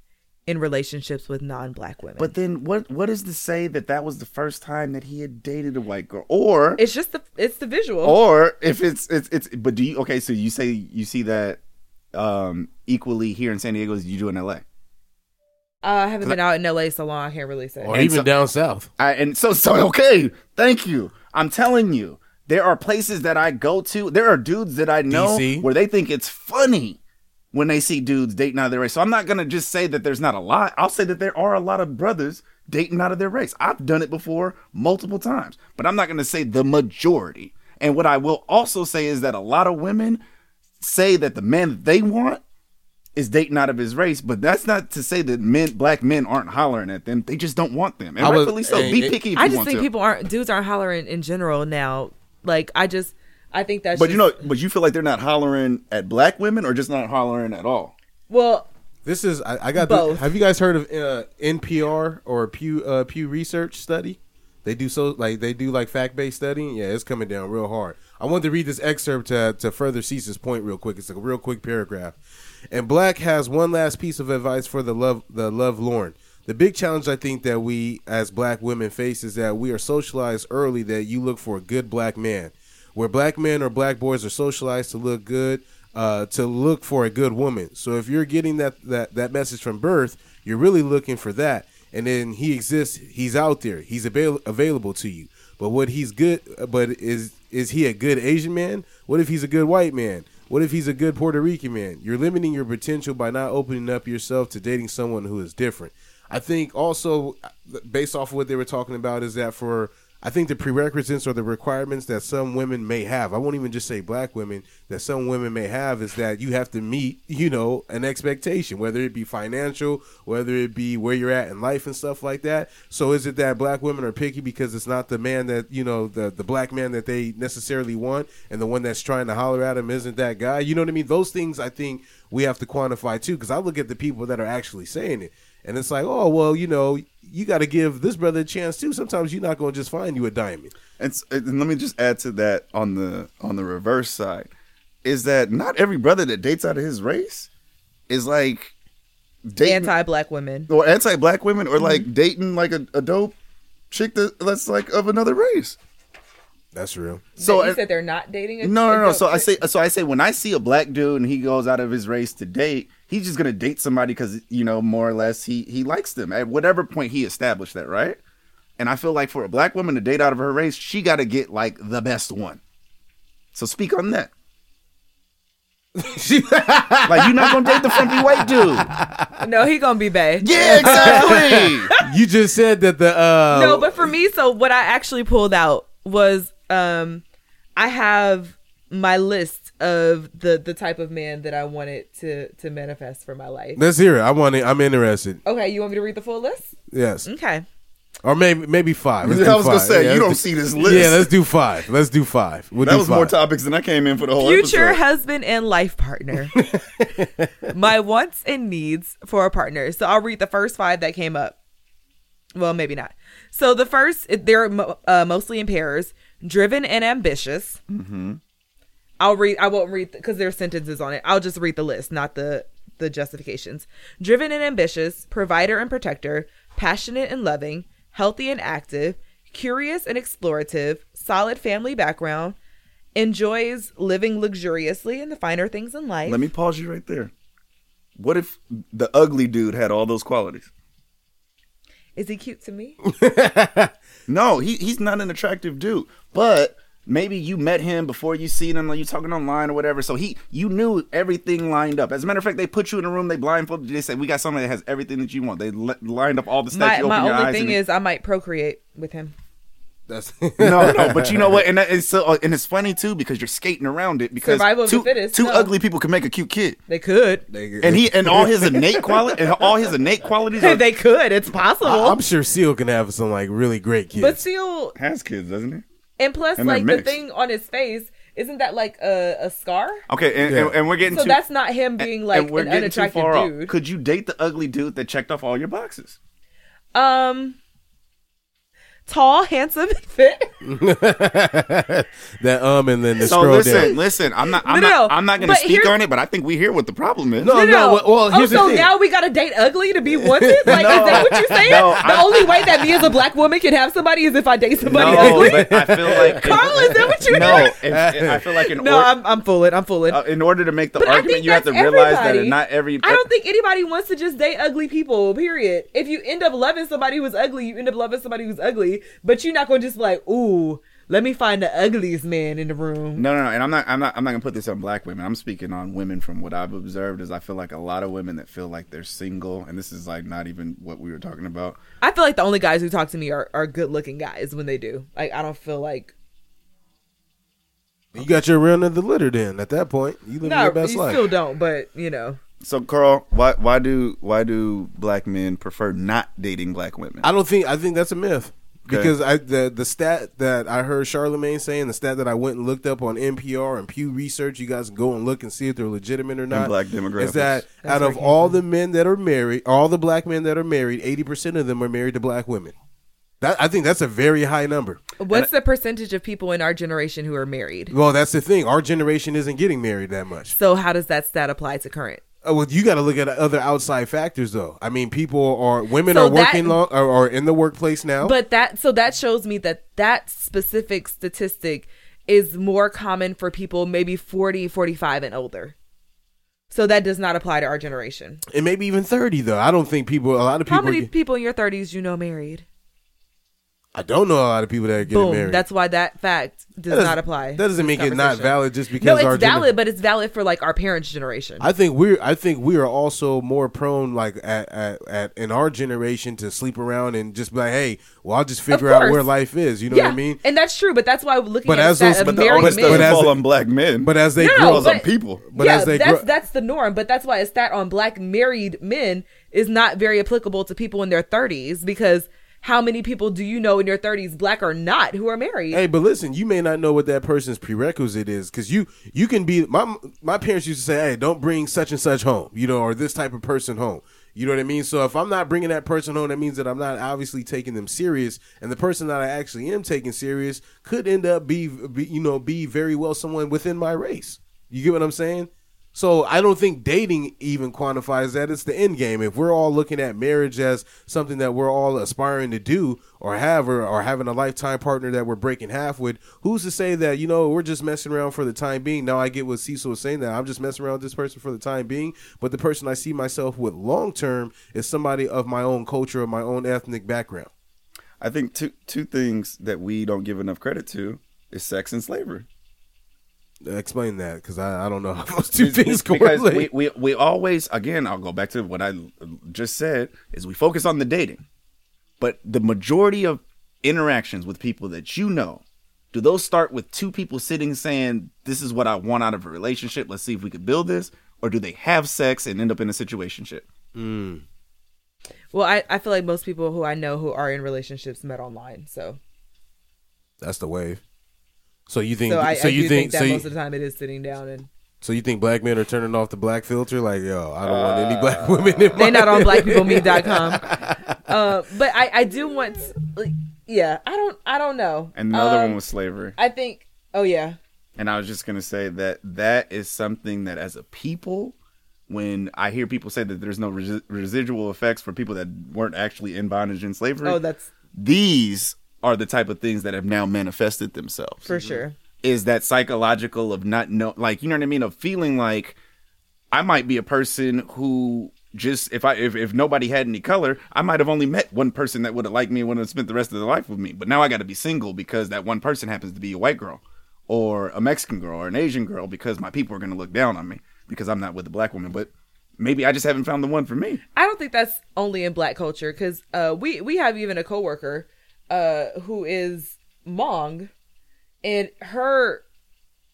Speaker 4: in relationships with non-black women.
Speaker 5: But then what what is to say that that was the first time that he had dated a white girl or
Speaker 4: it's just the it's the visual.
Speaker 5: or if it's it's it's but do you okay so you say you see that um equally here in San Diego as you do in LA.
Speaker 4: uh, I haven't been out in LA so long, I can't really say.
Speaker 5: And so- I, and so, so (laughs) okay, thank you. I'm telling you, there are places that I go to. There are dudes that I know
Speaker 1: DC.
Speaker 5: where they think it's funny when they see dudes dating out of their race. So I'm not gonna just say that there's not a lot. I'll say that there are a lot of brothers dating out of their race. I've done it before multiple times, but I'm not gonna say the majority. And what I will also say is that a lot of women say that the man that they want is dating out of his race, but that's not to say that men, black men, aren't hollering at them. They just don't want them, and
Speaker 1: I was-
Speaker 5: rightfully so.
Speaker 1: and-
Speaker 5: Be
Speaker 1: and-
Speaker 5: picky if
Speaker 4: I
Speaker 5: you
Speaker 4: just
Speaker 5: want
Speaker 4: think
Speaker 5: to.
Speaker 4: people aren't dudes aren't hollering in general now. Like I just I think that's
Speaker 5: but you
Speaker 4: just-
Speaker 5: know, but you feel like they're not hollering at black women, or just not hollering at all.
Speaker 4: well
Speaker 1: This is I, I got.
Speaker 4: Both.
Speaker 1: This, have you guys heard of uh, NPR or Pew uh, Pew Research study? They do so like they do like fact based studying. Yeah, it's coming down real hard. I wanted to read this excerpt to to further Cease's point real quick. It's a real quick paragraph. And Black has one last piece of advice for the love the love Lauren. The big challenge I think that we as black women face is that we are socialized early that you look for a good black man where black men or black boys are socialized to look good, uh, to look for a good woman. So if you're getting that, that that message from birth, you're really looking for that. And then he exists. He's out there. He's avail- available to you. But what he's good. But is is he a good Asian man? What if he's a good white man? What if he's a good Puerto Rican man? You're limiting your potential by not opening up yourself to dating someone who is different. I think also based off of what they were talking about is that for I think the prerequisites or the requirements that some women may have, I won't even just say black women, that some women may have is that you have to meet, you know, an expectation, whether it be financial, whether it be where you're at in life and stuff like that. So is it that black women are picky because it's not the man that, you know, the, the black man that they necessarily want and the one that's trying to holler at him isn't that guy? You know what I mean? Those things I think we have to quantify too, because I look at the people that are actually saying it. And it's like, oh well, you know, you got to give this brother a chance too. Sometimes you're not going to just find you a diamond.
Speaker 5: And, s- and let me just add to that on the on the reverse side is that not every brother that dates out of his race is like dating
Speaker 4: anti-black women
Speaker 5: or anti-black women
Speaker 4: Mm-hmm.
Speaker 5: or like dating like a, a dope chick that, that's like of another race.
Speaker 1: That's real.
Speaker 5: So
Speaker 4: you
Speaker 5: and-
Speaker 4: said they're not dating. (laughs) a-
Speaker 5: No,
Speaker 4: a
Speaker 5: no, no.
Speaker 4: dope
Speaker 5: So I
Speaker 4: chick.
Speaker 5: say, so I say, when I see a black dude and he goes out of his race to date, he's just gonna date somebody because you know more or less he he likes them at whatever point he established that, right? And I feel like for a black woman to date out of her race, she got to get like the best one. So speak on that. like you're not gonna date the frumpy white dude.
Speaker 4: no, he gonna be bad.
Speaker 5: (laughs) Yeah,
Speaker 1: (laughs)
Speaker 5: exactly.
Speaker 1: you just said that the uh,
Speaker 4: no, but for me, so what I actually pulled out was um I have my list of the the type of man that I wanted to to manifest for my life.
Speaker 1: let's hear it. I want it. I'm interested.
Speaker 4: Okay, you want me to read the full list?
Speaker 1: Yes,
Speaker 4: Okay.
Speaker 1: or maybe maybe five. Let's
Speaker 5: Yeah,
Speaker 1: do
Speaker 5: (laughs) I was gonna
Speaker 1: five.
Speaker 5: say, you
Speaker 1: let's
Speaker 5: don't
Speaker 1: do-
Speaker 5: see this list.
Speaker 1: Yeah, let's do five. Let's do five. We'll
Speaker 5: (laughs) that
Speaker 1: do
Speaker 5: was more
Speaker 1: five.
Speaker 5: topics than I came in for the whole
Speaker 4: Future
Speaker 5: episode.
Speaker 4: husband and life (laughs) partner. my wants and needs for a partner. So I'll read the first five that came up. Well, maybe not. So the first, they're mo- uh, mostly in pairs, driven and ambitious.
Speaker 19: Mm-hmm.
Speaker 4: I'll read. I won't read because there's sentences on it. I'll just read the list, not the the justifications. Driven and ambitious, provider and protector, passionate and loving, healthy and active, curious and explorative, solid family background, enjoys living luxuriously and the finer things in life.
Speaker 5: Let me pause you right there. What if the ugly dude had all those qualities?
Speaker 4: Is he cute to me?
Speaker 5: No, he he's not an attractive dude, but maybe you met him before you seen him, like you talking online or whatever. So he, you knew everything lined up. As a matter of fact, they put you in a room, they blindfolded you, they said, "We got somebody that has everything that you want." They li- lined up all the stuff.
Speaker 2: My,
Speaker 5: you
Speaker 2: my
Speaker 5: open your
Speaker 2: only
Speaker 5: eyes
Speaker 2: thing
Speaker 5: and-
Speaker 2: is I might procreate with him.
Speaker 1: That's (laughs)
Speaker 5: no, no, but
Speaker 2: (laughs)
Speaker 5: you know what? And that is so, uh, and it's funny too because you're skating around it because
Speaker 2: Survival of the
Speaker 5: two,
Speaker 2: fittest,
Speaker 5: two
Speaker 2: no.
Speaker 5: ugly people can make a cute kid.
Speaker 2: They could.
Speaker 5: (laughs) And he and all his innate quality and all his innate qualities. Are,
Speaker 2: (laughs) they could. It's possible.
Speaker 1: I, am sure Seal can have some like really great kids. (laughs)
Speaker 2: But still,
Speaker 5: has kids, doesn't he?
Speaker 2: and plus,
Speaker 1: And they're
Speaker 2: like the
Speaker 1: mixed.
Speaker 2: thing on his face, isn't that like a, a scar?
Speaker 5: Okay, and, and, and we're getting
Speaker 2: so
Speaker 5: too,
Speaker 2: that's not him being like
Speaker 5: and we're
Speaker 2: an
Speaker 5: getting too
Speaker 2: unattractive
Speaker 5: far off.
Speaker 2: dude.
Speaker 5: Could you date the ugly dude that checked off all your boxes?
Speaker 2: Um, tall, handsome, (laughs) and fit.
Speaker 1: that um and then the
Speaker 5: so
Speaker 1: scroll
Speaker 5: listen,
Speaker 1: down.
Speaker 5: listen. I'm not. I'm
Speaker 2: No, no,
Speaker 5: not. I'm not going to
Speaker 2: but
Speaker 5: speak
Speaker 2: here-
Speaker 5: on it, but I think we hear what the problem is.
Speaker 1: No,
Speaker 2: oh, so now we gotta date ugly
Speaker 5: (laughs)
Speaker 2: to be wanted? Like, is that what you're saying?
Speaker 5: No,
Speaker 2: the
Speaker 5: I-
Speaker 2: only way that me as a black woman can have somebody is if I date somebody
Speaker 5: no,
Speaker 2: ugly.
Speaker 5: but I feel like (laughs)
Speaker 2: Carl, is that what you
Speaker 5: no.
Speaker 2: did?
Speaker 5: if- if- I feel like in
Speaker 2: No,
Speaker 5: or-
Speaker 2: I'm, I'm fooling. I'm fooling.
Speaker 5: uh, in order to make the
Speaker 2: But I
Speaker 5: argument,
Speaker 2: think
Speaker 5: you have to
Speaker 2: that's
Speaker 5: realize that
Speaker 2: everybody.
Speaker 5: not every.
Speaker 2: I don't think anybody wants to just date ugly people, period. If you end up loving somebody who's ugly, you end up loving somebody who's ugly, but you're not gonna just be like, ooh, let me find the ugliest man in the room.
Speaker 5: No, no, no, and I'm not, I'm not, I'm not gonna put this on black women. I'm speaking on women from what I've observed. Is I feel like a lot of women that feel like they're single, and this is like not even what we were talking about.
Speaker 2: I feel like the only guys who talk to me are, are good looking guys when they do. Like, I don't feel like.
Speaker 1: you got your real end of the litter. Then at that point, you live
Speaker 2: No,
Speaker 1: your
Speaker 2: you
Speaker 1: best life.
Speaker 2: still don't, but, you know.
Speaker 5: So, Carl, why, why do, why do black men prefer not dating black women?
Speaker 1: I don't think. I think that's a myth
Speaker 5: Okay.
Speaker 1: because I the the stat that I heard Charlemagne saying, the stat that I went and looked up on NPR and Pew Research. You guys can go and look and see if they're legitimate or not.
Speaker 5: black
Speaker 1: Is
Speaker 5: demographics.
Speaker 1: that
Speaker 5: That's
Speaker 1: out
Speaker 5: where
Speaker 1: of
Speaker 5: it came
Speaker 1: all the men that are married, all the black men that are married, eighty percent of them are married to black women. That I think that's a very high number.
Speaker 2: What's the percentage of people in our generation who are married?
Speaker 1: Well, that's the thing. Our generation isn't getting married that much.
Speaker 2: So, how does that stat apply to current?
Speaker 1: Oh, well, you got to look at other outside factors, though. I mean, people are women
Speaker 2: So
Speaker 1: are working
Speaker 2: that-
Speaker 1: long, are, are in the workplace now.
Speaker 2: But that so that shows me that that specific statistic is more common for people maybe 40, 45 and older. So that does not apply to our generation.
Speaker 1: and maybe even thirty, though. I don't think people. A lot of
Speaker 2: How
Speaker 1: people.
Speaker 2: many
Speaker 1: get-
Speaker 2: people in your 30s you know married?
Speaker 1: I don't know a lot of people that are getting
Speaker 2: Boom.
Speaker 1: married.
Speaker 2: That's why that fact
Speaker 1: That
Speaker 2: does
Speaker 1: doesn't-
Speaker 2: not apply.
Speaker 1: That doesn't
Speaker 2: to
Speaker 1: make
Speaker 2: this
Speaker 1: it not
Speaker 2: conversation.
Speaker 1: valid just because
Speaker 2: No, it's
Speaker 1: our gener-
Speaker 2: valid, but it's valid for like our parents' generation.
Speaker 1: I think we're. I think we are also more prone, like at, at, at in our generation, to sleep around and just be like, "Hey, well, I'll just figure out where
Speaker 2: course.
Speaker 1: life is." You know
Speaker 2: yeah,
Speaker 1: what I mean?
Speaker 2: and that's true. But that's why looking
Speaker 1: But
Speaker 2: at
Speaker 1: as
Speaker 2: the
Speaker 1: those,
Speaker 2: stat of
Speaker 1: the
Speaker 2: married
Speaker 1: onus
Speaker 2: men,
Speaker 1: doesn't
Speaker 5: fall on black men.
Speaker 1: But as they
Speaker 2: No,
Speaker 1: grow,
Speaker 2: Falls on but-
Speaker 5: people.
Speaker 1: But
Speaker 2: yeah,
Speaker 1: as they
Speaker 2: that's
Speaker 1: grow,
Speaker 2: that's the norm, but that's why a stat on black married men is not very applicable to people in their 30s because how many people do you know in your 30s, black or not, who are married?
Speaker 1: Hey, but listen, you may not know what that person's prerequisite is because you you can be my my parents used to say, "Hey, don't bring such and such home," you know, or this type of person home. You know what I mean? So if I'm not bringing that person home, that means that I'm not obviously taking them serious, and the person that I actually am taking serious could end up be, be you know be very well someone within my race. You get what I'm saying? So I don't think dating even quantifies that. It's the end game. If we're all looking at marriage as something that we're all aspiring to do or have or, or having a lifetime partner that we're breaking half with, who's to say that, you know, we're just messing around for the time being. Now I get what Cecil was saying that I'm just messing around with this person for the time being, but the person I see myself with long term is somebody of my own culture or my own ethnic background.
Speaker 5: I think two two things that we don't give enough credit to is sex
Speaker 1: (laughs)
Speaker 5: and slavery.
Speaker 1: Explain that because I, I don't know how those two things
Speaker 5: because
Speaker 1: correlate.
Speaker 5: we, we we always again I'll go back to what I just said is we focus on the dating, but the majority of interactions with people that you know, do those start with two people sitting saying this is what I want out of a relationship? Let's see if we could build this, or do they have sex and end up in a situationship?
Speaker 1: Mm.
Speaker 2: Well, I, I feel like most people who I know who are in relationships met online. So,
Speaker 1: That's the wave. So you think?
Speaker 2: so
Speaker 1: So,
Speaker 2: I, I
Speaker 1: you
Speaker 2: do
Speaker 1: think?
Speaker 2: that
Speaker 1: so you,
Speaker 2: most of the time it is sitting down and
Speaker 1: So you think black men are turning off the black filter? Like, yo, I don't want any black women in my
Speaker 2: (laughs) they're not on blackpeoplemeet.com.
Speaker 1: (laughs)
Speaker 2: uh, but I, I do want, like, yeah, I don't I don't know.
Speaker 5: And the other
Speaker 2: Um,
Speaker 5: one was slavery.
Speaker 2: I think, oh yeah,
Speaker 5: And I was just going to say that that is something that as a people, when I hear people say that there's no resi- residual effects for people that weren't actually in bondage and slavery.
Speaker 2: Oh, that's-
Speaker 5: these are the type of things that have now manifested themselves.
Speaker 1: Mm-hmm.
Speaker 2: for sure.
Speaker 5: Is that psychological of not know, like you know what I mean, of feeling like I might be a person who just if I if, if nobody had any color, I might have only met one person that would have liked me and would have spent the rest of their life with me. But now I got to be single because that one person happens to be a white girl. or a Mexican girl or an Asian girl because my people are going to look down on me because I'm not with a black woman. But maybe I just haven't found the one for me.
Speaker 4: I don't think that's only in black culture because uh, we we have even a coworker uh, who is Mong, and her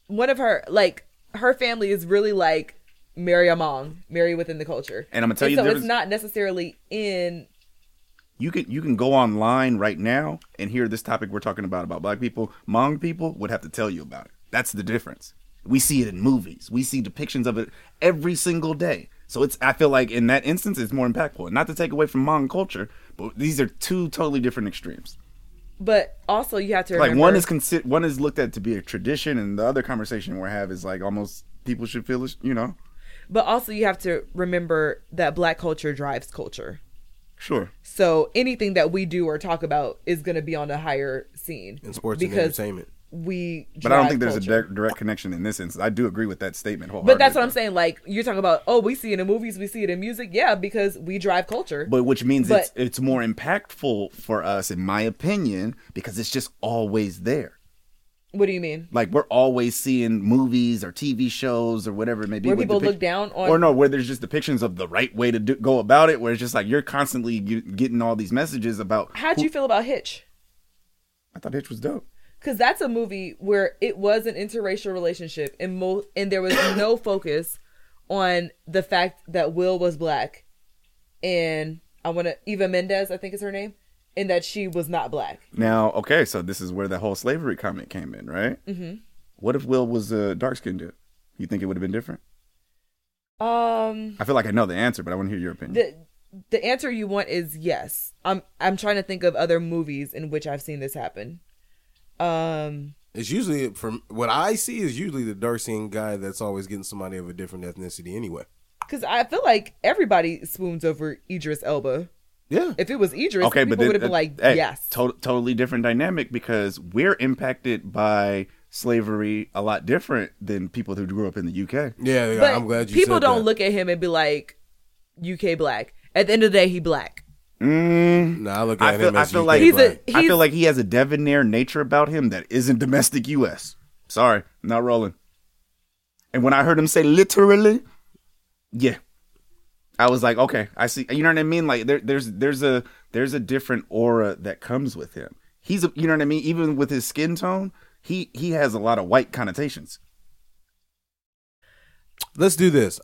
Speaker 4: one of her like her family is really like marry a Mong, marry within the culture.
Speaker 5: And I'm gonna tell you
Speaker 4: so
Speaker 5: the
Speaker 4: it's
Speaker 5: difference-
Speaker 4: not necessarily in
Speaker 5: You can you can go online right now and hear this topic we're talking about about black people. Hmong people would have to tell you about it. That's the difference. We see it in movies. We see depictions of it every single day. So it's I feel like in that instance it's more impactful. Not to take away from Hmong culture, but these are two totally different extremes.
Speaker 4: but also you have to
Speaker 5: like
Speaker 4: remember,
Speaker 5: one is consi- one is looked at to be a tradition, and the other conversation we're have is like almost people should feel ash- you know
Speaker 4: but also you have to remember that black culture drives culture.
Speaker 5: sure
Speaker 4: So anything that we do or talk about is going to be on a higher scene
Speaker 1: in sports and
Speaker 4: because
Speaker 1: entertainment.
Speaker 4: We,
Speaker 5: But I don't
Speaker 4: drive
Speaker 5: think there's
Speaker 4: culture.
Speaker 5: a di- direct connection in this instance. I do agree with that statement
Speaker 4: But
Speaker 5: wholeheartedly.
Speaker 4: that's what I'm saying. Like you're talking about, oh, we see it in movies, we see it in music, yeah, because we drive culture.
Speaker 5: But which means
Speaker 4: But-
Speaker 5: it's it's more impactful for us, in my opinion, because it's just always there.
Speaker 4: what do you mean?
Speaker 5: Like we're always seeing movies or TV shows or whatever it may be.
Speaker 4: Where
Speaker 5: with
Speaker 4: people
Speaker 5: depic-
Speaker 4: look down on-
Speaker 5: or no, where there's just depictions of the right way to do- go about it. Where it's just like you're constantly g- getting all these messages about.
Speaker 4: How'd
Speaker 5: who-
Speaker 4: you feel about Hitch?
Speaker 5: I thought Hitch was dope.
Speaker 4: Because that's a movie where it was an interracial relationship, and mo- and there was
Speaker 5: (coughs)
Speaker 4: no focus on the fact that Will was black, and I want to Eva Mendez, I think is her name, and that she was not black.
Speaker 5: Now, okay, so this is where the whole slavery comment came in, right?
Speaker 4: Mm-hmm.
Speaker 5: What if Will was a dark skinned dude? You think it would have been different?
Speaker 4: Um,
Speaker 5: I feel like I know the answer, but I want to hear your opinion.
Speaker 4: the the answer you want is yes. I'm I'm trying to think of other movies in which I've seen this happen. Um,
Speaker 1: It's usually from what I see is usually the dark skin guy that's always getting somebody of a different ethnicity anyway.
Speaker 4: because I feel like everybody swoons over Idris Elba.
Speaker 1: Yeah.
Speaker 4: If it was Idris,
Speaker 5: okay,
Speaker 4: people
Speaker 5: but then,
Speaker 4: would have been
Speaker 5: uh,
Speaker 4: like,
Speaker 5: hey,
Speaker 4: yes.
Speaker 5: to- totally different dynamic because we're impacted by slavery a lot different than people who grew up in the UK.
Speaker 1: Yeah,
Speaker 4: But people don't look at him and be like, UK black. At the end of the day, he black.
Speaker 5: Mm,
Speaker 1: no, I look
Speaker 5: at
Speaker 1: him
Speaker 5: I
Speaker 1: as
Speaker 5: feel
Speaker 1: UK
Speaker 5: like
Speaker 4: He's a- black.
Speaker 5: I
Speaker 4: he's-
Speaker 5: feel like he has a debonair nature about him that isn't domestic US. Sorry, not rolling. And when I heard him say literally, yeah, I was like, okay, I see. You know what I mean? Like there, there's there's a there's a different aura that comes with him. He's a, you know what I mean. Even with his skin tone, he he has a lot of white connotations.
Speaker 1: Let's do this.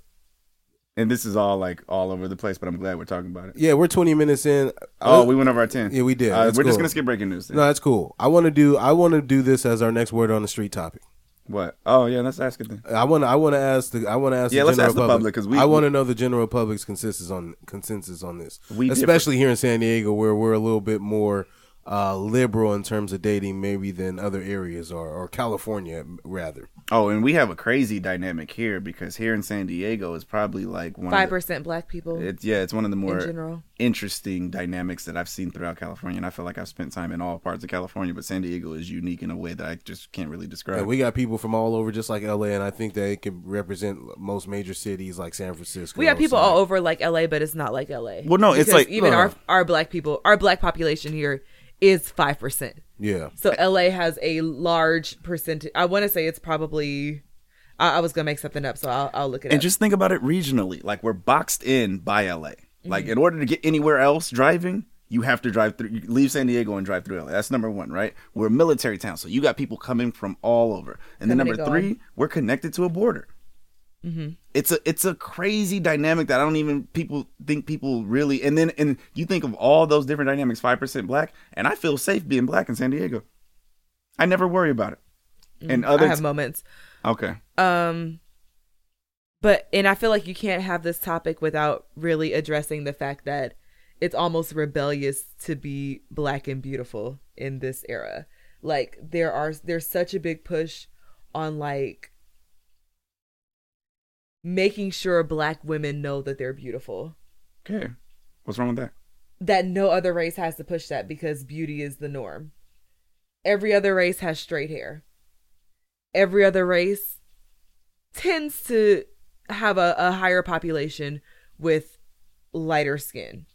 Speaker 5: And this is all like all over the place, but I'm glad we're talking about it.
Speaker 1: Yeah, we're 20 minutes in.
Speaker 5: Oh, we went over our 10.
Speaker 1: Yeah, we did.
Speaker 5: Uh,
Speaker 1: That's
Speaker 5: we're just
Speaker 1: cool.
Speaker 5: gonna skip breaking news. Then.
Speaker 1: No, that's cool. I want to do I want to do this as our next word on the street topic.
Speaker 5: What? Oh yeah, let's ask it then.
Speaker 1: I want to I want to ask the I want to ask
Speaker 5: Yeah,
Speaker 1: the
Speaker 5: let's
Speaker 1: general
Speaker 5: ask the public, 'cause we-
Speaker 1: I want to know the general public's consensus on consensus on this.
Speaker 5: We differ.
Speaker 1: especially here in San Diego where we're a little bit more uh, liberal in terms of dating maybe than other areas are or California rather.
Speaker 5: Oh, and we have a crazy dynamic here because here in San Diego is probably like one
Speaker 4: Five
Speaker 5: of
Speaker 4: percent black people.
Speaker 5: the, it's yeah, it's one of the more
Speaker 4: general.
Speaker 5: interesting dynamics that I've seen throughout California, and I feel like I've spent time in all parts of California, but San Diego is unique in a way that I just can't really describe.
Speaker 1: And we got people from all over just like LA and I think that it can represent most major cities like San Francisco.
Speaker 4: we have people
Speaker 1: so-
Speaker 4: all over like LA, but it's not like LA.
Speaker 1: Well, no, it's
Speaker 4: Because
Speaker 1: like- uh.
Speaker 4: even
Speaker 1: no, no.
Speaker 4: our our black people, our black population here is five percent.
Speaker 1: Yeah.
Speaker 4: So LA has a large percentage. I want to say it's probably. I, I was gonna make something up, so I'll, I'll look it
Speaker 5: and
Speaker 4: up.
Speaker 5: just think about it regionally, like we're boxed in by LA. Like
Speaker 4: Mhm.
Speaker 5: in order to get anywhere else driving, you have to drive through, you leave San Diego and drive through LA. That's number one, right? We're a military town, so you got people coming from all over. And then
Speaker 4: Coming
Speaker 5: number
Speaker 4: and
Speaker 5: three,
Speaker 4: going.
Speaker 5: we're connected to a border.
Speaker 4: mm-hmm.
Speaker 5: it's a it's a crazy dynamic that I don't even people think people really and then and you think of all those different dynamics five percent black and I feel safe being black in San Diego. I never worry about it. And
Speaker 4: Mm,
Speaker 5: other
Speaker 4: I have moments.
Speaker 5: Okay.
Speaker 4: Um, but and I feel like you can't have this topic without really addressing the fact that it's almost rebellious to be black and beautiful in this era. Like there are there's such a big push on like making sure black women know that they're beautiful.
Speaker 5: Okay. What's wrong with that?
Speaker 4: That no other race has to push that because beauty is the norm. Every other race has straight hair. Every other race tends to have a, a higher population with lighter skin.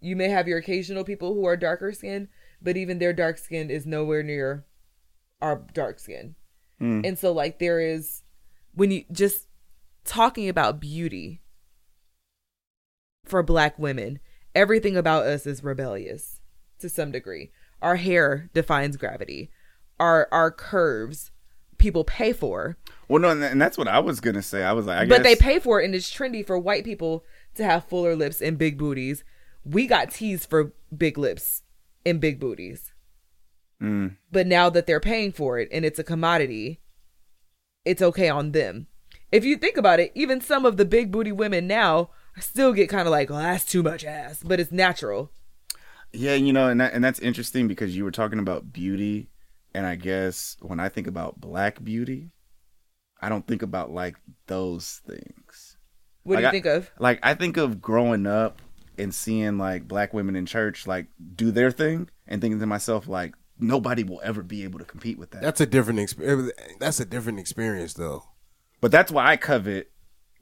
Speaker 4: You may have your occasional people who are darker skinned, but even their dark skin is nowhere near our dark skin. Mm. And so like there is when you just talking about beauty for black women, everything about us is rebellious to some degree. Our hair defines gravity. Our our curves people pay for.
Speaker 5: Well, no, and and that's what I was gonna say. I was like, I
Speaker 4: but they
Speaker 5: guess-
Speaker 4: pay for it and it's trendy for white people to have fuller lips and big booties. We got teased for big lips and big booties.
Speaker 5: Mm.
Speaker 4: But now that they're paying for it and it's a commodity, it's okay on them. If you think about it, even some of the big booty women now still get kind of like, well, that's too much ass, but it's natural.
Speaker 5: Yeah, you know, and that, and that's interesting because you were talking about beauty, and I guess when I think about black beauty, I don't think about like those things.
Speaker 4: What do
Speaker 5: Like,
Speaker 4: you think
Speaker 5: I,
Speaker 4: of?
Speaker 5: Like I think of growing up and seeing like black women in church like do their thing, and thinking to myself like nobody will ever be able to compete with that.
Speaker 1: That's a different experience. That's a different experience, though.
Speaker 5: But that's why I covet.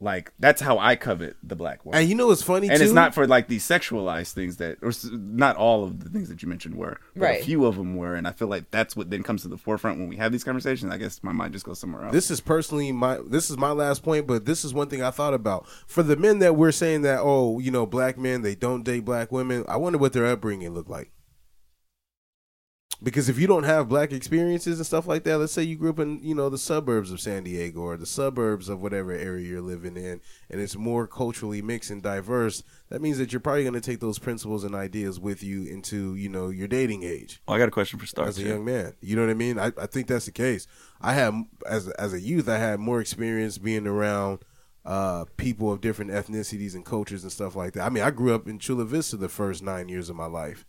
Speaker 5: Like that's how I covet the black woman.
Speaker 1: And you know what's funny,
Speaker 5: And it's
Speaker 1: too?
Speaker 5: not for like these sexualized things that, or s- not all of the things that you mentioned were, but
Speaker 1: Right.
Speaker 5: a few of them were. And I feel like that's what then comes to the forefront when we have these conversations. I guess my mind just goes somewhere else.
Speaker 1: This is personally my this is my last point, but this is one thing I thought about. For the men that we're saying that, oh, you know, black men, they don't date black women, I wonder what their upbringing looked like. Because if you don't have black experiences and stuff like that, let's say you grew up in, you know, the suburbs of San Diego or the suburbs of whatever area you're living in and it's more culturally mixed and diverse, that means that you're probably gonna take those principles and ideas with you into, you know, your dating age
Speaker 20: Well, I got a question for Star.
Speaker 1: as a young man. You know what I mean? I, I think that's the case. I had as as a youth, I had more experience being around uh, people of different ethnicities and cultures and stuff like that. I mean, I grew up in Chula Vista the first nine years of my life,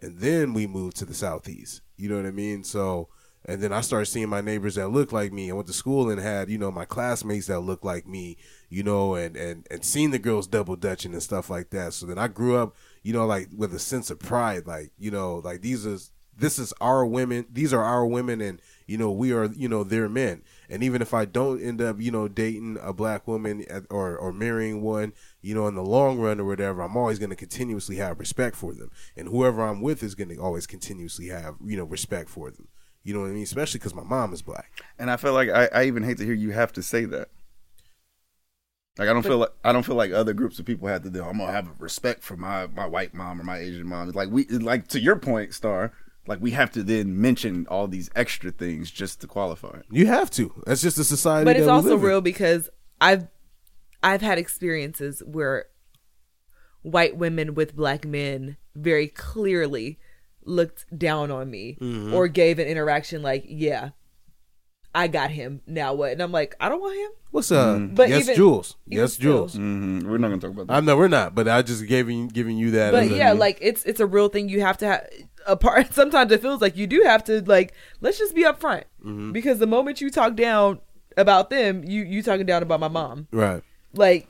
Speaker 1: and then we moved to the southeast. You know what I mean? So. And then I started seeing my neighbors that looked like me. I went to school and had, you know, my classmates that looked like me, you know, and and and seeing the girls double dutching and stuff like that. So then I grew up, you know, like with a sense of pride, like you know, like these are this is our women these are our women and you know we are you know their men and even if i don't end up you know dating a black woman at, or or marrying one you know in the long run or whatever i'm always going to continuously have respect for them and whoever i'm with is going to always continuously have you know respect for them you know what i mean especially because my mom is black
Speaker 5: and I feel like I, I even hate to hear you have to say that. Like I don't
Speaker 1: But-
Speaker 5: feel like I don't feel like other groups of people have to do. I'm gonna have a respect for my my white mom or my Asian mom. It's Like we like to your point, Star. Like we have to then mention all these extra things just to qualify.
Speaker 1: you have to that's just the society
Speaker 4: but it's
Speaker 1: that we
Speaker 4: also
Speaker 1: live in.
Speaker 4: real because I've I've had experiences where white women with black men very clearly looked down on me
Speaker 1: Mm-hmm.
Speaker 21: Mhm.
Speaker 4: or gave an interaction like, "Yeah, I got him. Now what?" And I'm like, "I don't want him."
Speaker 1: What's up?
Speaker 4: But
Speaker 1: yes,
Speaker 4: even-
Speaker 1: Jules. Yes, Jules.
Speaker 5: Mm-hmm. We're not gonna talk about
Speaker 1: that. I know we're not, but I just gave you giving you that.
Speaker 4: But
Speaker 1: as a-
Speaker 4: yeah, like it's it's a real thing you have to have. Apart, (laughs) sometimes it feels like you do have to like. Let's just be upfront
Speaker 1: Mhm.
Speaker 4: because the moment you talk down about them, you you talking down about my mom.
Speaker 1: right.
Speaker 4: Like,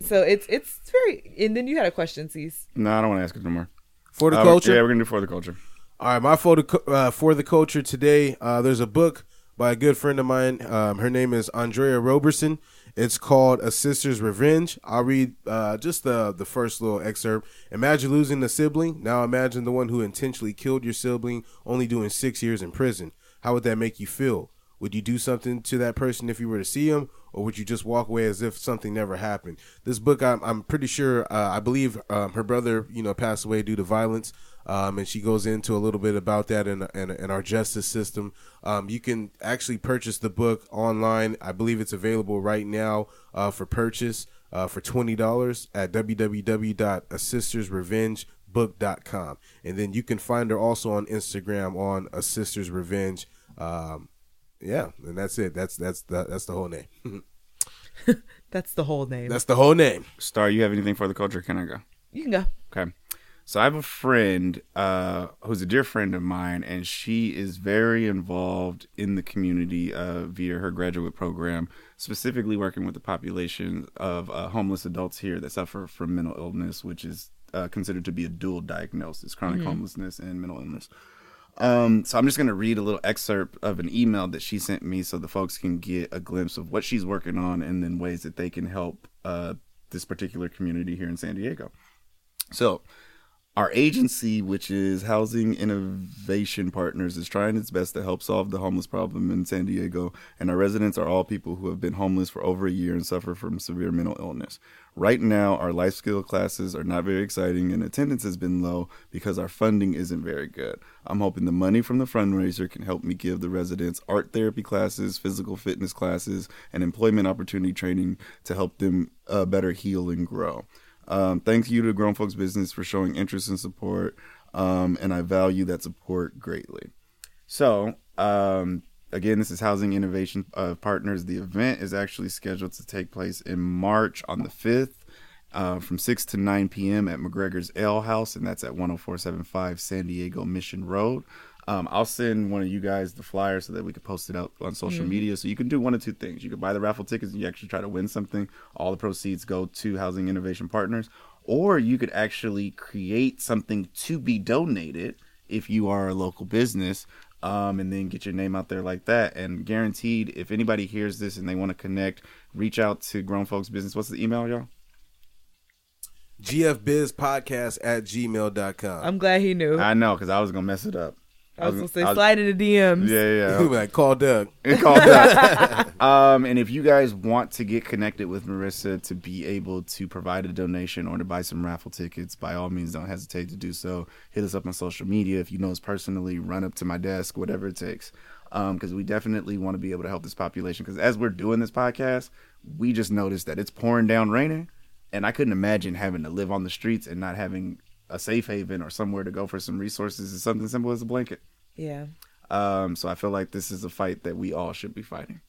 Speaker 4: so it's it's very. And then you had a question, Cease.
Speaker 5: No, I don't want to ask it no more.
Speaker 1: For the
Speaker 5: Uh,
Speaker 1: culture?
Speaker 5: yeah, we're gonna do for the culture.
Speaker 1: All right, my photo uh, for the culture today. Uh, there's a book by a good friend of mine. Um, her name is Andrea Roberson. It's called A Sister's Revenge. I'll read uh, just the the first little excerpt. Imagine losing a sibling. Now imagine the one who intentionally killed your sibling, only doing six years in prison. How would that make you feel? Would you do something to that person if you were to see him, or would you just walk away as if something never happened? This book, I'm, I'm pretty sure, uh, I believe um, her brother, you know, passed away due to violence, um, and she goes into a little bit about that in in, in our justice system. Um, you can actually purchase the book online. I believe it's available right now uh, for purchase uh, for twenty dollars at www.asistersrevengebook.com, and then you can find her also on Instagram on a sisters revenge. Um, yeah, and that's it. That's that's the, that's the whole name. (laughs)
Speaker 4: That's the whole name.
Speaker 1: That's the whole name.
Speaker 5: Star, you have anything for the culture? Can I go?
Speaker 4: You can go.
Speaker 5: Okay. So I have a friend uh, who's a dear friend of mine, and she is very involved in the community uh, via her graduate program, specifically working with the population of uh, homeless adults here that suffer from mental illness, which is uh, considered to be a dual diagnosis chronic
Speaker 22: Mhm.
Speaker 5: homelessness and mental illness. Um, so I'm just going to read a little excerpt of an email that she sent me so the folks can get a glimpse of what she's working on and then ways that they can help uh, this particular community here in San Diego. So, Our agency, which is Housing Innovation Partners, is trying its best to help solve the homeless problem in San Diego, and our residents are all people who have been homeless for over a year and suffer from severe mental illness. Right now, our life skill classes are not very exciting, and attendance has been low because our funding isn't very good. I'm hoping the money from the fundraiser can help me give the residents art therapy classes, physical fitness classes, and employment opportunity training to help them uh, better heal and grow. Um, thank you to Grown Folks Business for showing interest and support, um, and I value that support greatly. So, um, again, this is Housing Innovation uh, Partners. The event is actually scheduled to take place in March on the 5th. Uh, from 6 to 9 p.m. at McGregor's Ale House, and that's at 10475 San Diego Mission Road. Um, I'll send one of you guys the flyer so that we can post it out on social
Speaker 23: Mhm.
Speaker 5: media. So you can do one of two things: you can buy the raffle tickets and you actually try to win something. All the proceeds go to Housing Innovation Partners, or you could actually create something to be donated if you are a local business. Um, and then get your name out there like that. And guaranteed, if anybody hears this and they want to connect, reach out to Grown Folks Business. What's the email, y'all?
Speaker 1: GFBizPodcast at gmail.com.
Speaker 4: I'm glad he knew.
Speaker 5: I know, because I was gonna mess it up.
Speaker 4: I was gonna say slide in the DMs.
Speaker 5: Yeah, yeah.
Speaker 1: You (laughs) like, call Doug.
Speaker 5: (laughs) call Doug. um, and if you guys want to get connected with Marissa to be able to provide a donation or to buy some raffle tickets, by all means, don't hesitate to do so. Hit us up on social media. If you know us personally, run up to my desk, whatever it takes. Because we definitely want to be able to help this population. Because as we're doing this podcast, we just noticed that it's pouring down raining and I couldn't imagine having to live on the streets and not having a safe haven or somewhere to go for some resources is something simple as a blanket.
Speaker 4: Yeah.
Speaker 5: Um, so I feel like this is a fight that we all should be fighting.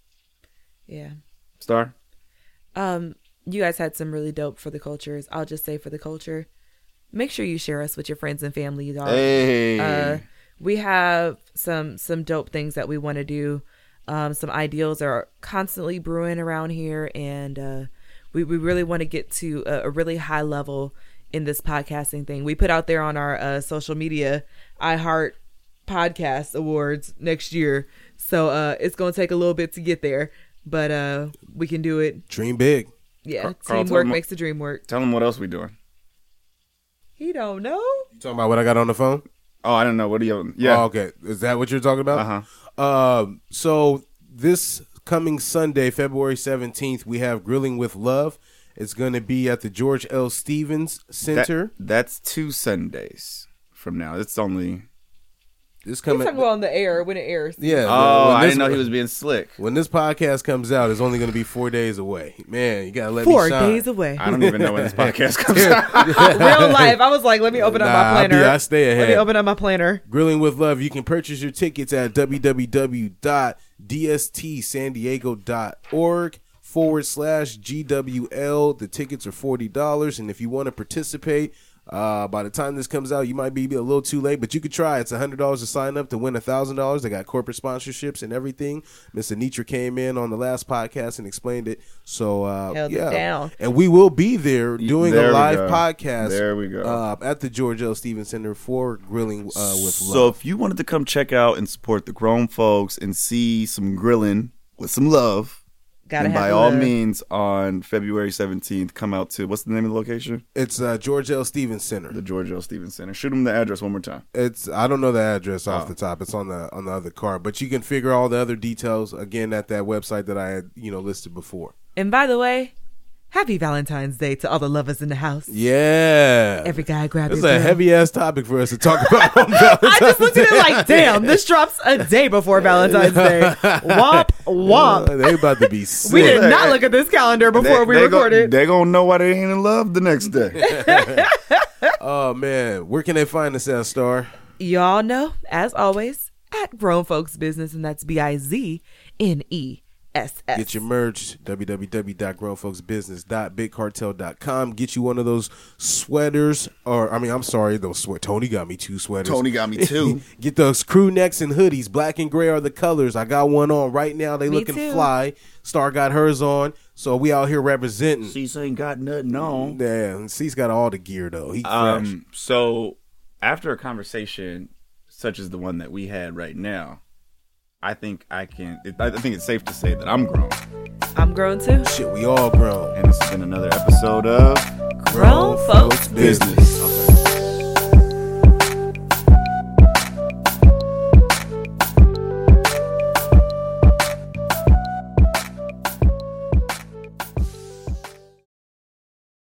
Speaker 4: Yeah.
Speaker 5: Star,
Speaker 4: Um, you guys had some really dope for the cultures. I'll just say for the culture, make sure you share us with your friends and family. you
Speaker 24: Hey.
Speaker 4: Uh, we have some some dope things that we want to do. Um, some ideals are constantly brewing around here, and uh, we we really want to get to a, a really high level in this podcasting thing. We put out there on our uh, social media, iHeart Podcast Awards next year, so uh, it's gonna take a little bit to get there, but uh, we can do it.
Speaker 1: Dream big.
Speaker 4: Yeah,
Speaker 5: Carl, tell
Speaker 4: teamwork
Speaker 5: them-
Speaker 4: makes the dream work.
Speaker 5: tell them what else we doing.
Speaker 4: He don't know.
Speaker 1: You talking about what I got on the phone?
Speaker 5: Oh, I don't know. What do you? Yeah. Uh-huh.
Speaker 1: Oh, okay. Is that what you're talking about? Uh huh. Um. So this coming Sunday, February 17th, we have Grilling with Love. It's going to be at the George L. Stevens Center.
Speaker 5: that's two Sundays from now. It's only.
Speaker 1: This
Speaker 4: He's
Speaker 1: coming.
Speaker 4: talking about on the air when it airs.
Speaker 1: Yeah.
Speaker 5: Oh, I didn't know he was being slick.
Speaker 1: When this podcast comes out, it's only going to be four days away. Man, you gotta let
Speaker 4: Four
Speaker 1: me shine.
Speaker 4: days away.
Speaker 1: (laughs)
Speaker 5: I don't even know (laughs) when this podcast comes
Speaker 4: Real life. I was like, let me open up
Speaker 1: Nah, I
Speaker 4: my
Speaker 1: be-
Speaker 4: planner.
Speaker 1: I stay
Speaker 4: Let me
Speaker 1: ahead.
Speaker 4: open up my planner.
Speaker 1: Grilling with Love. You can purchase your tickets at www.dstsandiego.org forward slash GWL. The tickets are $40. And if you want to participate, uh, by the time this comes out, you might be a little too late, but you could try. It's $100 to sign up to win $1,000. They got corporate sponsorships and everything. Miss Anitra came in on the last podcast and explained it. So, uh,
Speaker 4: Held it
Speaker 1: yeah.
Speaker 4: down.
Speaker 1: And we will be there doing
Speaker 5: There
Speaker 1: a
Speaker 5: we
Speaker 1: live
Speaker 5: go.
Speaker 1: podcast
Speaker 5: There we go.
Speaker 1: Uh, at the George L. Stevens Center for Grilling uh, with Love.
Speaker 5: So if you wanted to come check out and support the grown folks and see some grilling with some love,
Speaker 4: Gotta
Speaker 5: then
Speaker 4: have
Speaker 5: by
Speaker 4: the
Speaker 5: all
Speaker 4: love.
Speaker 5: means on February 17th, come out to what's the name of the location?
Speaker 1: It's uh, George L. Stevens Center.
Speaker 5: The George L. Stevens Center. Shoot them the address one more time.
Speaker 1: It's I don't know the address
Speaker 5: Oh.
Speaker 1: off the top. It's on the on the other card, but you can figure all the other details again at that website that I had you know listed before.
Speaker 4: And by the way, happy Valentine's Day to all the lovers in the house.
Speaker 1: Yeah,
Speaker 4: Every guy grab
Speaker 1: It's
Speaker 4: your
Speaker 1: a
Speaker 4: girl.
Speaker 1: heavy ass topic for us to talk about. on
Speaker 4: I just looked at it
Speaker 1: Valentine's
Speaker 4: like,
Speaker 1: Day.
Speaker 4: damn, this drops a day
Speaker 1: (laughs)
Speaker 4: before Valentine's Day. Womp womp.
Speaker 1: Uh, they about to be sick.
Speaker 4: We did not look at this calendar before we recorded.
Speaker 5: they gonna know why they ain't in love the next day. (laughs)
Speaker 1: oh man, where can they find us at Star?
Speaker 4: Y'all know, as always, at Grown Folks Business, and that's B I Z N E S S.
Speaker 1: Get your merch, www.grownfolksbusiness.bigcartel.com. Get you one of those sweaters, or I mean, I'm sorry, those sweat. Tony got me two sweaters.
Speaker 5: Tony got me two.
Speaker 1: Get those crew necks and hoodies. Black and gray are the colors. I got one on right now. They
Speaker 5: Me
Speaker 1: looking
Speaker 5: too.
Speaker 1: fly. Star got hers on, so we out here representing.
Speaker 5: Cease ain't got nothing on.
Speaker 1: Yeah, and C's got all the gear though. He fresh.
Speaker 5: Um, so after a conversation such as the one that we had right now, I think I can. It, I think it's safe to say that I'm grown.
Speaker 4: I'm grown too.
Speaker 1: Shit, we all grown.
Speaker 5: And this has been another episode of
Speaker 4: Grown Folks
Speaker 5: Business.